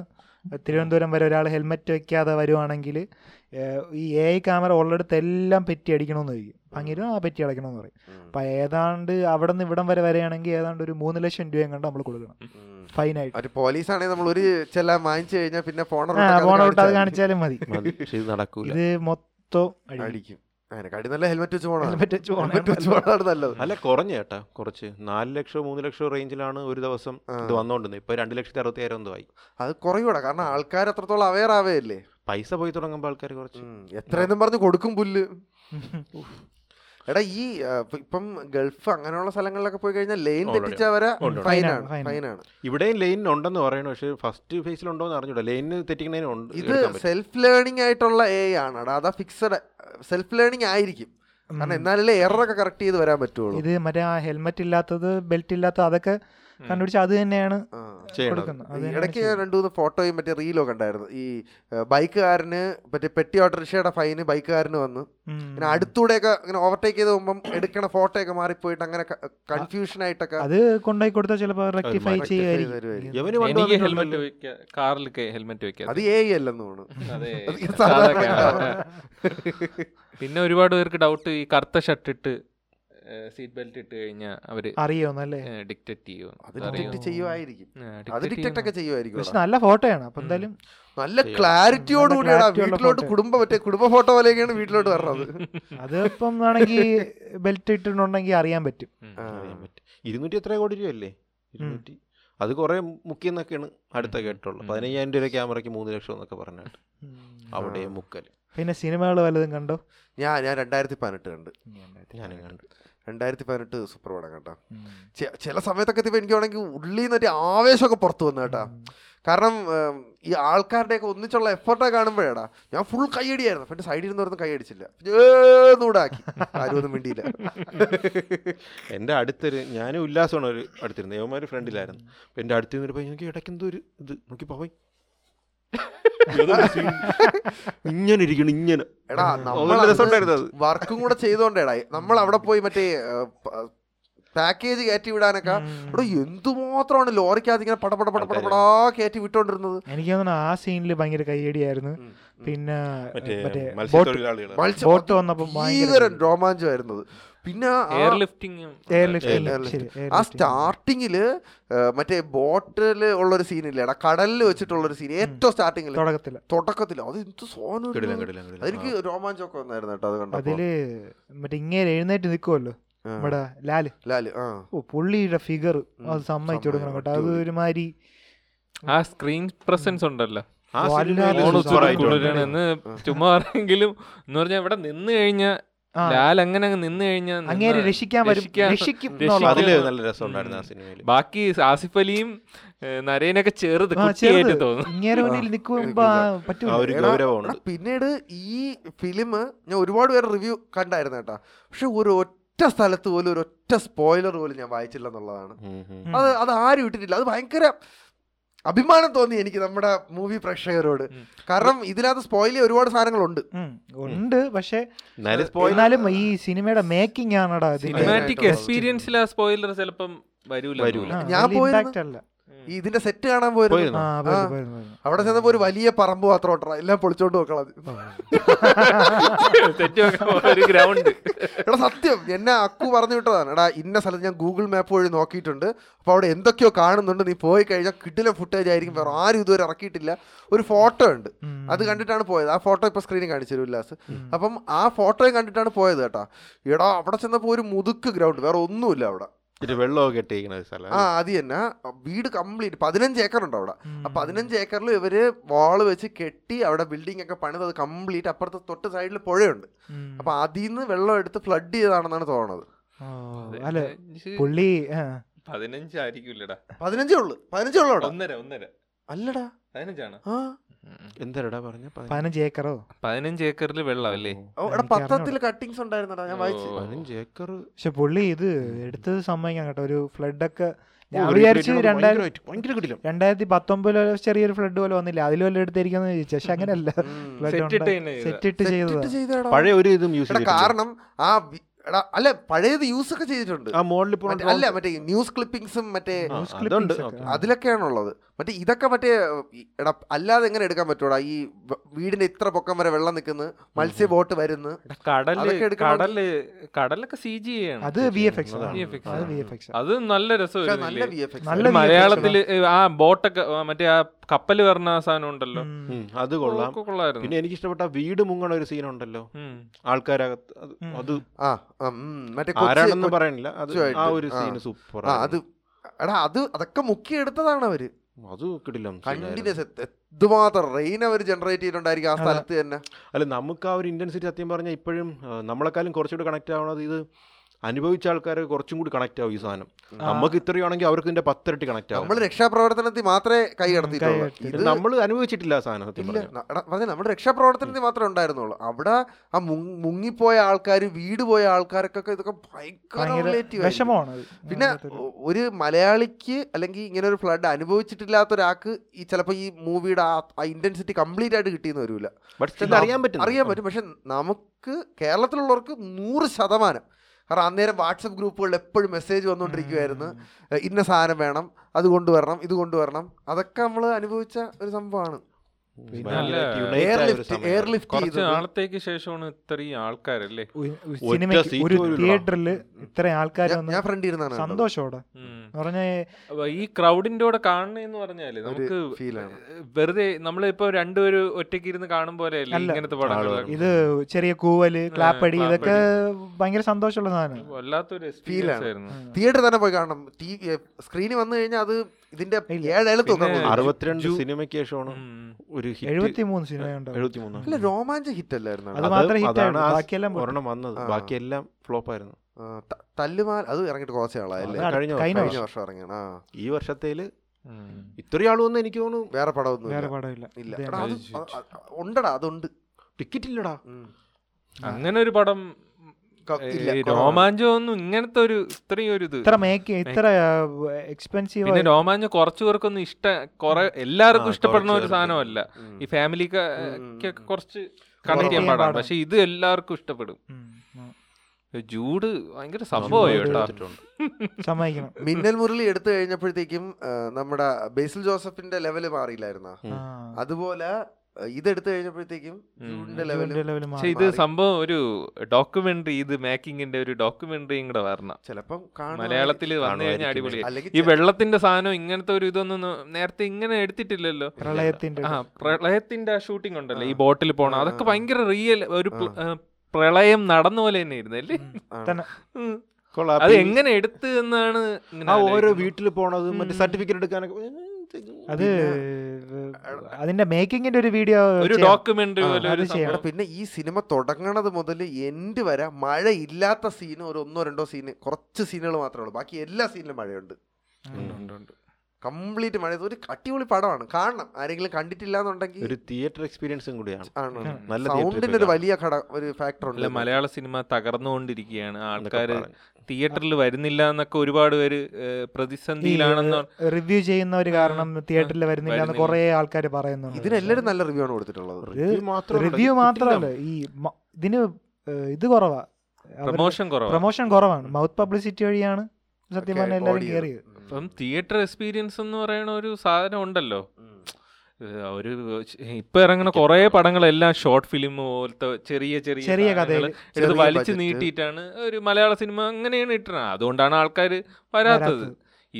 A: തിരുവനന്തപുരം വരെ ഒരാൾ ഹെൽമെറ്റ് വെക്കാതെ വരുവാണെങ്കിൽ ഈ എ ഐ ക്യാമറ ഉള്ളിടത്ത് എല്ലാം പെറ്റി അടിക്കണമെന്ന് ചോദിക്കും അങ്ങനെ ആ പെറ്റി അടയ്ക്കണമെന്ന് പറയും അപ്പം ഏതാണ്ട് അവിടെ നിന്ന് ഇവിടം വരെ വരെയാണെങ്കിൽ ഏതാണ്ട് ഒരു മൂന്ന് ലക്ഷം രൂപയും കണ്ട് നമ്മൾ കൊടുക്കണം ഫൈനായിട്ട്
D: മറ്റേ പോലീസാണെങ്കിൽ നമ്മൾ ഒരു ചെല്ലാൻ വാങ്ങിച്ചു കഴിഞ്ഞാൽ പിന്നെ പോണ
A: ആ
D: റൂട്ടൊക്കെ അത്
A: പോണ തൊട്ട് അത്
D: കാണിച്ചാൽ
A: കാണിച്ചാലും മതി
C: പക്ഷെ ഇത് നടക്കൂല
A: ഇത് മൊത്തം
D: അടിക്കും അതിനെ കാട്ടി നല്ല ഹെൽമെറ്റ് വെച്ച് പോണ
A: ഹെൽമെറ്റ് വെച്ച് പോണം.
D: ഹെൽമെറ്റ് വെച്ച് പോണാണ് നല്ലത്
C: അല്ല കുറഞ്ഞ കേട്ടാ കുറച്ച് നാല് ലക്ഷോ മൂന്ന് ലക്ഷോ റേഞ്ചിലാണ് ഒരു ദിവസം ഇത് വന്നോണ്ടിരുന്നത് ഇപ്പൊ രണ്ട് ലക്ഷത്തി അറുപത്തിയായിരം എന്തോ ആയി
D: അത് കുറയൂടാ കാരണം ആൾക്കാർ അത്രത്തോളം അവെയർ ആവേയല്ലേ
C: പൈസ പോയി തുടങ്ങുമ്പോൾ ആൾക്കാർ കുറച്ച്
D: എത്രയെന്നും പറഞ്ഞ് കൊടുക്കും
A: *laughs*
D: പുല്ല് എടാ ഈ ആ, ഇപ്പൊ- ഇപ്പം ഗൾഫ് അങ്ങനെയുള്ള സ്ഥലങ്ങളിലൊക്കെ പോയി കഴിഞ്ഞാൽ ലൈൻ
C: Already.
D: തെറ്റിച്ചാ വരെ
C: Already.
D: ഫൈനാണ്
A: Fine ആണ്, fine
D: ഫൈനാണ്
C: ഇവിടെയും ലൈനിന് ഉണ്ടെന്ന് പറയണു പക്ഷെ ഫസ്റ്റ് ഫേസിൽ ഉണ്ടോ എന്ന് അറിഞ്ഞൂടാ ലൈനിന് തെറ്റിക്കണേന് ഉണ്ട്
D: ഇത്
C: എടുക്കാൻ പറ്റും.
D: സെൽഫ് ലേണിംഗ് ആയിട്ടുള്ള എ ആണ് എടാ അതാ ഫിക്സഡ് സെൽഫ് ലേണിംഗ് ആയിരിക്കും കാരണം എന്നാലല്ലേ എററൊക്കെ കറക്റ്റ് ചെയ്ത് വരാൻ പറ്റുള്ളൂ
A: ഇത് മറ്റേ ആ ഹെൽമെറ്റ് ഇല്ലാത്തത് ബെൽറ്റ് ഇല്ലാത്ത അതൊക്കെ കണ്ടുപിടിച്ച് അത് തന്നെയാണ്
D: ആ.
C: ചെയ്യണത്.
A: കൊടുക്കുന്നത് അത്
D: ഈ
A: തന്നെയാണ്
D: ഇടയ്ക്ക് ഞാൻ
A: ചെയ്യുന്നത്.
D: രണ്ടു മൂന്ന് ഫോട്ടോയും മറ്റേ റീലൊക്കെ ഉണ്ടായിരുന്നു ഈ ഏഹ്, ബൈക്കുകാരന് മറ്റേ പെട്ടി ഓട്ടോറിക്ഷയുടെ ഫൈന് ബൈക്കുകാരന് വന്ന്
A: ഉം.
D: പിന്നെ അടുത്തൂടെയൊക്കെ ഇങ്ങനെ ഓവർടേക്ക് ചെയ്ത് പോകുമ്പം എടുക്കണ ഫോട്ടോയൊക്കെ മാറിപ്പോയിട്ട് അങ്ങനെ കൺഫ്യൂഷൻ ആയിട്ടൊക്കെ
A: അത് കൊണ്ടുപോയി കൊടുത്താൽ ചിലപ്പോൾ റെക്ടിഫൈ
C: മാറ്റി
D: ചെയ്ത് തരുമായിരിക്കും.
A: ചെയ്യുമായിരിക്കും
C: യവന് പണ്ട്
B: എനിക്ക്
C: വന്നിട്ടുണ്ടല്ലോ.
B: ഹെൽമെറ്റ് വെക്കാ കാറിൽ ഹെൽമെറ്റ് വെക്കാതെ
D: അത് എ അല്ലെന്ന് തോന്നുന്നു
B: അതെ
D: അത്
B: സാധാ
D: സാധാരണ
B: camera. പിന്നെ ഒരുപാട് പേർക്ക് ഡൗട്ട് ഈ കറുത്ത ഷർട്ട് ഇട്ട് സീറ്റ് ബെൽറ്റ് ഇട്ട് കഴിഞ്ഞാൽ അവര്
A: അറിയാവുന്നല്ലേ
B: ഡിക്റ്റേറ്റ് ചെയ്യും
D: അത് ഡിറ്റക്ട് ചെയ്യുമായിരിക്കും
B: ആ,
D: അത്
B: dictate
D: ഡിറ്റക്ട് ഒക്കെ
A: പക്ഷെ
D: ചെയ്യുമായിരിക്കും
A: നല്ല ഫോട്ടോയാണ് അപ്പൊ എന്തായാലും
D: നല്ല ക്ലാരിറ്റിയോട് കൂടിയാണ്
A: clarity ഉള്ള
D: വീട്ടിലോട്ട്
A: photo.
D: കുടുംബം മറ്റേ കുടുംബ ഫോട്ടോ പോലെയൊക്കെയാണ് വീട്ടിലോട്ട് വരണത്
A: അതിപ്പം ആണെങ്കിൽ ബെൽറ്റ് ഇട്ടിട്ടുണ്ടെങ്കിൽ അറിയാൻ പറ്റും
B: ഉം.
D: ആ.
C: അറിയാൻ പറ്റും ഇരുന്നൂറ്റി എത്ര കോടി രൂപയല്ലേ ഇരുന്നൂറ്റി അത് കുറേ മുക്കിയെന്നൊക്കെയാണ് അടുത്ത കേട്ടുള്ളത്
B: ഉം.
C: പതിനയ്യായിരം രൂപ ക്യാമറയ്ക്ക് മൂന്ന് ലക്ഷം എന്നൊക്കെ പറഞ്ഞിട്ട് അവിടെ
D: ആ.
C: മുക്കൽ
A: പിന്നെ സിനിമകൾ വല്ലതും കണ്ടോ
D: ഞാൻ ഞാൻ രണ്ടായിരത്തി പതിനെട്ട് കണ്ട്
C: ഞാനും കണ്ടു
D: രണ്ടായിരത്തി പതിനെട്ട് സൂപ്പർ പടം കേട്ടോ
A: ഉം.
D: ചെ- ചില സമയത്തൊക്കെ ഇപ്പം എനിക്കാണെങ്കിൽ ഉള്ളിൽ നിന്നൊരു ആവേശമൊക്കെ പുറത്തു വന്നു കേട്ടാ കാരണം ഉം, ഈ ആൾക്കാരുടെയൊക്കെ ഒന്നിച്ചുള്ള എഫർട്ടൊക്കെ കാണുമ്പോഴേടാ ഞാൻ ഫുൾ കൈയടിയായിരുന്നു പിന്നെ സൈഡിൽ നിന്ന് പറഞ്ഞ് കൈയടിച്ചില്ല ഏന്നൂടാക്കി ആരും ഒന്നും മിണ്ടിയില്ല
C: എൻ്റെ അടുത്തൊരു ഞാനും ഉല്ലാസമാണ് ഒരു അടുത്തിരുന്നത് യവന്മാർ ഫ്രണ്ടിലായിരുന്നു അപ്പം എൻ്റെ അടുത്ത് നിന്നിട്ട് പോയി എനിക്ക് ഇടയ്ക്ക് എന്തോ ഒരു ഇത് നോക്കി പോയി ഇങ്ങനെ ഇരിക്കണം ഇങ്ങനെ
D: എടാ
C: നല്ല രസമുണ്ടായിരുന്നു അത്.
D: നമ്മൾ വർക്കും കൂടെ ചെയ്തോണ്ടേടാ നമ്മൾ അവിടെ പോയി മറ്റേ പാക്കേജ് കയറ്റി വിടാനൊക്കെ ഇവിടെ എന്തുമാത്രമാണ് ലോറിക്കകത്ത് ഇങ്ങനെ പടപട പടപടപടാ കയറ്റി വിട്ടോണ്ടിരുന്നത്
A: എനിക്ക് തോന്നുന്നു ആ സീനിൽ ഭയങ്കര കയ്യടിയായിരുന്നു പിന്നെ
C: മറ്റേ
A: മറ്റേ ബോട്ട്
C: മത്സ്യത്തൊഴിലാളികൾ
D: മത്സ്യ-
A: ബോട്ട് വന്നപ്പം ഭയങ്കര
D: ഭീകരൻ രോമാഞ്ചമായിരുന്നത് പിന്നെ ആ-
B: എയർ ലിഫ്റ്റിങ്ങും
A: എയർ ലിഫ്റ്റിംഗ്
D: Airlift.
A: ശരി
D: ആ
A: airlift.
D: സ്റ്റാർട്ടിങ്ങില് മറ്റേ ബോട്ടിൽ ഉള്ളൊരു സീനില്ലേടാ കടലിൽ വെച്ചിട്ടുള്ളൊരു സീൻ ഏറ്റവും സ്റ്റാർട്ടിങ്ങിൽ
A: തുടക്കത്തില്
D: തുടക്കത്തിൽ അത് എന്ത് സോനം
C: കിടിലം
D: ഇരുന്നു.
C: കിടിലം കിടിലം
D: അതെനിക്ക് രോമാഞ്ചമൊക്കെ വന്നായിരുന്നു കേട്ടോ അത് കണ്ടപ്പോ
A: അതില് മറ്റേ ഇങ്ങനെ എഴുന്നേറ്റ് നിൽക്കുമല്ലോ
D: ആ.
A: നമ്മുടെ ലാല്
D: ലാല് ആ
A: ഓ പുള്ളിയുടെ ഫിഗർ അത് സമ്മതിച്ചു കൊടുക്കണം
D: സമ്മതിക്കണം,
A: കേട്ടോ അത് ഒരുമാതിരി
B: ആ സ്ക്രീൻ പ്രസൻസ് ഉണ്ടല്ലോ
C: ആ
A: വല്ലാതെ
C: സിനിമയില്
A: ഒരു
C: super
A: super
C: ആയിട്ടുണ്ട്.
A: ആയിട്ടുണ്ട്.
B: എന്ന് ചുമ്മാ ആരെങ്കിലും എന്ന് പറഞ്ഞാൽ ഇവിടെ നിന്ന് കഴിഞ്ഞാൽ
A: ആ
B: ലാൽ അങ്ങനെ അങ്ങ് നിന്ന് കഴിഞ്ഞാൽ നിന്ന-
A: അങ്ങേരെ രക്ഷിക്കാൻ വരും
B: രക്ഷിക്കാൻ-
A: രക്ഷിക്കും
B: രക്ഷിക്കും.
A: എന്നുള്ളത്.
C: അതില് നല്ല രസമുണ്ടായിരുന്നു ആ സിനിമയിൽ
B: ബാക്കി ആസിഫ് അലിയും ഏ, നരേനൊക്കെ ചെറുത്
A: ആ,
B: കുട്ടിയായിട്ട്
A: ചെറുത്.
B: തോന്നുന്നു
A: ഇങ്ങേരെ മുന്നിൽ നിൽക്കുമ്പോ പറ്റൂല
C: ആ ഒരു
D: എടാ,
C: ഗൗരവമുണ്ട്
D: എടാ, പിന്നീട് ഈ ഫിലിം ഞാൻ ഒരുപാട് പേര് റിവ്യൂ കണ്ടായിരുന്നു കേട്ടാ പക്ഷെ ഒരു ഒറ്റ സ്ഥലത്ത് പോലും ഒരു ഒറ്റ സ്പോയിലർ പോലും ഞാൻ വായിച്ചില്ല എന്നുള്ളതാണ്
C: ഉം, ഉം.
A: ഉം.
D: അത് അത് ആരും ഇട്ടിട്ടില്ല അത് ഭയങ്കര അഭിമാനം തോന്നി എനിക്ക് നമ്മുടെ മൂവി പ്രേക്ഷകരോട്
B: ഉം.
D: കാരണം ഇതിനകത്ത് സ്പോയിൽ ഒരുപാട് സാധനങ്ങളുണ്ട്
A: ഉം, ഉണ്ട് പക്ഷെ
C: എന്നാലും spoil-
A: എന്നാലും ഈ സിനിമയുടെ മേക്കിംഗ് ആണടാ
B: സിനിമാറ്റിക്
D: ഭയങ്കരായിട്ട്
B: എക്സ്പീരിയൻസിൽ ആ സ്പോയിലർ ചിലപ്പം വരൂല
C: വരൂല.
D: ഞാൻ പോയിരുന്നു.
A: ഇമ്പാക്ട് അല്ല
D: ഈ ഇതിന്റെ സെറ്റ് കാണാൻ പോയിരുന്നു
C: പോയിരുന്നോ?
A: ആ പോയിരുന്നു, പോയിരുന്നു, പോയിരുന്നു.
D: അവിടെ ചെന്നപ്പോ ഒരു വലിയ പറമ്പ് മാത്രം ഉണ്ടടാ എല്ലാം പൊളിച്ചോണ്ട് വെക്കണം
B: ഒരു ഗ്രൗണ്ട്
D: എടാ സത്യം എന്നെ അക്കു പറഞ്ഞു വിട്ടതാണ് എടാ ഇന്ന സ്ഥലത്ത് ഞാൻ ഗൂഗിൾ മാപ്പ് വഴി നോക്കിയിട്ടുണ്ട് അപ്പോൾ അവിടെ എന്തൊക്കെയോ കാണുന്നുണ്ട് നീ പോയി കഴിഞ്ഞാൽ കിട്ടില്ല ഫുട്ടേജ് ആയിരിക്കും വേറെ ആരും ഇതുവരെ ഇറക്കിയിട്ടില്ല ഒരു ഫോട്ടോ ഉണ്ട്
A: ഉം.
D: അത് കണ്ടിട്ടാണ് പോയത് ആ ഫോട്ടോ ഇപ്പോൾ സ്ക്രീനിൽ കാണിച്ചു തരും ഉല്ലാസ് അപ്പം ആ ഫോട്ടോയും കണ്ടിട്ടാണ് പോയത് കേട്ടാ എടാ അവിടെ ചെന്നപ്പോൾ ഒരു മുതുക്ക് ഗ്രൗണ്ട് വേറെ ഒന്നുമില്ല അവിടെ
C: ഇച്ചിരി വെള്ളമൊക്കെ ഇട്ടിരിക്കുന്ന ഒരു സ്ഥലം
D: ആ അത് തന്നെ വീട് കംപ്ലീറ്റ് പതിനഞ്ച് ഏക്കർ ഉണ്ട് അവിടെ
A: ഉം.
D: ആ പതിനഞ്ച് ഏക്കറിൽ ഇവര് വാള് വെച്ച് കെട്ടി അവിടെ ബിൽഡിംഗ് ഒക്കെ പണിത് അത് കംപ്ലീറ്റ് അപ്പുറത്തെ തൊട്ട് സൈഡിൽ പുഴയുണ്ട്
A: ഉം.
D: അപ്പൊ അതിൽ നിന്ന് വെള്ളം എടുത്ത് ഫ്ലഡ് ചെയ്തതാണെന്നാണ് തോന്നുന്നത്
A: ഓ, അല്ല പുള്ളി ആ,
B: പതിനഞ്ചായിരിക്കില്ലടാ
D: പതിനഞ്ചേ ഉള്ളു പതിനഞ്ചേ ഉള്ളു അവിടെ
B: ഒന്നര ഒന്നര
D: അല്ലടാ
B: പതിനഞ്ചാണ്
D: ആ
C: എന്താടാ പറഞ്ഞ
A: പതിനഞ്ച് ഏക്കറോ
B: പതിനഞ്ച് ഏക്കറിൽ വെള്ളം അല്ലേ
D: ഓ, എടാ പത്രത്തിൽ കട്ടിങ്സ് ഉണ്ടായിരുന്നടാ ഞാൻ വായിച്ചു
B: ഓ.
C: പതിനഞ്ച് ഏക്കർ
A: പക്ഷെ പുള്ളി ഇത് എടുത്തത് സമ്മതിക്കാൻ കേട്ടോ ഒരു ഫ്ലഡ് ഒക്കെ ഞാൻ വിചാരിച്ചു രണ്ടായിരത്തി
C: ഭയങ്കര കിട്ടില്ല
A: രണ്ടായിരത്തി പത്തൊമ്പതിലോ ചെറിയൊരു ഫ്ലഡ് പോലെ വന്നില്ല അതിൽ വല്ല എടുത്തിരിക്കുന്നു ചോദിച്ചു പക്ഷെ അങ്ങനെയല്ല
B: Set ഇട്ട് തന്നെ ചെയ്തതാ.
A: സെറ്റ് ഇട്ട് ചെയ്തതാ
D: ചെയ്തടാ
C: പഴയ ഒരു ഇതും യൂസ്
D: എടാ കാരണം ആ വി- എടാ അല്ല പഴയത് യൂസ് ഒക്കെ ചെയ്തിട്ടുണ്ട്
C: ആ മോളിൽ ഇപ്പോൾ
D: മറ്റേ- അല്ല മറ്റേ ന്യൂസ് ക്ലിപ്പിംഗ്സും മറ്റേ
C: ആ,
A: ന്യൂസ്
C: അതുണ്ട്.
A: clippings ഒക്കെ.
C: ഓക്കേ.
D: അതിലൊക്കെയാണുള്ളത് മറ്റേ ഇതൊക്കെ മറ്റേ ഈ- എടാ അല്ലാതെ എങ്ങനെ എടുക്കാൻ പറ്റൂടാ ഈ വ- വീടിന്റെ ഇത്ര പൊക്കം വരെ വെള്ളം നിൽക്കുന്നു മത്സ്യ ബോട്ട് വരുന്നു
B: എടാ, കടല്
D: അതൊക്കെ എടുക്കണം.
B: കടല് കടലൊക്കെ സി ജി ആണ്
A: അത് വി എഫ് എക്സ്
B: VFX
A: അത് വി എഫ് എക്സ്
B: അത് നല്ല
D: പക്ഷേ നല്ല
B: രസമായിരുന്നു
D: വി എഫ്
A: നല്ല VFX
B: മലയാളത്തില് ആ ബോട്ടൊക്കെ ആ, മറ്റേ ആ കപ്പല് പറഞ്ഞ ആ സാധനം ഉണ്ടല്ലോ
C: ഉം, അത് കൊള്ളാം
B: അതൊക്കെ കൊള്ളായിരുന്നു
C: പിന്നെ എനിക്ക് ഇഷ്ടപ്പെട്ട വീട് മുങ്ങണ ഒരു സീനുണ്ടല്ലോ
B: ഉം.
C: ആൾക്കാരകത്ത് അത്
A: ഉം.
C: അത്
D: ആ ആ, ഉം, മറ്റേ കൊച്ചി-
C: ആരാണെന്ന്
D: കൊ-
C: പറയണില്ല അത്
D: കൊച്ചുമായിട്ട്.
C: ആ ഒരു
D: ആ.
C: സീന് സൂപ്പർ
D: ആ അത് എടാ അത് അതൊക്കെ മുക്കിയെടുത്തതാണ് അവര്
C: അത് കിട്ടില്ല
D: കണ്ടിന്യൂസ് എന്തുമാത്രം റെയിൻ അവർ ജനറേറ്റ് ചെയ്തിട്ടുണ്ടായിരിക്കും ആ സ്ഥലത്ത് തന്നെ
C: അല്ല നമുക്ക് ആ ഒരു ഇന്റൻസിറ്റി സത്യം പറഞ്ഞാൽ ഇപ്പോഴും ആ, നമ്മളെക്കാളും കുറച്ചുകൂടി കണക്ട് ആവണത് ഇത് അനുഭവിച്ച ആൾക്കാർ കുറച്ചും കൂടി കണക്ട് ആവും ഈ സാധനം നമുക്ക് ഇത്രയാണെങ്കിൽ അവർക്ക് ഇതിന്റെ പത്തിരട്ടി കണക്ട് ആവും
D: നമ്മൾ രക്ഷാപ്രവർത്തനത്തിൽ മാത്രമേ കൈ കടത്തിയിട്ടുള്ളൂ
A: കൈ
D: ഇത്
C: നമ്മൾ അനുഭവിച്ചിട്ടില്ല ആ സാധനം സത്യം
D: ഇല്ല
C: പറഞ്ഞാൽ
D: ന- എടാ, പറഞ്ഞ നമ്മുടെ രക്ഷാപ്രവർത്തനത്തിൽ മാത്രമേ ഉണ്ടായിരുന്നുള്ളൂ അവിടെ ആ മുങ്- മുങ്ങിപ്പോയ ആൾക്കാർ വീട് പോയ ആൾക്കാർക്കൊക്കെ ഇതൊക്കെ ഭയങ്കര
A: ഭയങ്കര
D: relative ആയിരിക്കും.
A: വിഷമമാണ് അത്.
D: പിന്നെ
A: അതിനകത്തൊരു-
D: ഒ- ഒരു മലയാളിക്ക് അല്ലെങ്കിൽ ഇങ്ങനെ ഒരു ഫ്ലഡ് അനുഭവിച്ചിട്ടില്ലാത്ത ഒരാൾക്ക് ഈ ചിലപ്പോൾ ഈ മൂവിയുടെ ആ ഇന്റൻസിറ്റി കംപ്ലീറ്റ് ആയിട്ട് കിട്ടിയെന്ന് വരില്ല
C: ബട്ട് അറിയാൻ പറ്റും
D: അറിയാൻ പറ്റും പക്ഷെ നമുക്ക് കേരളത്തിലുള്ളവർക്ക് നൂറ് ശതമാനം കാരണം അന്നേരം വാട്സപ്പ് ഗ്രൂപ്പുകളിൽ എപ്പോഴും മെസ്സേജ് വന്നുകൊണ്ടിരിക്കുമായിരുന്നു ഏ, ഇന്ന സാധനം വേണം അത് കൊണ്ടുവരണം ഇത് കൊണ്ടുവരണം അതൊക്കെ നമ്മൾ അനുഭവിച്ച ഒരു സംഭവമാണ്
A: പിന്നെ
B: നല്ല
D: എയർ ലിഫ്റ്റ്
B: കുറച്ച്
D: ചെയ്തത്
B: നാളത്തേക്ക് ശേഷമാണ് ഇത്രയും ആൾക്കാരല്ലേ
A: സിനിമ
C: seat
A: ഒരു
C: പോലും ഇല്ലടാ.
A: തിയേറ്ററിൽ ഇത്രയും ആൾക്കാർ
D: ഞാൻ-
A: വന്ന്
D: ഞാൻ ഫ്രണ്ട് ഇരുന്നാണ് കണ്ടത്.
A: സന്തോഷോടെ
B: ഉം.
A: എന്ന് പറഞ്ഞ
B: അപ്പൊ ഈ ക്രൗഡിന്റെ കൂടെ കാണണെന്ന് പറഞ്ഞാല് നമുക്ക്
D: feel ആണ്.
B: വെറുതെ നമ്മളിപ്പോ രണ്ടുപേരും ഒറ്റയ്ക്ക് ഇരുന്ന് കാണും പോലെയല്ല
A: അല്ല.
B: ഇങ്ങനത്തെ പടങ്ങളൊക്കെ
A: ഇത് ചെറിയ കൂവല് ക്ലാപ്പടി
B: ആ,
A: ഇതൊക്കെ ഭയങ്കര സന്തോഷമുള്ള സാധനം
B: വല്ലാത്തൊരു
D: Feel
B: എക്സ്പീരിയൻസ്
D: ആണ്.
B: ആയിരുന്നു
D: തിയേറ്ററിൽ തന്നെ പോയി കാണണം സ്ക്രീനിൽ വന്നു കഴിഞ്ഞാൽ അത് ഇതിന്റെ
A: ഇല്ല.
D: ഏഴേഴ്
B: പിന്നെ
D: തോന്നുന്നു
C: അറുപത്തിരണ്ട്
B: ജൂ-
C: സിനിമയ്ക്ക് ശേഷമാണ്
B: ഉം.
C: ഒരു ഹിറ്റ്
A: എഴുപത്തി മൂന്ന് സിനിമയുണ്ടോ
C: എഴുപത്തി മൂന്ന്
D: അല്ല രോമാഞ്ച ഹിറ്റ് അല്ലായിരുന്നു
A: അത് മാത്രമേ hit
C: അതാണ്
A: ആയുള്ളൂ.
C: ആ
A: ബാക്കിയെല്ലാം പൊട്ടി.
C: ഒരെണ്ണം വന്നത്
D: ആ.
C: ബാക്കിയെല്ലാം ഫ്ലോപ്പ് ആയിരുന്നു
D: തല്ലുമാൽ അത് ഇറങ്ങിയിട്ട് കുറച്ച് ആളായല്ലേ
A: അത്
C: കഴിഞ്ഞ
A: കഴിഞ്ഞ
D: കഴിഞ്ഞ
A: വർഷം.
D: വർഷം ഇറങ്ങിയാണ് ആ
C: ഈ വർഷത്തേല്
B: ഉം.
C: ഇത്രയും ആളൊന്നും എനിക്ക് തോന്നുന്നു
D: വേറെ പടമൊന്നും
A: വേറെ
D: ഇല്ല.
A: പടമില്ല
D: ഇല്ല
A: ഇത്
D: എടാ, അത്
B: തന്നെ.
D: അ- അ- ഉണ്ടടാ അതുണ്ട്
C: ടിക്കറ്റ് ഇല്ലടാ
D: ഉം.
B: അങ്ങനെ ഒരു പടം
D: ക- ഇല്ല,
B: ഈ
D: കുറവാണ്.
B: രോമാഞ്ചം ഒന്നും ഇങ്ങനത്തെ ഒരു ഇത്രയും ഒരു ഇത്
A: ഇത്ര മേക്ക് ഇത്ര എക്സ്പെൻസീവ്
B: പിന്നെ രോമാഞ്ചം കുറച്ചു പേർക്കൊന്നും ഇഷ്ട കുറെ എല്ലാവർക്കും
C: ആ,
B: ഇഷ്ടപ്പെടുന്ന ഒരു
C: കുറച്ച് പേർക്ക്.
B: സാധനമല്ല
D: ഉം.
B: ഈ ഫാമിലിക്ക്
D: ഉം, ഉം.
B: കുറച്ച് കണക്ട് ചെയ്യാൻ
A: ചെയ്യാൻ
B: പാടാണ്
A: പാടാണ്.
B: പക്ഷെ ഇത് എല്ലാവർക്കും ഇഷ്ടപ്പെടും ജൂഡ് ഭയങ്കര സംഭവമായി കേട്ടോ
C: എടുത്തിട്ടുണ്ട്.
A: സമ്മതിക്കണം
D: മിന്നൽ മുരളി എടുത്തു കഴിഞ്ഞപ്പോഴത്തേക്കും ആ, നമ്മുടെ ബേസിൽ ജോസഫിന്റെ ലെവല് മാറിയില്ലായിരുന്ന
C: ഉം.
D: അതുപോലെ ആ, ഇതെടുത്തു കഴിഞ്ഞപ്പോഴത്തേക്കും
B: ഉം.
D: ജൂണിന്റെ ലെവല്
A: ലെവൽ
B: പക്ഷെ ഇത് സംഭവം ഒരു ഡോക്യുമെന്ററി ഇത് മേക്കിങ്ങിന്റെ ഒരു ഡോക്യുമെന്ററിയും കൂടെ വരണം
D: ചിലപ്പം കാണും
B: മലയാളത്തിൽ വന്നു കഴിഞ്ഞാൽ
C: കാണുമായിരിക്കും.
B: അടിപൊളിയായി
D: അല്ലെങ്കിൽ
B: ഈ
D: ചെ-
B: വെള്ളത്തിന്റെ സാധനം ഇങ്ങനത്തെ ഒരു ഇതൊന്നും ന- നേരത്തെ ഇങ്ങനെ എടുത്തിട്ടില്ലല്ലോ
A: പ്രളയത്തിന്റെ
B: ആ പ്രളയത്തിന്റെ ആ ഷൂട്ടിംഗ് ഉണ്ടല്ലോ ഈ ബോട്ടിൽ പോണം അതൊക്കെ ഭയങ്കര റിയൽ ഒരു പ്ല- ആ, പ്രളയം നടന്ന പോലെ തന്നെ ഇരുന്നല്ലേ
D: ആണ്.
A: തന്നെ
C: കൊള്ളാം.
B: *laughs* അത്
C: ഈ-
B: എങ്ങനെ എടുത്ത് എന്നാണ് ഇങ്ങനെ
C: ആ ഓരോ
B: ആലോചിക്കുന്നത്.
C: വീട്ടിൽ പോണത് മറ്റേ
B: ഉം.
C: സർട്ടിഫിക്കറ്റ് എടുക്കാനൊക്കെ ഉം, ഇത്
A: അത് അതിന്റെ മേക്കിങ്ങിന്റെ ഒരു വീഡിയോ
B: ഒരു ഡോക്യുമെന്ററി
D: ആ,
B: പോലെ ഒരു
A: അത് ചെയ്യണം.
D: എടാ,
B: സംഭവം
D: പിന്നെ ഈ സിനിമ തുടങ്ങണത് മുതൽ എൻഡ് വരെ മഴ ഇല്ലാത്ത സീന് ഒരു ഒന്നോ രണ്ടോ സീന് കുറച്ച് സീനുകൾ മാത്രമേ ഉള്ളൂ ബാക്കി എല്ലാ സീനിലും മഴയുണ്ട് കംപ്ലീറ്റ് മഴ ഇത് ഒരു അടിപൊളി പടമാണ് കാണണം ആരെങ്കിലും കണ്ടിട്ടില്ല എന്നുണ്ടെങ്കിൽ
C: ഒരു തിയേറ്റർ എക്സ്പീരിയൻസും കൂടിയാണ്
D: ആണ്
C: നല്ല
D: സൗണ്ടിന് ഒരു
C: തിയേറ്റർ
D: വലിയ ഘട ഒരു ഫാക്ടർ
B: അല്ല
D: ഉണ്ട്
B: മലയാള സിനിമ തകർന്നുകൊണ്ടിരിക്കുകയാണ്
C: എന്നൊക്കെ
B: ആൾക്കാർ
C: പറഞ്ഞു.
B: തിയേറ്ററിൽ വരുന്നില്ല എന്നൊക്കെ ഒരുപാട് പേര് ഏഹ്, പ്രതിസന്ധിയിലാണെന്ന്
A: റിവ്യൂ ചെയ്യുന്ന ഒരു കാരണം തിയേറ്ററിൽ വരുന്നില്ല എന്ന്
B: വരുന്നില്ല.
A: കുറെ ആൾക്കാർ പറയുന്നുണ്ട്
D: ഇതിനെല്ലാവരും നല്ല റിവ്യൂ ആണ് കൊടുത്തിട്ടുള്ളത്
C: Review മാത്രമല്ല,
A: റിവ്യൂ
C: കിട്ടില്ല.
A: മാത്രമല്ല ഈ മ- ഇതിന് ഏഹ്, ഇത് കുറവാ
B: പ്രമോഷൻ കുറവാണ്
A: പ്രൊമോഷൻ കുറവാണ് മൗത്ത് പബ്ലിസിറ്റി വഴിയാണ് സത്യം
D: ഒക്കെ
A: പറഞ്ഞ എല്ലാവരും
D: ഓടിയത്.
A: കയറിയത്
B: അപ്പം തിയേറ്റർ എക്സ്പീരിയൻസ് എന്ന് പറയുന്ന ഒരു സാധനം ഉണ്ടല്ലോ
D: ഉം.
B: ഏഹ്, ഒരു ഇപ്പൊ ഇറങ്ങുന്ന കുറെ പടങ്ങളെല്ലാം ഷോർട്ട് ഫിലിം പോലത്തെ ചെറിയ ചെറിയ
A: ചെറിയ
B: സാധനങ്ങള്
A: കഥയില്.
B: എടുത്ത്
D: ചെറിയ
B: വലിച്ചു
D: budget.
B: നീട്ടിയിട്ടാണ് ഒരു മലയാള സിനിമ അങ്ങനെയാണ് ഇട്ടത് അതുകൊണ്ടാണ് ആൾക്കാർ വരാത്തത്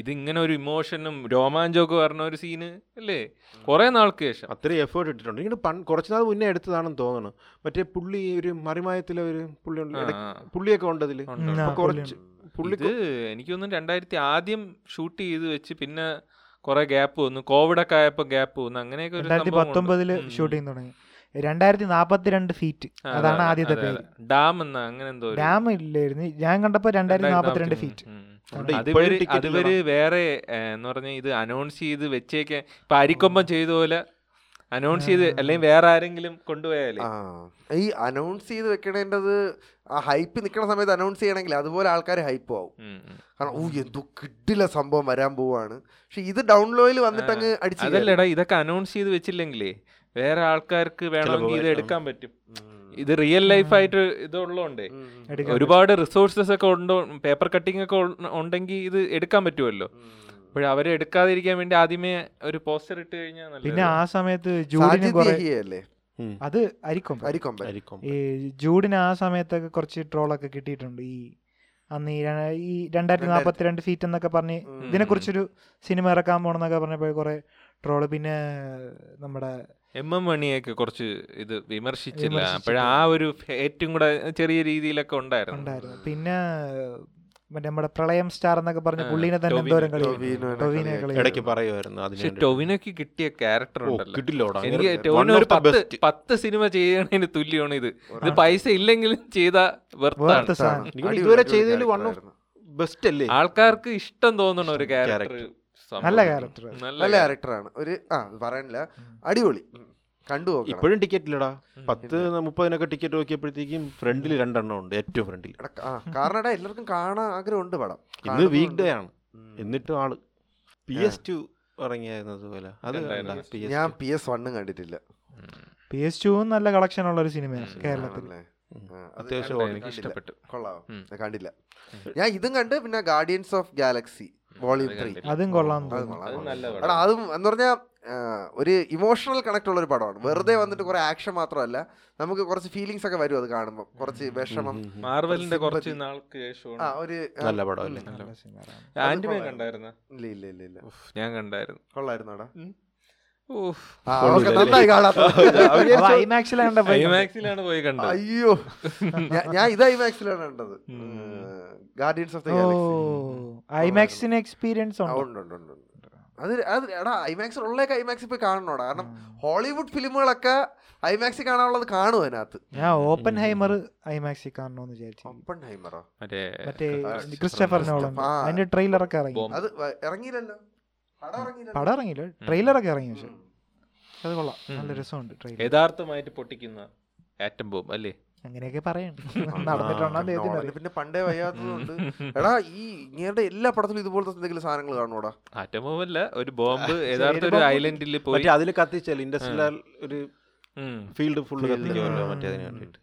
B: ഇതിങ്ങനെ ഒരു ഇമോഷനും രോമാഞ്ചമൊക്കെ വരുന്ന ഒരു സീന് അല്ലേ കുറെ നാൾക്ക് ശേഷം
C: അത്രയും എഫേർട്ട് ഇട്ടിട്ടുണ്ട് ഇങ്ങനെ പൺ കുറച്ച് നാൾ മുന്നേ എടുത്തതാണെന്ന് തോന്നുന്നു മറ്റേ പുള്ളി ഒരു മറിമായത്തിലെ ഒരു പുള്ളി ഉണ്ട്.
B: ആ,
C: ഇടയ്ക്ക്
B: ആ.
C: പുള്ളിയൊക്കെ ഉണ്ടതില്
B: ഉണ്ട്,
A: ഉം,
B: ഉണ്ട്.
A: ആ,
C: അപ്പൊ കുറച്ച് പുള്ളി
B: ഇത് എനിക്കൊന്നും രണ്ടായിരത്തി ആദ്യം ഷൂട്ട് ചെയ്ത് വെച്ച് പിന്നെ കുറെ ഗ്യാപ്പ് വന്നു കോവിഡൊക്കെ ആയപ്പോ ഗ്യാപ്പ് വന്നു അങ്ങനെയൊക്കെ ഒരു
A: രണ്ടായിരത്തി പത്തൊമ്പതില് ഷൂട്ടിംഗ് തുടങ്ങി രണ്ടായിരത്തി നാപ്പത്തിരണ്ട് ഫീറ്റ് അതാണ് ആദ്യത്തെ പേര്
B: ഡാം എന്ന അങ്ങനെ എന്തോ ഒരു-
A: ഡാം ഇല്ലായിരുന്നു ഞാൻ കണ്ടപ്പോ രണ്ടായിരത്തി നാപ്പത്തിരണ്ട് ഫീറ്റ്
B: ഉം.
C: ഉണ്ട്. ഇപ്പോഴും
B: അതുവരെ
C: ticket
B: അതുവരെ വേറെ ഏ, എന്ന് പറഞ്ഞാൽ ഇത് അനൗൺസ് ചെയ്ത് വെച്ചേക്കാൻ ഇപ്പൊ അരിക്കൊമ്പം ചെയ്ത പോലെ അനൗൺസ് ചെയ്ത് അല്ലെങ്കിൽ വേറെ ആരെങ്കിലും കൊണ്ടുപോയാലേ
D: ആ ഈ അനൗൺസ് ചെയ്ത് വെക്കണേണ്ടത് ആ ഹൈപ്പ് നിൽക്കുന്ന സമയത്ത് അനൗൺസ് ചെയ്യണമെങ്കിൽ അതുപോലെ ആൾക്കാർ ഹൈപ്പ് ആവും
B: ഉം, ഉം.
D: കാരണം ഓ എന്തോ കിട്ടില്ല സംഭവം വരാൻ പോവാണ് പക്ഷെ ഇത് ഡൗൺലോയിൽ വന്നിട്ട് അങ്ങ് അടിച്ച് കയറി.
B: അതല്ലടാ ഇതൊക്കെ അനൗൺസ് ചെയ്ത് വെച്ചില്ലെങ്കിലേ വേറെ ആൾക്കാർക്ക് വേണമെങ്കിൽ ഇത്
C: വരും.
B: എടുക്കാൻ പറ്റും
D: ഉം.
B: ഇത് റിയൽ ലൈഫായിട്ട് ഇതുള്ളതുകൊണ്ടേ
D: ഉം.
A: എടുക്കാൻ
B: ഒരുപാട് റിസോഴ്സസ് ഒക്കെ ഉണ്ടോ പേപ്പർ കട്ടിംഗ് ഒക്കെ ഉണ്ടെങ്കിൽ ഇത് എടുക്കാൻ പറ്റുമല്ലോ അപ്പോൾ അവരെ എടുക്കാതിരിക്കാൻ വേണ്ടി ആദ്യമേ ഒരു പോസ്റ്റർ ഇട്ട് കഴിഞ്ഞാൽ നല്ല
A: പിന്നെ ആ സമയത്ത് ജൂഡിന്
D: സാജിദ്
A: കുറെ
D: യഹിയല്ലേ?
C: ഉം.
A: അത് ആയിരിക്കും
D: അരിക്കൊമ്പൻ
C: ആയിരിക്കും.
A: ഈ ജൂഡിന് ആ സമയത്തൊക്കെ കുറച്ച് ട്രോളൊക്കെ കിട്ടിയിട്ടുണ്ട് ഈ അന്ന് ഈ ര- ഈ രണ്ടായിരത്തി നാപ്പത്തിരണ്ട് ഫീറ്റ് എന്നൊക്കെ പറഞ്ഞ് ഇതിനെക്കുറിച്ചൊരു സിനിമ ഇറക്കാൻ പോണെന്നൊക്കെ പറഞ്ഞപ്പോൾ കുറെ ട്രോള് പിന്നെ നമ്മുടെ
B: എം എം മണിയൊക്കെ കുറച്ച് ഇത് വിമർശിച്ചില്ല
A: വിമർശിച്ചില്ല.
B: അപ്പോഴ ആ ഒരു ഏറ്റവും കൂടെ ചെറിയ രീതിയിലൊക്കെ ഉണ്ടായിരുന്നു
A: ഉണ്ടായിരുന്നു പിന്നെ മറ്റേ നമ്മുടെ പ്രളയം സ്റ്റാർ എന്നൊക്കെ പറഞ്ഞ
B: ആ,
A: പുള്ളീനെ തന്നെ
B: ടോവിനോ.
A: എന്തോരം കളി
D: ടോവിനോനെ
A: ടൊവിനെ
D: കളിയാക്കി.
A: കളി
C: ഇടയ്ക്ക് പറയുമായിരുന്നു അതിന്
B: പക്ഷെ ടോവിനോക്ക് കിട്ടിയ ക്യാരക്ടർ ഉണ്ടല്ലോ
C: കിട്ടില്ലോടാ
B: എനിക്ക് ടോവിനോ ഒരു പത്ത് പത്ത് സിനിമ ചെയ്യണതിന് തുല്യമാണ് ഇത് ഇത് പൈസ ഇല്ലെങ്കിലും ചെയ്ത
A: വേർത്ത
B: വെർത്താണ്
A: സാധനം
D: അടിപൊളി,
C: ഇതുവരെ
D: അടിപൊളി
C: ചെയ്തതിൽ വൺ ഓഫ്
D: character
C: ബെസ്റ്റ് അല്ലേ
B: ആൾക്കാർക്ക് ഇഷ്ടം തോന്നണ ഒരു ക്യാരക്ടർ
C: Character.
A: നല്ല ക്യാരക്ടർ
D: നല്ല ക്യാരക്ടറാണ് ഒരു ആ പറയാനില്ല അടിപൊളി കണ്ടു നോക്കണം
C: ഇപ്പോഴും ടിക്കറ്റ് ഇല്ലടാ പത്ത് മുപ്പതിനൊക്കെ ടിക്കറ്റ് നോക്കിയപ്പോഴത്തേക്കും ഫ്രണ്ടിൽ രണ്ടെണ്ണം ഉണ്ട് ഏറ്റവും ഫ്രണ്ടിൽ
D: എടാ, ആ, കാരണം എടാ, എല്ലാവർക്കും കാണാൻ ആഗ്രഹമുണ്ട് പടം
C: ഇന്ന്
D: കാണുന്നുണ്ട്.
C: വീക്ക് ഡേ ആണ്
D: ഉം.
C: എന്നിട്ടും ആള് പി എസ് ടു ഇറങ്ങിയായിരുന്നു അതുപോലെ അത്
B: കണ്ടായിരുന്നു.
C: കണ്ടാ? PS2.
D: ഞാൻ പി എസ് വണ്ണും കണ്ടിട്ടില്ല
A: പി എസ് ടുവും നല്ല കളക്ഷൻ ഉള്ള ഒരു സിനിമയാണ് കേരളത്തിൽ
D: ആണല്ലേ?
C: ഉം.
D: ആ, അത്
C: അത്യാവശ്യം
D: കണ്ടില്ല,
B: എനിക്ക്
D: കണ്ടില്ല.
B: ഇഷ്ടപ്പെട്ടു
D: കൊള്ളാം
B: ഉം.
D: ഞാൻ കണ്ടില്ല ഞാൻ ഇതും കണ്ട് പിന്നെ Guardians of Galaxy volume three
B: കണ്ടില്ല.
A: അതും കൊള്ളാം
D: അത് കൊള്ളാം
B: അത്
D: കൊള്ളാം.
B: നല്ല പടം.
D: എടാ അതും എന്ന് പറഞ്ഞാൽ ആ, ഒരു ഇമോഷണൽ കണക്ട് ഉള്ള ഒരു പടമാണ് വെറുതെ വന്നിട്ട് കുറെ ആക്ഷൻ മാത്രമല്ല നമുക്ക് കുറച്ച് ഫീലിങ്സ് ഒക്കെ വരും അത് കാണുമ്പോൾ കുറച്ച് വിഷമം
B: മാർവലിന്റെ കുറച്ച്
D: sympathy.
B: നാൾക്ക്
D: ആ
B: ശേഷമാണ്
D: ഒരു ആ,
C: നല്ല പടം അല്ലേ?
D: ഉം.
A: നല്ല സിനിമയാണ്.
B: ആന്റിമേ
D: കൊള്ളാം.
B: കണ്ടായിരുന്ന
D: ഇല്ല ഇല്ല ഇല്ല ഇല്ല
B: ഞാൻ കണ്ടായിരുന്നു
D: കൊള്ളായിരുന്നോടാ
B: ഊഫ്.
D: ആ,
C: കൊള്ളൂല്ലേ?
D: ഓക്കേ, നന്നായി കാണാത്തത്.
A: അത് IMAX ലാ കണ്ടപ്പോ
B: ഐമാക്സിലാണ് പോയി കണ്ടത്
D: അയ്യോ ഞാ- ഞാൻ ഇത് ഐമാക്സിലാണ് കണ്ടത്
B: ഉം.
D: Guardians of the
A: oh
D: Galaxy
A: ഐമാക്സിന് എക്സ്പീരിയൻസ് ഉണ്ട്
D: ഉണ്ട് ഉണ്ട് ഉണ്ട് ഉണ്ട്. അത് അത് എടാ ഐമാക്സിൽ ഉള്ളേക്ക് ഐമാക്സിൽ പോയി കാണണോടാ കാരണം ഹോളിവുഡ് ഫിലിമുകളൊക്കെ ഐമാക്സിൽ കാണാനുള്ളത് കാണും അതിനകത്ത്
A: ഞാൻ ഓപ്പൻ ഹൈമർ ഐമാക്സിൽ കാണണമെന്ന് വിചാരിച്ചു
D: ഒപ്പൺഹൈമറോ
B: മറ്റേ
A: മറ്റേ
D: ക്രിസ്റ്റഫർ
A: ക്രിസ്റ്റഫർ നോളൻ
D: ആ.
A: അതിന്റെ ട്രെയിലറൊക്കെ ഇറങ്ങി
B: ബോംബ്.
D: അത് വ- ഇറങ്ങിയില്ലല്ലോ പടം ഇറങ്ങിയില്ലല്ലോ.
A: പടം ഇറങ്ങിയില്ല ട്രെയിലറൊക്കെ ഇറങ്ങി പക്ഷെ
D: ഉം.
A: അത് കൊള്ളാം നല്ല
B: ഉം.
A: രസമുണ്ട് ട്രെയിലർ
B: യഥാർത്ഥമായിട്ട് പൊട്ടിക്കുന്ന ആറ്റം ബോംബ് അല്ലേ
A: അങ്ങനെയൊക്കെ പറയണ്ട
D: ആ,
A: *laughs* നടന്നിട്ടുണ്ടോ എന്ന് ദൈവത്തിന്
D: നോളന്
A: അറിയാം.
D: പിന്നെ പണ്ടേ വയ്യാത്തതുകൊണ്ട് എടാ ഈ ഇങ്ങയുടെ എല്ലാ പടത്തിലും ഇതുപോലത്തെ എന്തെങ്കിലും സാധനങ്ങൾ കാണുവോടാ
B: ആറ്റം ബോംബ് അല്ല ഒരു ബോംബ് യഥാർത്ഥ ഒരു
A: bomb.
B: ഐലൻഡിൽ പോയി
C: മറ്റേ അതിൽ കത്തിച്ചാൽ ഇൻഡസ്ട്രിയൽ ഒരു
B: ഉം.
C: Field full
B: Field.
C: കത്തിക്കുമല്ലോ മറ്റേ അതിന് വേണ്ടിയിട്ട്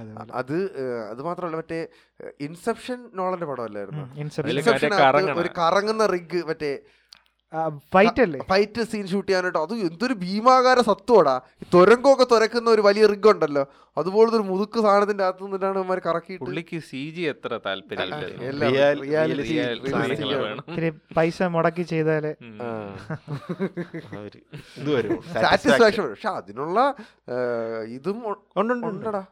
A: അതുപോലെ.
D: അത് ഏഹ്, അത് മാത്രമല്ല മറ്റേ ഇൻസെപ്ഷൻ നോളന്റെ പടമല്ലായിരുന്നു
A: ഉം, ഇൻസെപ്ഷൻ.
B: അതില്
D: Inception
B: മറ്റേ
D: അകത്ത്
B: കറങ്ങണ.
D: ഒരു കറങ്ങുന്ന റിഗ് മറ്റേ
A: ആ, ഫൈറ്റ് അല്ലേ
D: ഫൈറ്റ് സീൻ ഷൂട്ട് ചെയ്യാനായിട്ട് അത് എന്തൊരു ഭീമാകാര സത്വടാ ഈ തുരങ്കമൊക്കെ തുരക്കുന്ന ഒരു വലിയ റിഗ് ഉണ്ടല്ലോ അതുപോലത്തെ ഒരു മുതുക്ക് സാധനത്തിന്റെ അകത്ത് നിന്നിട്ടാണ് ഇവന്മാർ കറക്കിയിട്ട്
B: പുള്ളിക്ക് സി ജി എത്ര താല്പര്യമില്ല
D: എല്ലാം
C: Real-
D: reality-
B: real
D: realistic
B: സാധനങ്ങൾ
D: ആണ്.
B: വേണം.
A: ഇത്തിരി പൈസ മുടക്കി ചെയ്താലേ
B: ഉം.
C: ആ. അവര് ഇത് വരും
D: സാറ്റിസ്ഫാക്ഷൻ പക്ഷെ അതിനുള്ള ഏഹ്, ഇതും ഉ-
C: ഉണ്ടുണ്ട്
D: ഉണ്ടടാ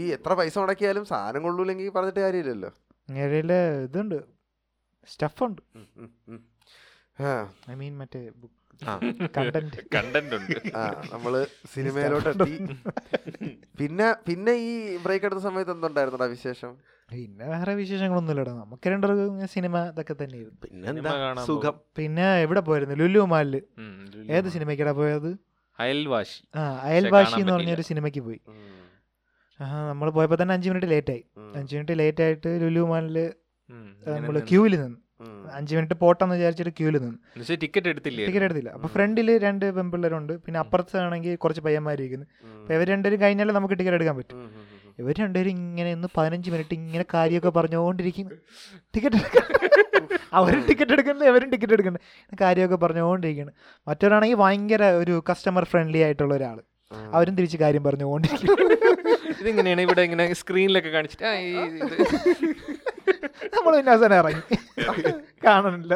D: ഈ എത്ര പൈസ മുടക്കിയാലും സാധനം കൊള്ളൂലെങ്കിൽ പറഞ്ഞിട്ട് കാര്യമില്ലല്ലോ
A: ഇങ്ങനെയുള്ള ഇതുണ്ട് സ്റ്റഫുണ്ട്
D: ഉം, ഉം, ഉം. ആ,
A: ഐ മീൻ മറ്റേ
C: ആ.
A: കണ്ടന്റ്
B: കണ്ടന്റ് ഉണ്ട്
D: ആ, നമ്മള് സിനിമയിലോട്ട് എത്തി പിന്നെ പിന്നെ ഈ ബ്രേക്ക് എടുത്ത സമയത്ത് എന്തുണ്ടായിരുന്നടാ വിശേഷം
A: *laughs* പിന്നെ വേറെ വിശേഷങ്ങളൊന്നും ഇല്ലടാ നമുക്ക് രണ്ടുപേർക്കും ഇങ്ങനെ സിനിമ ഇതൊക്കെ തന്നെയായിരുന്നു
C: പിന്നെന്താ
B: സിനിമ കാണാൻ
C: സുഖം
A: പിന്നെ എവിടെ പോയിരുന്നു ലുലു മാലില്
B: ഉം.
A: ഏത് സിനിമയ്ക്കടാ പോയത്
B: അയൽവാശി
A: ആ അയൽവാശി
B: കാണാൻ
A: എന്ന് പറഞ്ഞൊരു സിനിമയ്ക്ക് പോയി നമ്മൾ പോയപ്പോൾ തന്നെ അഞ്ച് മിനിറ്റ് ലേറ്റ് ആയി അഞ്ച് മിനിറ്റ് ലേറ്റ് ആയിട്ട് ലുലു മാളില്
B: ഉം. ഇങ്ങനെ
A: നമ്മൾ
B: നിന്ന്.
A: ക്യൂവിൽ നിന്ന് അഞ്ച് മിനിറ്റ് പോട്ടെന്ന് വിചാരിച്ചിട്ട് ക്യൂവിൽ നിന്ന്
B: എന്നുവെച്ചാ ടിക്കറ്റ് എടുത്തില്ലേ
A: ടിക്കറ്റ് എടുത്തില്ല അപ്പൊ
D: ഉം.
A: ഫ്രണ്ടിൽ രണ്ട് പെൺപിള്ളേരുണ്ട് പിന്നെ അപ്പുറത്ത് ആണെങ്കിൽ കുറച്ച് പയ്യന്മാരിരിക്കുന്നു അപ്പൊ ഇവർ രണ്ടുപേരും കഴിഞ്ഞാലേ നമുക്ക് ടിക്കറ്റ് എടുക്കാൻ പറ്റും ഇവർ രണ്ടുപേരും ഇങ്ങനെ ഒന്ന് പതിനഞ്ച് മിനിറ്റ് ഇങ്ങനെ കാര്യമൊക്കെ പറഞ്ഞുകൊണ്ടിരിക്കുന്നു ടിക്കറ്റ് അവരും ടിക്കറ്റ് എടുക്കുന്നില്ല ഇവരും ടിക്കറ്റ് എടുക്കുന്നില്ല കാര്യമൊക്കെ പറഞ്ഞുകൊണ്ടിരിക്കുന്നു മറ്റൊരാണെങ്കിൽ ഭയങ്കര ഒരു കസ്റ്റമർ ഫ്രണ്ട്ലി ആയിട്ടുള്ള ഒരാൾ അവരും തിരിച്ച് കാര്യം പറഞ്ഞുകൊണ്ടിരിക്കുന്നു
B: ഇതെങ്ങനെയാണ് ഇവിടെ ഇങ്ങനെ സ്ക്രീനിലൊക്കെ കാണിച്ചിട്ട് ആ, ഈ ഇത്.
A: നമ്മൾ പിന്നെ അവസാനം ഇറങ്ങി കാണണില്ല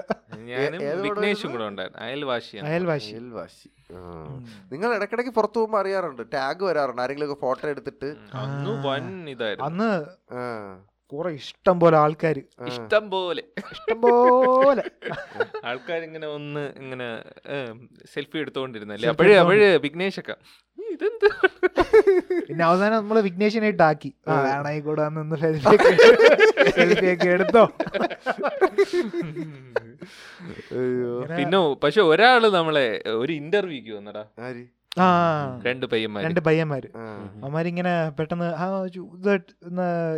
B: ഞാനും
D: ഏ- ഏത് പടമായിരുന്നു?
B: വിഘ്നേഷും കൂടെ ഉണ്ടായിരുന്നു അയൽവാശിയാണ്
A: അയൽവാശി
D: വാശി
A: ഉം.
D: നിങ്ങൾ ഇടയ്ക്കിടയ്ക്ക് പുറത്തു പോകുമ്പോൾ അറിയാറുണ്ട് ടാഗ് വരാറുണ്ട് ആരെങ്കിലും ഫോട്ടോ എടുത്തിട്ട്
B: ഉം. അന്ന് വൻ ഇതായിരുന്നു
A: അന്ന്
D: ആ,
A: കുറെ ഇഷ്ടം പോലെ ആൾക്കാർ
D: ആ.
B: ഇഷ്ടം പോലെ
A: ഇഷ്ടം പോലെ
B: ആൾക്കാർ ഇങ്ങനെ ഒന്ന് ഇങ്ങനെ സെൽഫി എടുത്തോണ്ടിരുന്നല്ലേ അപ്പോഴേ അപ്പോഴേ വിഘ്നേഷ് ഒക്കെ "ഈ ഇതെന്ത്
A: പിന്നെ അവസാനം നമ്മള് വിഘ്നേഷിനായിട്ട് ആക്കി ആണായി കൂടെ നിന്ന് സെൽഫി ഒക്കെ എടുത്തോ
D: അയ്യോ
B: പിന്നെ പക്ഷെ ഒരാള് നമ്മളെ ഒരു ഇന്റർവ്യൂക്ക് വന്നടാ
D: ആര്
A: ആ
B: രണ്ട് പയ്യന്മാര്
A: രണ്ട് പയ്യന്മാര്
D: ആ.
A: അവന്മാരിങ്ങനെ പെട്ടെന്ന് ആ ചു- ഇത്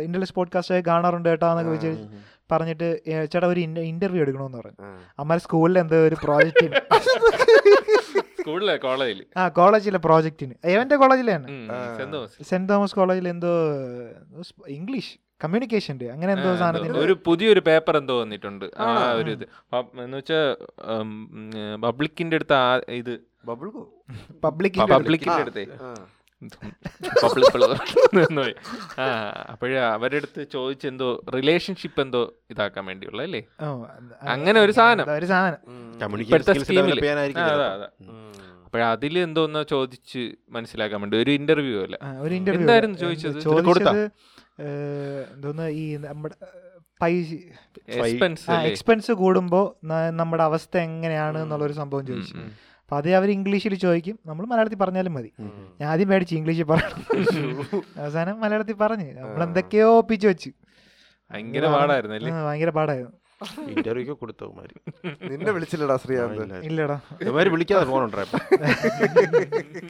A: ഇന്റർലെസ് പോഡ്കാസ്റ്റ് കാണാറുണ്ട് കേട്ടോ എന്നൊക്കെ വിചാരിച്ച് പറഞ്ഞിട്ട് ഏ, ചേട്ടാ ഒരു ഇന്റർവ്യൂ എടുക്കണമെന്ന് പറഞ്ഞു
D: ആ.
A: അമ്മമാർ സ്കൂളിൽ എന്തോ ഒരു പ്രോജക്റ്റിന്
B: സ്കൂളിലെ കോളേജില്
A: ആ കോളേജിലെ പ്രോജക്റ്റിന് എവന്റെ കോളേജിലെ തന്നെ
B: ഉം, സെന്റ് തോമസ്.
A: സെന്റ് തോമസ് കോളേജിൽ എന്തോ ഇംഗ്ലീഷ് കമ്മ്യൂണിക്കേഷൻ്റെ അങ്ങനെ എന്തോ
B: ആ, എന്തോ
A: സാധനത്തിന്
B: ഒരു പുതിയൊരു പേപ്പർ എന്തോ വന്നിട്ടുണ്ട് ആ ഒരു ഇത് എന്ന് വെച്ചാൽ പബ്ലിക്കിന്റെ അടുത്ത് ആ ഇത്
D: ബബിൾ ഗോ
A: പബ്ലിക്
B: പബ്ലിക്കിന്റെ അടുത്തേ
D: ആ.
B: പബ്ലിക് പോയി ആ അപ്പോഴേ അവരുടെ അടുത്ത് ചോദിച്ചെന്തോ റിലേഷൻഷിപ്പ് എന്തോ ഇതാക്കാൻ വേണ്ടിയുള്ള അല്ലേ അങ്ങനെ ഒരു സാധനം.
A: ഒരു സാധനം
B: ഇപ്പോഴത്തെ
C: കമ്മ്യൂണിക്കേഷൻ
B: സ്കീമിൽ
C: ഡെവലപ്പ് ചെയ്യാനായിരിക്കും ചിലപ്പോൾ.
D: ഉം.
B: അപ്പോഴതിൽ എന്തോന്നോ ചോദിച്ച് മനസ്സിലാക്കാൻ വേണ്ടി ഒരു ഇന്റർവ്യൂ അല്ല
A: ആ, ഒരു ഇന്റർവ്യൂ
B: എന്തായിരുന്നു ചോദിച്ചത്?
C: ഇതിന് കൊടുത്താ?
A: ചോദിച്ചത് ഏ, എന്തോന്ന് ഈ നമ്മുടെ പൈസ
B: എക്സ്പെൻസ്
A: എക്സ്പെൻസ് കൂടുമ്പോൾ നമ്മുടെ അവസ്ഥ എങ്ങനെയാണ് എന്നുള്ളൊരു സംഭവം ചോദിച്ചു അപ്പൊ അത് അവർ ഇംഗ്ലീഷിൽ ചോദിക്കും നമ്മൾ മലയാളത്തിൽ പറഞ്ഞാലും മതി ഞാൻ ആദ്യം മേടിച്ച് ഇംഗ്ലീഷിൽ
B: *laughs*
A: പറഞ്ഞു അവസാനം മലയാളത്തിൽ പറഞ്ഞ് നമ്മൾ എന്തൊക്കെയോ ഒപ്പിച്ച് വെച്ച്
B: ഭയങ്കര പാടായിരുന്നു അല്ലേ
A: ആ, ഭയങ്കര പാടായിരുന്നു
C: ഇന്റർവ്യൂക്ക് കൊടുത്തവന്മാര്
D: നിന്നെ വിളിച്ചില്ലടാ ശ്രീകാന്ത്
A: ഇല്ലടാ
C: ഇവന്മാര് വിളിക്കാതെ ഫോണുണ്ടായപ്പോ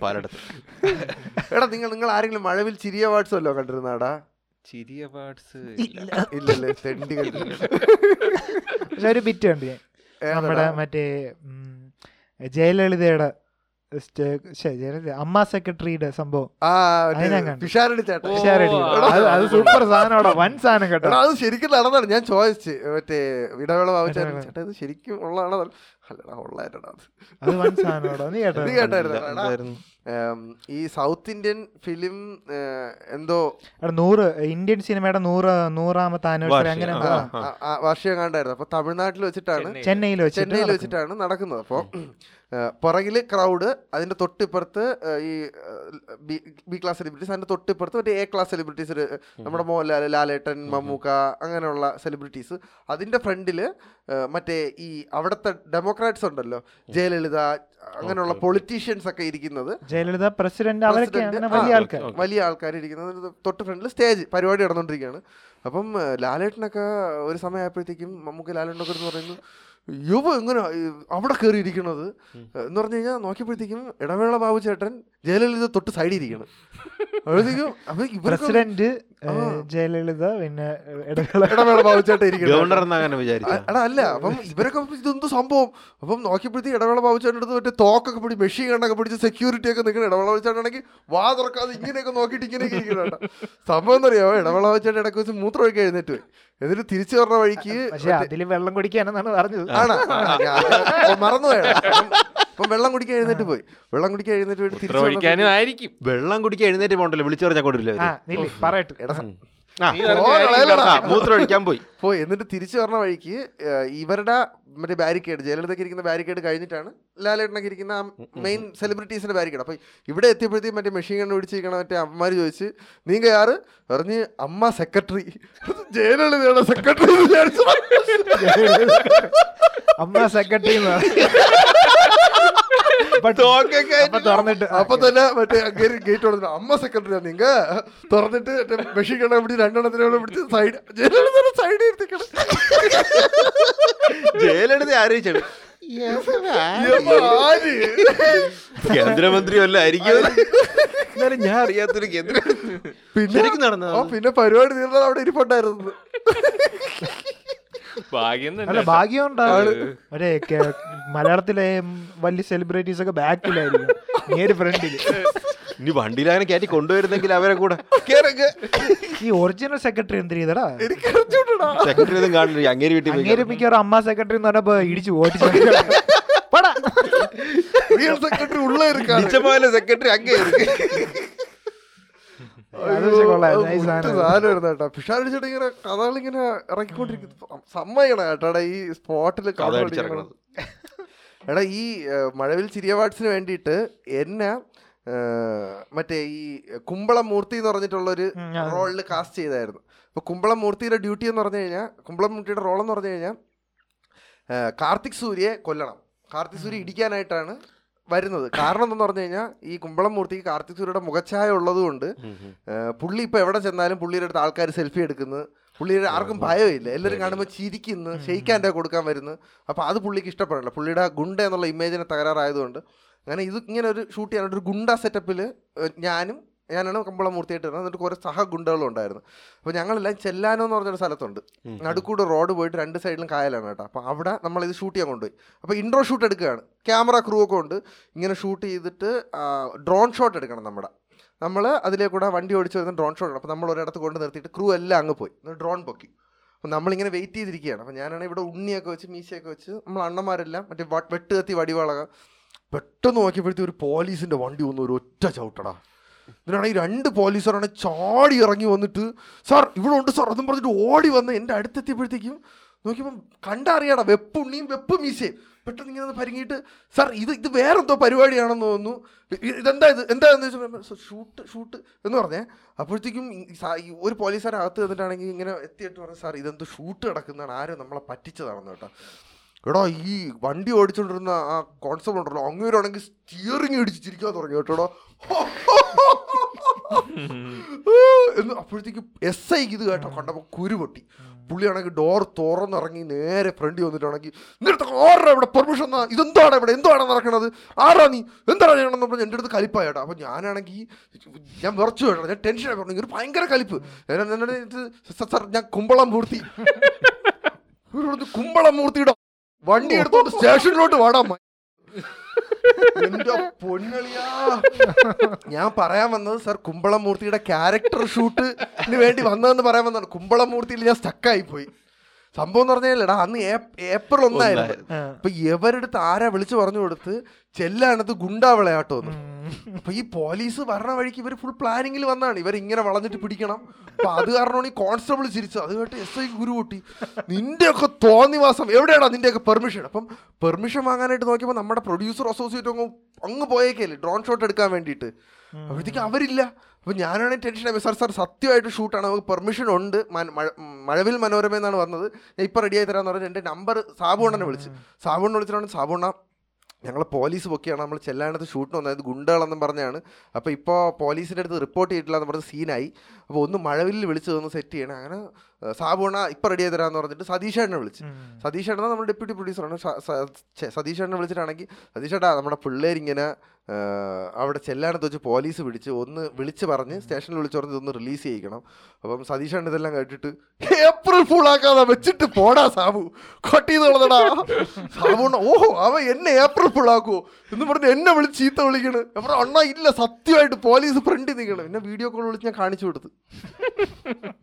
C: പലയിടത്ത്
D: എടാ നിങ്ങൾ നിങ്ങൾ ആരെങ്കിലും മഴവിൽ ചിരി അവാർഡ്സ് വല്ലോ കണ്ടിരുന്നാടാ
B: ചിരി
A: *laughs*
B: അവാർഡ്സ്
D: ഇല്ലല്ലേ തെണ്ടി കണ്ടില്ല
A: പക്ഷെ ഒരു ബിറ്റ് ഉണ്ട് ഞാൻ നമ്മുടെ മറ്റേ ഉം, ജയലളിതയുടെ സ്റ്റേ- ശ്ശെ, ജന- അമ്മ സെക്രട്ടറിയുടെ സംഭവം
D: ആ
A: അതിനെ കണ്ടു.
D: തുഷാരടി ചേട്ടൻ
B: ഓ,
A: ഷെയറടി.
B: ആ.
A: അത് അത് സൂപ്പർ സാധനമാണോ വൻ സാധനം കേട്ടോ
D: എടാ അത് ശരിക്കും നടന്നാണ് ഞാൻ ചോദിച്ചു മറ്റേ ഇടവേള ബാബുചാരൻ
A: ഇടവേള.
D: ചേട്ടാ ഇത് ശരിക്കും ഉള്ളതാണോ അല്ലടാ ഉള്ളതായിട്ടാ അത്
A: അത് വൻ സാധനമാണോ നീ കേട്ടോ
D: നീ കേട്ടോ? കേട്ടായിരുന്നു. ഏം, ഈ സൗത്ത് ഇന്ത്യൻ ഫിലിം എന്തോ
A: എടാ, നൂറ് ഇന്ത്യൻ സിനിമയുടെ നൂറ് നൂറാമത്തെ ആനിവേഴ്സറി
B: വാർഷികം.
A: അങ്ങനെ
B: ആ.
D: ആ,
A: എന്തോ.
D: ആ, ആ, വാർഷികം കണ്ടായിരുന്നു അപ്പൊ തമിഴ്നാട്ടിൽ വെച്ചിട്ടാണ്
B: ചെന്നൈ.
A: ചെന്നൈയിൽ വെച്ചിട്ട്
D: ചെന്നൈയിൽ
A: നടക്കുന്നത്.
D: വെച്ചിട്ടാണ് നടക്കുന്നത് അപ്പോൾ പുറകില് ക്രൗഡ് അതിന്റെ തൊട്ടിപ്പുറത്ത് ഏ, ഈ ഏ, ബി- ബി ക്ലാസ് സെലിബ്രിറ്റീസ് അതിന്റെ തൊട്ടിപ്പുറത്ത് മറ്റേ എ ക്ലാസ് സെലിബ്രിറ്റീസ് ഒരു, ഏ, നമ്മുടെ മോഹൻലാൽ ലാലേട്ടൻ മമ്മൂക്ക അങ്ങനെയുള്ള സെലിബ്രിറ്റീസ് അതിന്റെ ഫ്രണ്ടില് ഏ, മറ്റേ ഈ അവിടുത്തെ ഡെമോക്രാറ്റ്സ് ഉണ്ടല്ലോ ജയലളിത അങ്ങനെയുള്ള പൊളിറ്റീഷ്യൻസ് ഒക്കെ ഇരിക്കുന്നത്
A: ജയലളിത പ്രസിഡന്റ് അവരൊക്കെ
D: പ്രസിഡന്റ്,
A: അങ്ങനെ
D: ആ,
A: വലിയ
B: ഓക്കേ,
A: ആൾക്കാർ
B: ഓക്കേ.
D: വലിയ ആൾക്കാർ ഇരിക്കുന്നത് ഒരു തൊട്ട് ഫ്രണ്ടിൽ സ്റ്റേജ് പരിപാടി നടന്നുകൊണ്ടിരിക്കുകയാണ് അപ്പം ഏഹ്, ലാലേട്ടനൊക്കെ ഒരു സമയമായപ്പോഴത്തേക്കും നമുക്ക് ലാലേട്ടനൊക്കെ എന്ന് പറയുന്നു യുവ എങ്ങനെ അവിടെ കയറി ഇരിക്കണത് എന്ന് പറഞ്ഞു കഴിഞ്ഞാൽ നോക്കിയപ്പോഴത്തേക്കും ഇടവേള ബാബു ചേട്ടൻ ജയലളിത തൊട്ട് സൈഡിൽ ഇരിക്കണം അപ്പോഴത്തേക്കും അപ്പൊ ഇവർക്ക്
A: പ്രസിഡന്റ് ഏ,
D: ആ.
A: ജയലളിത പിന്നെ ഇടവേള
D: ഇടവേള ബാബു ചേട്ടൻ ഇരിക്കണം
C: ഗവർണർ എന്നങ്ങനെ
D: ആ,
C: വിചാരിച്ചു
D: എടാ അല്ല അപ്പം ഇവരൊക്കെ അപ്പൊ ഇതെന്ത് സംഭവം അപ്പം നോക്കിയപ്പോഴത്തേക്ക് ഇടവേള ബാബുച്ചാൻ്റെ അടുത്ത് മറ്റേ തോക്കൊക്കെ പിടി മെഷീൻ കണ്ടൊക്കെ പിടിച്ച് സെക്യൂരിറ്റി ഒക്കെ നിൽക്കണം ഇടവേള ബാബുച്ചാണെങ്കിൽ വാ തുറക്കാതെ ഇങ്ങനെയൊക്കെ നോക്കിയിട്ട് ഇങ്ങനെയൊക്കെ ഇരിക്കണം സംഭവം എന്നറിയാമോ ഇടവേള ബാബുച്ചാൻ്റെ ഇടയ്ക്ക് വെച്ച് മൂത്രം ഒഴിക്കാൻ എഴുന്നേറ്റ് പോയി എന്നിട്ട് തിരിച്ചു പറഞ്ഞ വഴിക്ക്
A: പക്ഷെ അതില് വെള്ളം കുടിക്കാനെന്നാണ് പറഞ്ഞത്
D: ആണ് മറന്നുപോയത് അപ്പം വെള്ളം കുടിക്കാൻ എഴുന്നേറ്റ് പോയി വെള്ളം കുടിക്കാൻ എഴുന്നേറ്റ് പോയിട്ട് തിരിച്ചു
B: ഒഴിക്കാനും
D: വന്നപ്പോഴത്തേക്ക്
B: ആയിരിക്കും
C: വെള്ളം കുടിക്കാൻ എഴുന്നേറ്റ് പോകണ്ടല്ലോ വിളിച്ചു പറഞ്ഞാൽ കൊണ്ടില്ല
A: ആ നില്ല പറയട്ടെ
D: എടാ,
B: നീ പറഞ്ഞ
D: ഓ,
B: കാര്യം
D: കളയലടാ.
B: നടക്കാം.
C: മൂത്രം ഒഴിക്കാൻ പോയി
D: പോയി എന്നിട്ട് തിരിച്ചു പറഞ്ഞ വഴിക്ക് ഏഹ്, ഇവരുടെ മറ്റേ ബാരിക്കേഡ് ജയലളിതയ്ക്ക് ഇരിക്കുന്ന ബാരിക്കേഡ് കഴിഞ്ഞിട്ടാണ് ലാലേട്ടനൊക്കെ ഇരിക്കുന്ന ആ മെയിൻ സെലിബ്രിറ്റീസിന്റെ ബാരിക്കേഡ് അപ്പോൾ ഇവിടെ എത്തിയപ്പോഴത്തേക്കും മറ്റേ മെഷീൻ കണ്ണ് പിടിച്ചിരിക്കണ മറ്റേ അമ്മമാർ ചോദിച്ച് നീ കയാറ് പറഞ്ഞ് അമ്മ സെക്രട്ടറി ജയലളിതയുടെ സെക്രട്ടറി
A: *laughs* അമ്മ സെക്രട്ടറി അപ്പൊ തുറന്നിട്ട്
D: അപ്പൊ തന്നെ മറ്റേ ഗേറ്റ് തുറന്നിട്ട് അമ്മ സെക്രട്ടറിയാ നിങ്ക തുറന്നിട്ട് മറ്റേ മെഷീൻ കണ്ണ പിടിച്ച് രണ്ടെണ്ണത്തിനോട് പിടിച്ച് സൈഡ് ജയലളിതയുടെ സൈഡ് ഇരുത്തിക്കണം
C: ജയിലെടുത്ത് ആരോപിച്ചു
D: യമ്മ ആര്?
C: കേന്ദ്രമന്ത്രി വല്ല ആയിരിക്കും എന്നാലും ഞാൻ അറിയാത്തൊരു കേന്ദ്ര ശരിക്കും നടന്നതാ?
D: ആ, പിന്നെ പരിപാടി തീർന്നത് അവിടെ ഇരിപ്പുണ്ടായിരുന്നു
B: ഭാഗ്യം
A: അല്ല
B: തന്നെ
A: ഭാഗ്യം ഉണ്ടാവും മറ്റേ കേ- മലയാളത്തിലെ വലിയ സെലിബ്രിറ്റീസ് ഒക്കെ ബാക്കിലായിരിക്കും നേര് ഫ്രണ്ടില്
C: ഇനി വണ്ടിയിൽ അങ്ങനെ കയറ്റി കൊണ്ടുവരുന്നെങ്കിൽ അവരെ കൂടെ
A: ഈ ഒറിജിനൽ സെക്രട്ടറി എന്ത് ചെയ്തടാ
D: എനിക്ക് അറിഞ്ഞൂടാ
C: സെക്രട്ടറി ഒന്നും കാണില്ല അങ്ങേര് വീട്ടിൽ പോയി
A: അങ്ങേര് മിക്കവാറും അമ്മ സെക്രട്ടറി എന്ന് പറഞ്ഞപ്പോ ഇടിച്ചു ഓടിച്ചു
D: *laughs* റിയൽ സെക്രട്ടറി ഉള്ള ഇരിക്കാണ്
C: നിജമായ സെക്രട്ടറി അങ്ങേ
A: അത് പക്ഷെ കൊള്ളാം nice സാധനം.
D: സാധനം പിഷാടിച്ചിട്ട് ഇങ്ങനെ കഥകളിങ്ങനെ ഇറക്കിക്കൊണ്ടിരിക്കുന്നു സമ്മതിക്കണം കേട്ടോ ഈ സ്പോട്ടിൽ
C: കഥ
D: കഥ
C: അടിച്ചിറങ്ങണത്.
D: *laughs* എടാ ഈ ഏഹ്, മഴവിൽ ചിരി അവാർഡ്സിന് വേണ്ടിയിട്ട് എന്നെ ഏഹ്, മറ്റേ ഈ കുമ്പളം മൂർത്തി എന്ന് പറഞ്ഞിട്ടുള്ളൊരു
A: ഉം, ഞാൻ-
D: റോളിൽ കാസ്റ്റ് ചെയ്തായിരുന്നു അപ്പോൾ കുമ്പളം മൂർത്തിയുടെ ഡ്യൂട്ടി എന്ന് പറഞ്ഞു കഴിഞ്ഞാൽ കുമ്പളം മൂർത്തിയുടെ റോൾ എന്ന് പറഞ്ഞു കഴിഞ്ഞാൽ ഏഹ്, കാർത്തിക് സൂര്യയെ കൊല്ലണം കാർത്തിക് സൂര്യ ഇടിക്കാനായിട്ടാണ് വരുന്നത് കാരണം എന്തെന്ന് പറഞ്ഞു കഴിഞ്ഞാൽ ഈ കുമ്പളം മൂർത്തിക്ക് കാർത്തിക് സൂര്യയുടെ മുഖച്ഛായ ഉള്ളതുകൊണ്ട് ഏഹ് പുള്ളി ഇപ്പൊ എവിടെ ചെന്നാലും പുള്ളിയുടെ അടുത്ത് ആൾക്കാർ സെൽഫി എടുക്കുന്നു പുള്ളിയുടെ ആർക്കും ഭയമില്ല എല്ലാവരും കാണുമ്പോൾ ചിരിക്കുന്നു ഷെയ്ക്കാൻ്റെ കൊടുക്കാൻ വരുന്നു അപ്പോൾ അത് പുള്ളിക്ക് ഇഷ്ടപ്പെടില്ല പുള്ളിയുടെ ആ ഗുണ്ട എന്നുള്ള ഇമേജിന് തകരാറായതുകൊണ്ട് അങ്ങനെ ഇത് ഇങ്ങനെ ഒരു ഷൂട്ട് ചെയ്യാനായിട്ട് ഒരു ഗുണ്ട സെറ്റപ്പിൽ ഞാനും ഞാനാണ് കമ്പളമൂർത്തിയായിട്ട് വരുന്നത് എന്നിട്ട് കുറേ സഹ ഗുണ്ടകളും ഉണ്ടായിരുന്നു അപ്പോൾ ഞങ്ങളെല്ലാം ചെല്ലാനോ എന്ന് പറഞ്ഞൊരു സ്ഥലത്തുണ്ട് നടുക്കൂടെ റോഡ് പോയിട്ട് രണ്ട് സൈഡിലും കായലാണ് കേട്ടോ അപ്പോൾ അവിടെ നമ്മളിത് ഷൂട്ട് ചെയ്യാൻ കൊണ്ടുപോയി അപ്പോൾ ഇൻട്രോ ഷൂട്ട് എടുക്കുകയാണ് ക്യാമറ ക്രൂ ഒക്കെ ഉണ്ട് ഇങ്ങനെ ഷൂട്ട് ചെയ്തിട്ട് ഡ്രോൺ ഷോട്ട് എടുക്കണം നമ്മുടെ നമ്മൾ അതിലേ കൂടെ വണ്ടി ഓടിച്ച് വരുന്ന ഡ്രോൺ ഷോട്ട് അപ്പോൾ നമ്മൾ ഒരിടത്ത് കൊണ്ട് നിർത്തിയിട്ട് ക്രൂ എല്ലാം അങ്ങ് പോയി എന്നിട്ട് ഡ്രോൺ പൊക്കി അപ്പോൾ നമ്മളിങ്ങനെ വെയിറ്റ് ചെയ്തിരിക്കുകയാണ് അപ്പോൾ ഞാനാണെങ്കിൽ ഇവിടെ ഉണ്ണിയൊക്കെ വെച്ച് മീശയൊക്കെ വെച്ച് നമ്മൾ അണ്ണന്മാരെല്ലാം മറ്റേ വ- വെട്ട് കത്തി വടിവളക പെട്ടെന്ന് നോക്കിയപ്പോഴത്തെ ഒരു പോലീസിൻ്റെ വണ്ടി വന്നു ഒരു ഒറ്റ ചവിട്ടടാ ഇതിനാണെങ്കിൽ രണ്ട് പോലീസുകാരാണ് ചാടി ഇറങ്ങി വന്നിട്ട് സാർ ഇവിടെ ഉണ്ട് സാർ അതും പറഞ്ഞിട്ട് ഓടി വന്ന് എൻ്റെ അടുത്തെത്തിയപ്പോഴത്തേക്കും നോക്കിയപ്പം കണ്ടറിയാടാ വെപ്പ് ഉണ്ണിയും വെപ്പ് മീശയും പെട്ടെന്ന് ഇങ്ങനെ ഒന്ന് പരിങ്ങിയിട്ട് സാർ ഇത് ഇത് വേറെന്തോ പരിപാടിയാണെന്ന് തോന്നുന്നു ഇ- ഇ- ഇതെന്താ ഇത് എന്താ എന്ന് ചോദിച്ചപ്പോൾ ഷൂട്ട് ഷൂട്ട് എന്ന് പറഞ്ഞേ അപ്പോഴത്തേക്കും ഈ സാ- ഈ ഒരു പോലീസുകാരൻ അകത്ത് നിന്നിട്ടാണെങ്കിൽ ഇങ്ങനെ എത്തിയിട്ട് പറഞ്ഞു സാർ ഇതെന്തോ ഷൂട്ട് കിടക്കുന്നതാണ് ആരും നമ്മളെ പറ്റിച്ചതാണെന്ന് കേട്ടോ എടാ ഈ വണ്ടി ഓടിച്ചോണ്ടിരുന്ന ആ കോൺസെപ്റ്റ് ഉണ്ടല്ലോ അങ്ങേരാണെങ്കിൽ സ്റ്റിയറിംഗ് ഇടിച്ചിരിക്കാൻ തുടങ്ങി കേട്ടോടാ ഓ, എന്ന് അപ്പോഴത്തേക്ക് എസ് ഐക്ക് ഇത് കേട്ടോ കണ്ടപ്പോൾ കുരു പൊട്ടി പുള്ളിയാണെങ്കിൽ ഡോർ തുറന്നിറങ്ങി നേരെ ഫ്രണ്ടിൽ വന്നിട്ടാണെങ്കിൽ നിന്റെ ആരാ ഇവിടെ പെർമിഷൻ ഇതെന്താണ് ഇവിടെ എന്താണ് നടക്കണത് ആരാ നീ എന്താണ് ചെയ്യണമെന്ന് പറഞ്ഞ് എൻ്റെ അടുത്ത് കലിപ്പായി കേട്ടോ അപ്പോൾ ഞാനാണെങ്കിൽ ഞാൻ വിറച്ചു കേട്ടോ ഞാൻ ടെൻഷനായി പറഞ്ഞു ഇങ്ങനെ ഭയങ്കര കലിപ്പ് ഞാൻ എന്നോട് ഇത് "സ- സാർ ഞാൻ കുമ്പളം പൂർത്തി ഇവിടുന്ന് കുമ്പളം മൂർത്തിയുടെ വണ്ടി എടുത്തോണ്ട് സ്റ്റേഷനിലോട്ട് വാടാ മ- എന്റെ പൊന്നളിയാ ഞാൻ പറയാൻ വന്നത് സർ കുമ്പളമൂർത്തിയുടെ ക്യാരക്ടർ ഷൂട്ടിന് വേണ്ടി വന്നതെന്ന് പറയാൻ വന്നതാണ് കുമ്പളമൂർത്തിയിൽ ഞാൻ സ്റ്റക്കായി പോയി സംഭവം എന്ന് പറഞ്ഞാലടാ അന്ന് ഏപ്- ഏപ്രിൽ ഒന്നായിരുന്നു
A: ആ.
D: അപ്പൊ എവരെടുത്ത് ആരാ വിളിച്ചു പറഞ്ഞു കൊടുത്ത് ചെല്ലാണത് ഗുണ്ടാ വിളയാട്ടോ എന്ന് അപ്പൊ ഈ പോലീസ് വരണ വഴിക്ക് ഇവർ ഫുൾ പ്ലാനിങ്ങിൽ വന്നാണ് ഇവർ ഇങ്ങനെ വളഞ്ഞിട്ട് പിടിക്കണം അപ്പൊ അത് കാരണമാണ് ഈ കോൺസ്റ്റബിൾ ചിരിച്ചത് അത് കേട്ട് എസ് ഐ ഗുരു പൊട്ടി നിന്റെയൊക്കെ തോന്നിവാസം എവിടെയാണ് നിന്റെയൊക്കെ പെർമിഷൻ അപ്പം പെർമിഷൻ വാങ്ങാനായിട്ട് നോക്കിയപ്പോൾ നമ്മുടെ പ്രൊഡ്യൂസർ അസോസിയേറ്റ് അങ്ങ് അങ്ങ് പോയേക്കല്ലേ ഡ്രോൺ ഷോട്ട് എടുക്കാൻ വേണ്ടിയിട്ട് അപ്പോഴത്തേക്ക് അവരില്ല അപ്പൊ ഞാനാണെങ്കിൽ ടെൻഷനായി സാർ സാർ സത്യമായിട്ട് ഷൂട്ടാണ് നമുക്ക് പെർമിഷൻ ഉണ്ട് മൻ- മഴ- ഉം, മഴവിൽ മനോരമ എന്നാണ് വന്നത് ഞാൻ ഇപ്പം റെഡിയായി തരാമെന്ന് പറഞ്ഞ് എൻ്റെ നമ്പർ സാബുണ്ണനെ വിളിച്ച് സാബുണ്ണ വിളിച്ചിട്ടാണ് സാബുണ്ണ ഞങ്ങൾ പോലീസ് പൊക്കിയാണ് നമ്മൾ ചെല്ലാനത്ത് ഷൂട്ടിന് വന്നത് ഗുണ്ടകളെന്നും പറഞ്ഞാണ് അപ്പോൾ ഇപ്പോൾ പോലീസിൻ്റെ അടുത്ത് റിപ്പോർട്ട് ചെയ്തിട്ടില്ല എന്ന് പറഞ്ഞ് സീനായി അപ്പോൾ ഒന്ന് മഴവില്ലിൽ വിളിച്ച് ഒന്ന് സെറ്റ് ചെയ്യണം അങ്ങനെ ഏഹ്, സാബുണ ഇപ്പം റെഡി തരാമെന്ന് പറഞ്ഞിട്ട് സതീഷേട്ടനെ വിളിച്ച് സതീഷേട്ടൻ നമ്മുടെ ഡെപ്യൂട്ടി പ്രൊഡ്യൂസറാണ് സതീഷേട്ടനെ വിളിച്ചിട്ടാണെങ്കിൽ സതീഷേട്ടാ നമ്മുടെ പിള്ളേരിങ്ങനെ ഏഹ്, അവിടെ ചെല്ലാനത്ത് വെച്ച് പോലീസ് പിടിച്ച് ഒന്ന് വിളിച്ച് പറഞ്ഞ് സ്റ്റേഷനിൽ വിളിച്ച് പറഞ്ഞ് ഇതൊന്ന് റിലീസ് ചെയ്യിക്കണം അപ്പം സതീഷേട്ടൻ ഇതെല്ലാം കേട്ടിട്ട് ഏപ്രിൽ ഫുൾ ആക്കാതെ വെച്ചിട്ട് പോടാ സാബു കൊട്ടിന്നുള്ളതടാ സാബുണ്ണ ഓഹോ അവൻ എന്നെ ഏപ്രിൽ ഫുൾ ആക്കുവോ എന്ന് പറഞ്ഞ് എന്നെ വിളിച്ച് ചീത്ത വിളിക്കണ് അപ്പുറം അണ്ണാ ഇല്ല സത്യമായിട്ട് പോലീസ് ഫ്രണ്ടിൽ നിൽക്കണം എന്നെ വീഡിയോ കോൾ വിളിച്ച് ഞാൻ കാണിച്ചു കൊടുത്ത്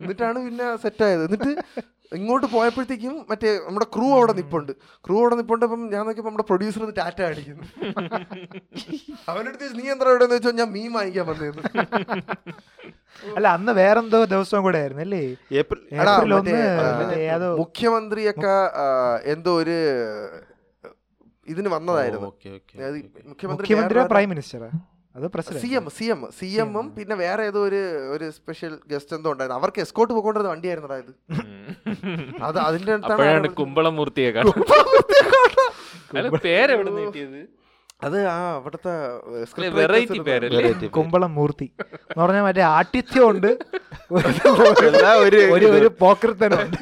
D: എന്നിട്ടാണ് പിന്നെ സെറ്റായത് എന്നിട്ട് ഇങ്ങോട്ട് പോയപ്പോഴത്തേക്കും മറ്റേ നമ്മുടെ ക്രൂ അവിടെ നിപ്പുണ്ട് ക്രൂ അവിടെ നിപ്പുണ്ട് അപ്പം ഞാൻ നോക്കിയപ്പോൾ നമ്മുടെ പ്രൊഡ്യൂസർ ടാറ്റ അടിക്കുന്നു അവൻ്റെ അടുത്ത് ചോദിച്ചു, നീ എന്താ ഇവിടെ എന്ന് വെച്ചാൽ ഞാൻ മീൻ വാങ്ങിക്കാൻ വന്നേന്ന്
A: അല്ല അന്ന് വേറെന്തോ ദിവസവും കൂടെ ആയിരുന്നു അല്ലേ
C: ഏപ്രിൽ
D: എടാ,
A: ഏപ്രിൽ ഒന്ന്
D: മറ്റേ, ആ,
A: മറ്റേ ഏതോ
D: മുഖ്യമന്ത്രിയൊക്കെ ആ, എന്തോ ഒരു ഇതിന് വന്നതായിരുന്നു
C: ഓക്കെ ഓക്കെ
D: അതായത്
A: മുഖ്യമന്ത്രിയോ
D: വേറെ-
A: പ്രൈം മിനിസ്റ്ററാ അത്
D: C
A: president
D: M C M C എമ്മും പിന്നെ വേറെ ഏതോ ഒരു ഒരു സ്പെഷ്യൽ ഗസ്റ്റ് എന്തോ ഉണ്ടായിരുന്നു അവർക്ക് എസ്കോട്ട് പോയിക്കൊണ്ടിരുന്ന വണ്ടിയായിരുന്നടാ ഇത് അത് അതിന്റെ അടുത്താണ് ആരോ
B: അപ്പോഴാണ്
D: വിളിച്ചത്.
B: കുമ്പളമൂർത്തിയെ കാണുന്നത് അല്ല പേരെവിടെ നിന്ന് കിട്ടിയത്
D: അത് ആ അവിടുത്തെ
B: വെറൈറ്റി പേരല്ലേ
A: കുമ്പളം മൂർത്തി എന്ന് പറഞ്ഞാൽ മറ്റേ ആട്ടിഥ്യമുണ്ട്
C: എല്ലാം ഒരു
A: ഒരു ഒരു പോക്കൃത്തനുണ്ട്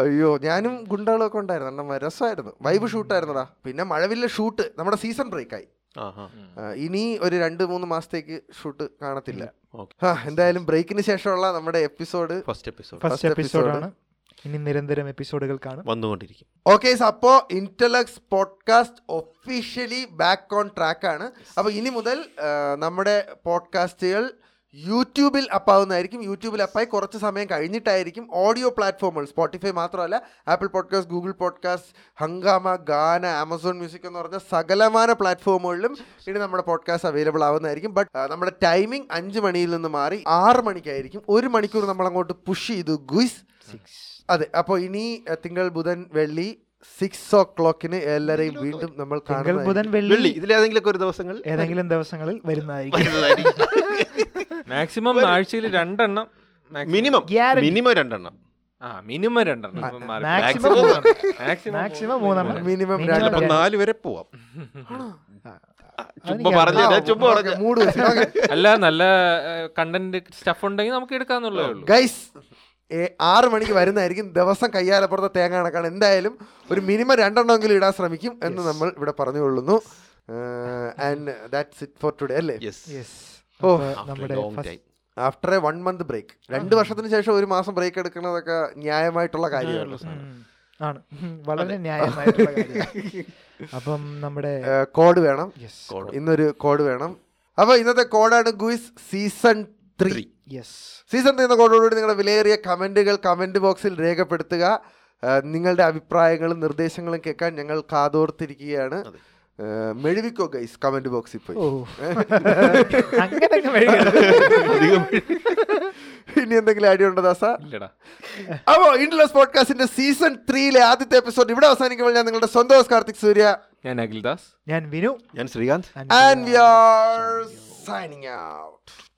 D: അയ്യോ ഞാനും ഗുണ്ടകളൊക്കെ ഉണ്ടായിരുന്നു അണ്ണന്മാർ രസമായിരുന്നു വൈബ് ഷൂട്ടായിരുന്നടാ പിന്നെ മഴവില്ല ഷൂട്ട് നമ്മുടെ സീസൺ ബ്രേക്കായി
C: ആ ആ
D: ഇനി ഒരു രണ്ട് മൂന്ന് മാസത്തേക്ക് ഷൂട്ട് കാണത്തില്ല
C: ഓക്കെ
D: ആ, എന്തായാലും ബ്രേക്കിന് ശേഷമുള്ള നമ്മുടെ എപ്പിസോഡ്
C: ഫസ്റ്റ് എപ്പിസോഡ്
A: ഫസ്റ്റ് എപ്പിസോഡാണ് ഇനി നിരന്തരം എപ്പിസോഡുകൾ കാണും
C: വന്നുകൊണ്ടിരിക്കും
D: ഓക്കെ അപ്പോ intellects podcast officially back on track ആണ് അപ്പൊ ഇനി മുതൽ ആ, നമ്മുടെ പോഡ്കാസ്റ്റുകൾ യൂട്യൂബിൽ അപ്പാവുന്നതായിരിക്കും യൂട്യൂബിൽ അപ്പായി കുറച്ച് സമയം കഴിഞ്ഞിട്ടായിരിക്കും ഓഡിയോ പ്ലാറ്റ്ഫോമുകൾ സ്പോട്ടിഫൈ മാത്രമല്ല Apple podcast Google podcast Hungama Gaana Amazon music എന്ന് പറഞ്ഞ സകലമാന പ്ലാറ്റ്ഫോമുകളിലും ഇനി നമ്മുടെ പോഡ്കാസ്റ്റ് അവൈലബിൾ ആവുന്നതായിരിക്കും ബട്ട് നമ്മുടെ ടൈമിംഗ് അഞ്ച് മണിയിൽ നിന്ന് മാറി ആറ് മണിക്കായിരിക്കും ഒരു മണിക്കൂർ നമ്മൾ അങ്ങോട്ട് പുഷ് ചെയ്തു ഗുയ്സ് അതെ അപ്പോൾ ഇനി അഹ്, തിങ്കൾ ബുധൻ വെള്ളി സിക്സ് ഓ ക്ലോക്കിന് എല്ലാരെയും വീണ്ടും നമ്മൾ
A: തിങ്കൾ
D: കാണുന്നത്
A: ബുധൻ വെള്ളി
C: വെള്ളി ഇതിലേതെങ്കിലൊക്കെ ഒരു ദിവസങ്ങൾ
A: ഏതെങ്കിലും ദിവസങ്ങളിൽ വരുന്നതായിരിക്കും
B: മാക്സിമം ആഴ്ചയിൽ രണ്ടെണ്ണം maximum-
C: മിനിമം
A: Guarantee.
C: മിനിമം രണ്ടെണ്ണം
B: ആ മിനിമം രണ്ടെണ്ണം ഇപ്പം മാറി.
A: maximum
B: maximum
A: മൂന്നെണ്ണം.
B: maximum
A: മാക്സിമം മൂന്നെണ്ണം
D: Minimum
A: Minimum
D: രണ്ടെണ്ണം.
C: അപ്പൊ
A: രണ്ട്.
C: നാല് വരെ പോവാം ചുമ്മാ
A: അതെനിക്ക്
C: പറഞ്ഞ്
A: അറിയാം.
C: ഞാൻ ചുമ്മാ പറഞ്ഞ
D: മൂട് വെച്ച്. Okay.
B: അല്ല നല്ല കണ്ടന്റ് സ്റ്റഫ് ഉണ്ടെങ്കിൽ നമുക്ക് എടുക്കാന്നുള്ളേ ഉള്ളൂ
D: Guys, ഏ, ആറ് മണിക്ക് വരുന്നതായിരിക്കും ദിവസം കയ്യാലപ്പുറത്തെ തേങ്ങ കണക്കാണ് എന്തായാലും ഒരു മിനിമം രണ്ടെണ്ണമെങ്കിലും ഇടാൻ ശ്രമിക്കും എന്ന് നമ്മൾ ഇവിടെ പറഞ്ഞു കൊള്ളുന്നു and that's it for today അല്ലേ
C: യെസ്
A: Yes. അപ്പൊ
D: ഓ.
C: After a
A: നമ്മുടെ
C: long
A: first-
C: time.
D: After a one month break രണ്ട് വർഷത്തിന് ശേഷം ഒരു മാസം ബ്രേക്ക് എടുക്കുന്നതൊക്കെ ന്യായമായിട്ടുള്ള കാര്യമാണ്
A: ഉം. ആണ് ഉം. വളരെ *laughs* ന്യായമായിട്ടുള്ള കാര്യമാണ്. അപ്പം നമ്മുടെ
D: കോഡ് വേണം
A: യെസ്
C: Code.
D: ഇന്നൊരു കോഡ് വേണം അപ്പോൾ ഇന്നത്തെ കോഡാണ് guys season three
C: Three.
A: Yes
D: season three എന്ന കോഡോടുകൂടി നിങ്ങളുടെ വിലയേറിയ കമൻറ്റുകൾ കമൻറ്റ് ബോക്സിൽ രേഖപ്പെടുത്തുക ഏഹ് നിങ്ങളുടെ അഭിപ്രായങ്ങളും നിർദ്ദേശങ്ങളും കേൾക്കാൻ ഞങ്ങൾ കാതോർത്തിരിക്കുകയാണ്
C: അതെ.
D: ഏഹ് മെഴുവിക്കോ ഗൈസ് കമൻറ്റ് ബോക്സിൽ പോയി
A: ഓ *laughs* അങ്ങനെയൊക്കെ വഴിയുണ്ട്.
C: അധികം
D: ഇനി എന്തെങ്കിലും ഐഡിയ ഉണ്ടോ ദാസ
B: ഇല്ലടാ
D: അപ്പോൾ ഇൻഡ്ലസ് പോഡ്കാസ്റ്റിന്റെ സീസൺ ത്രീയിലെ ആദ്യത്തെ എപ്പിസോഡ് ഇവിടെ അവസാനിക്കുമ്പോൾ ഞാൻ നിങ്ങളുടെ സ്വന്തം ഹോസ്റ്റ് കാർത്തിക് സൂര്യ
B: ഞാൻ അഖിൽദാസ്
A: ഞാൻ വിനു
C: ഞാൻ Srikanth
A: and
D: and we are signing out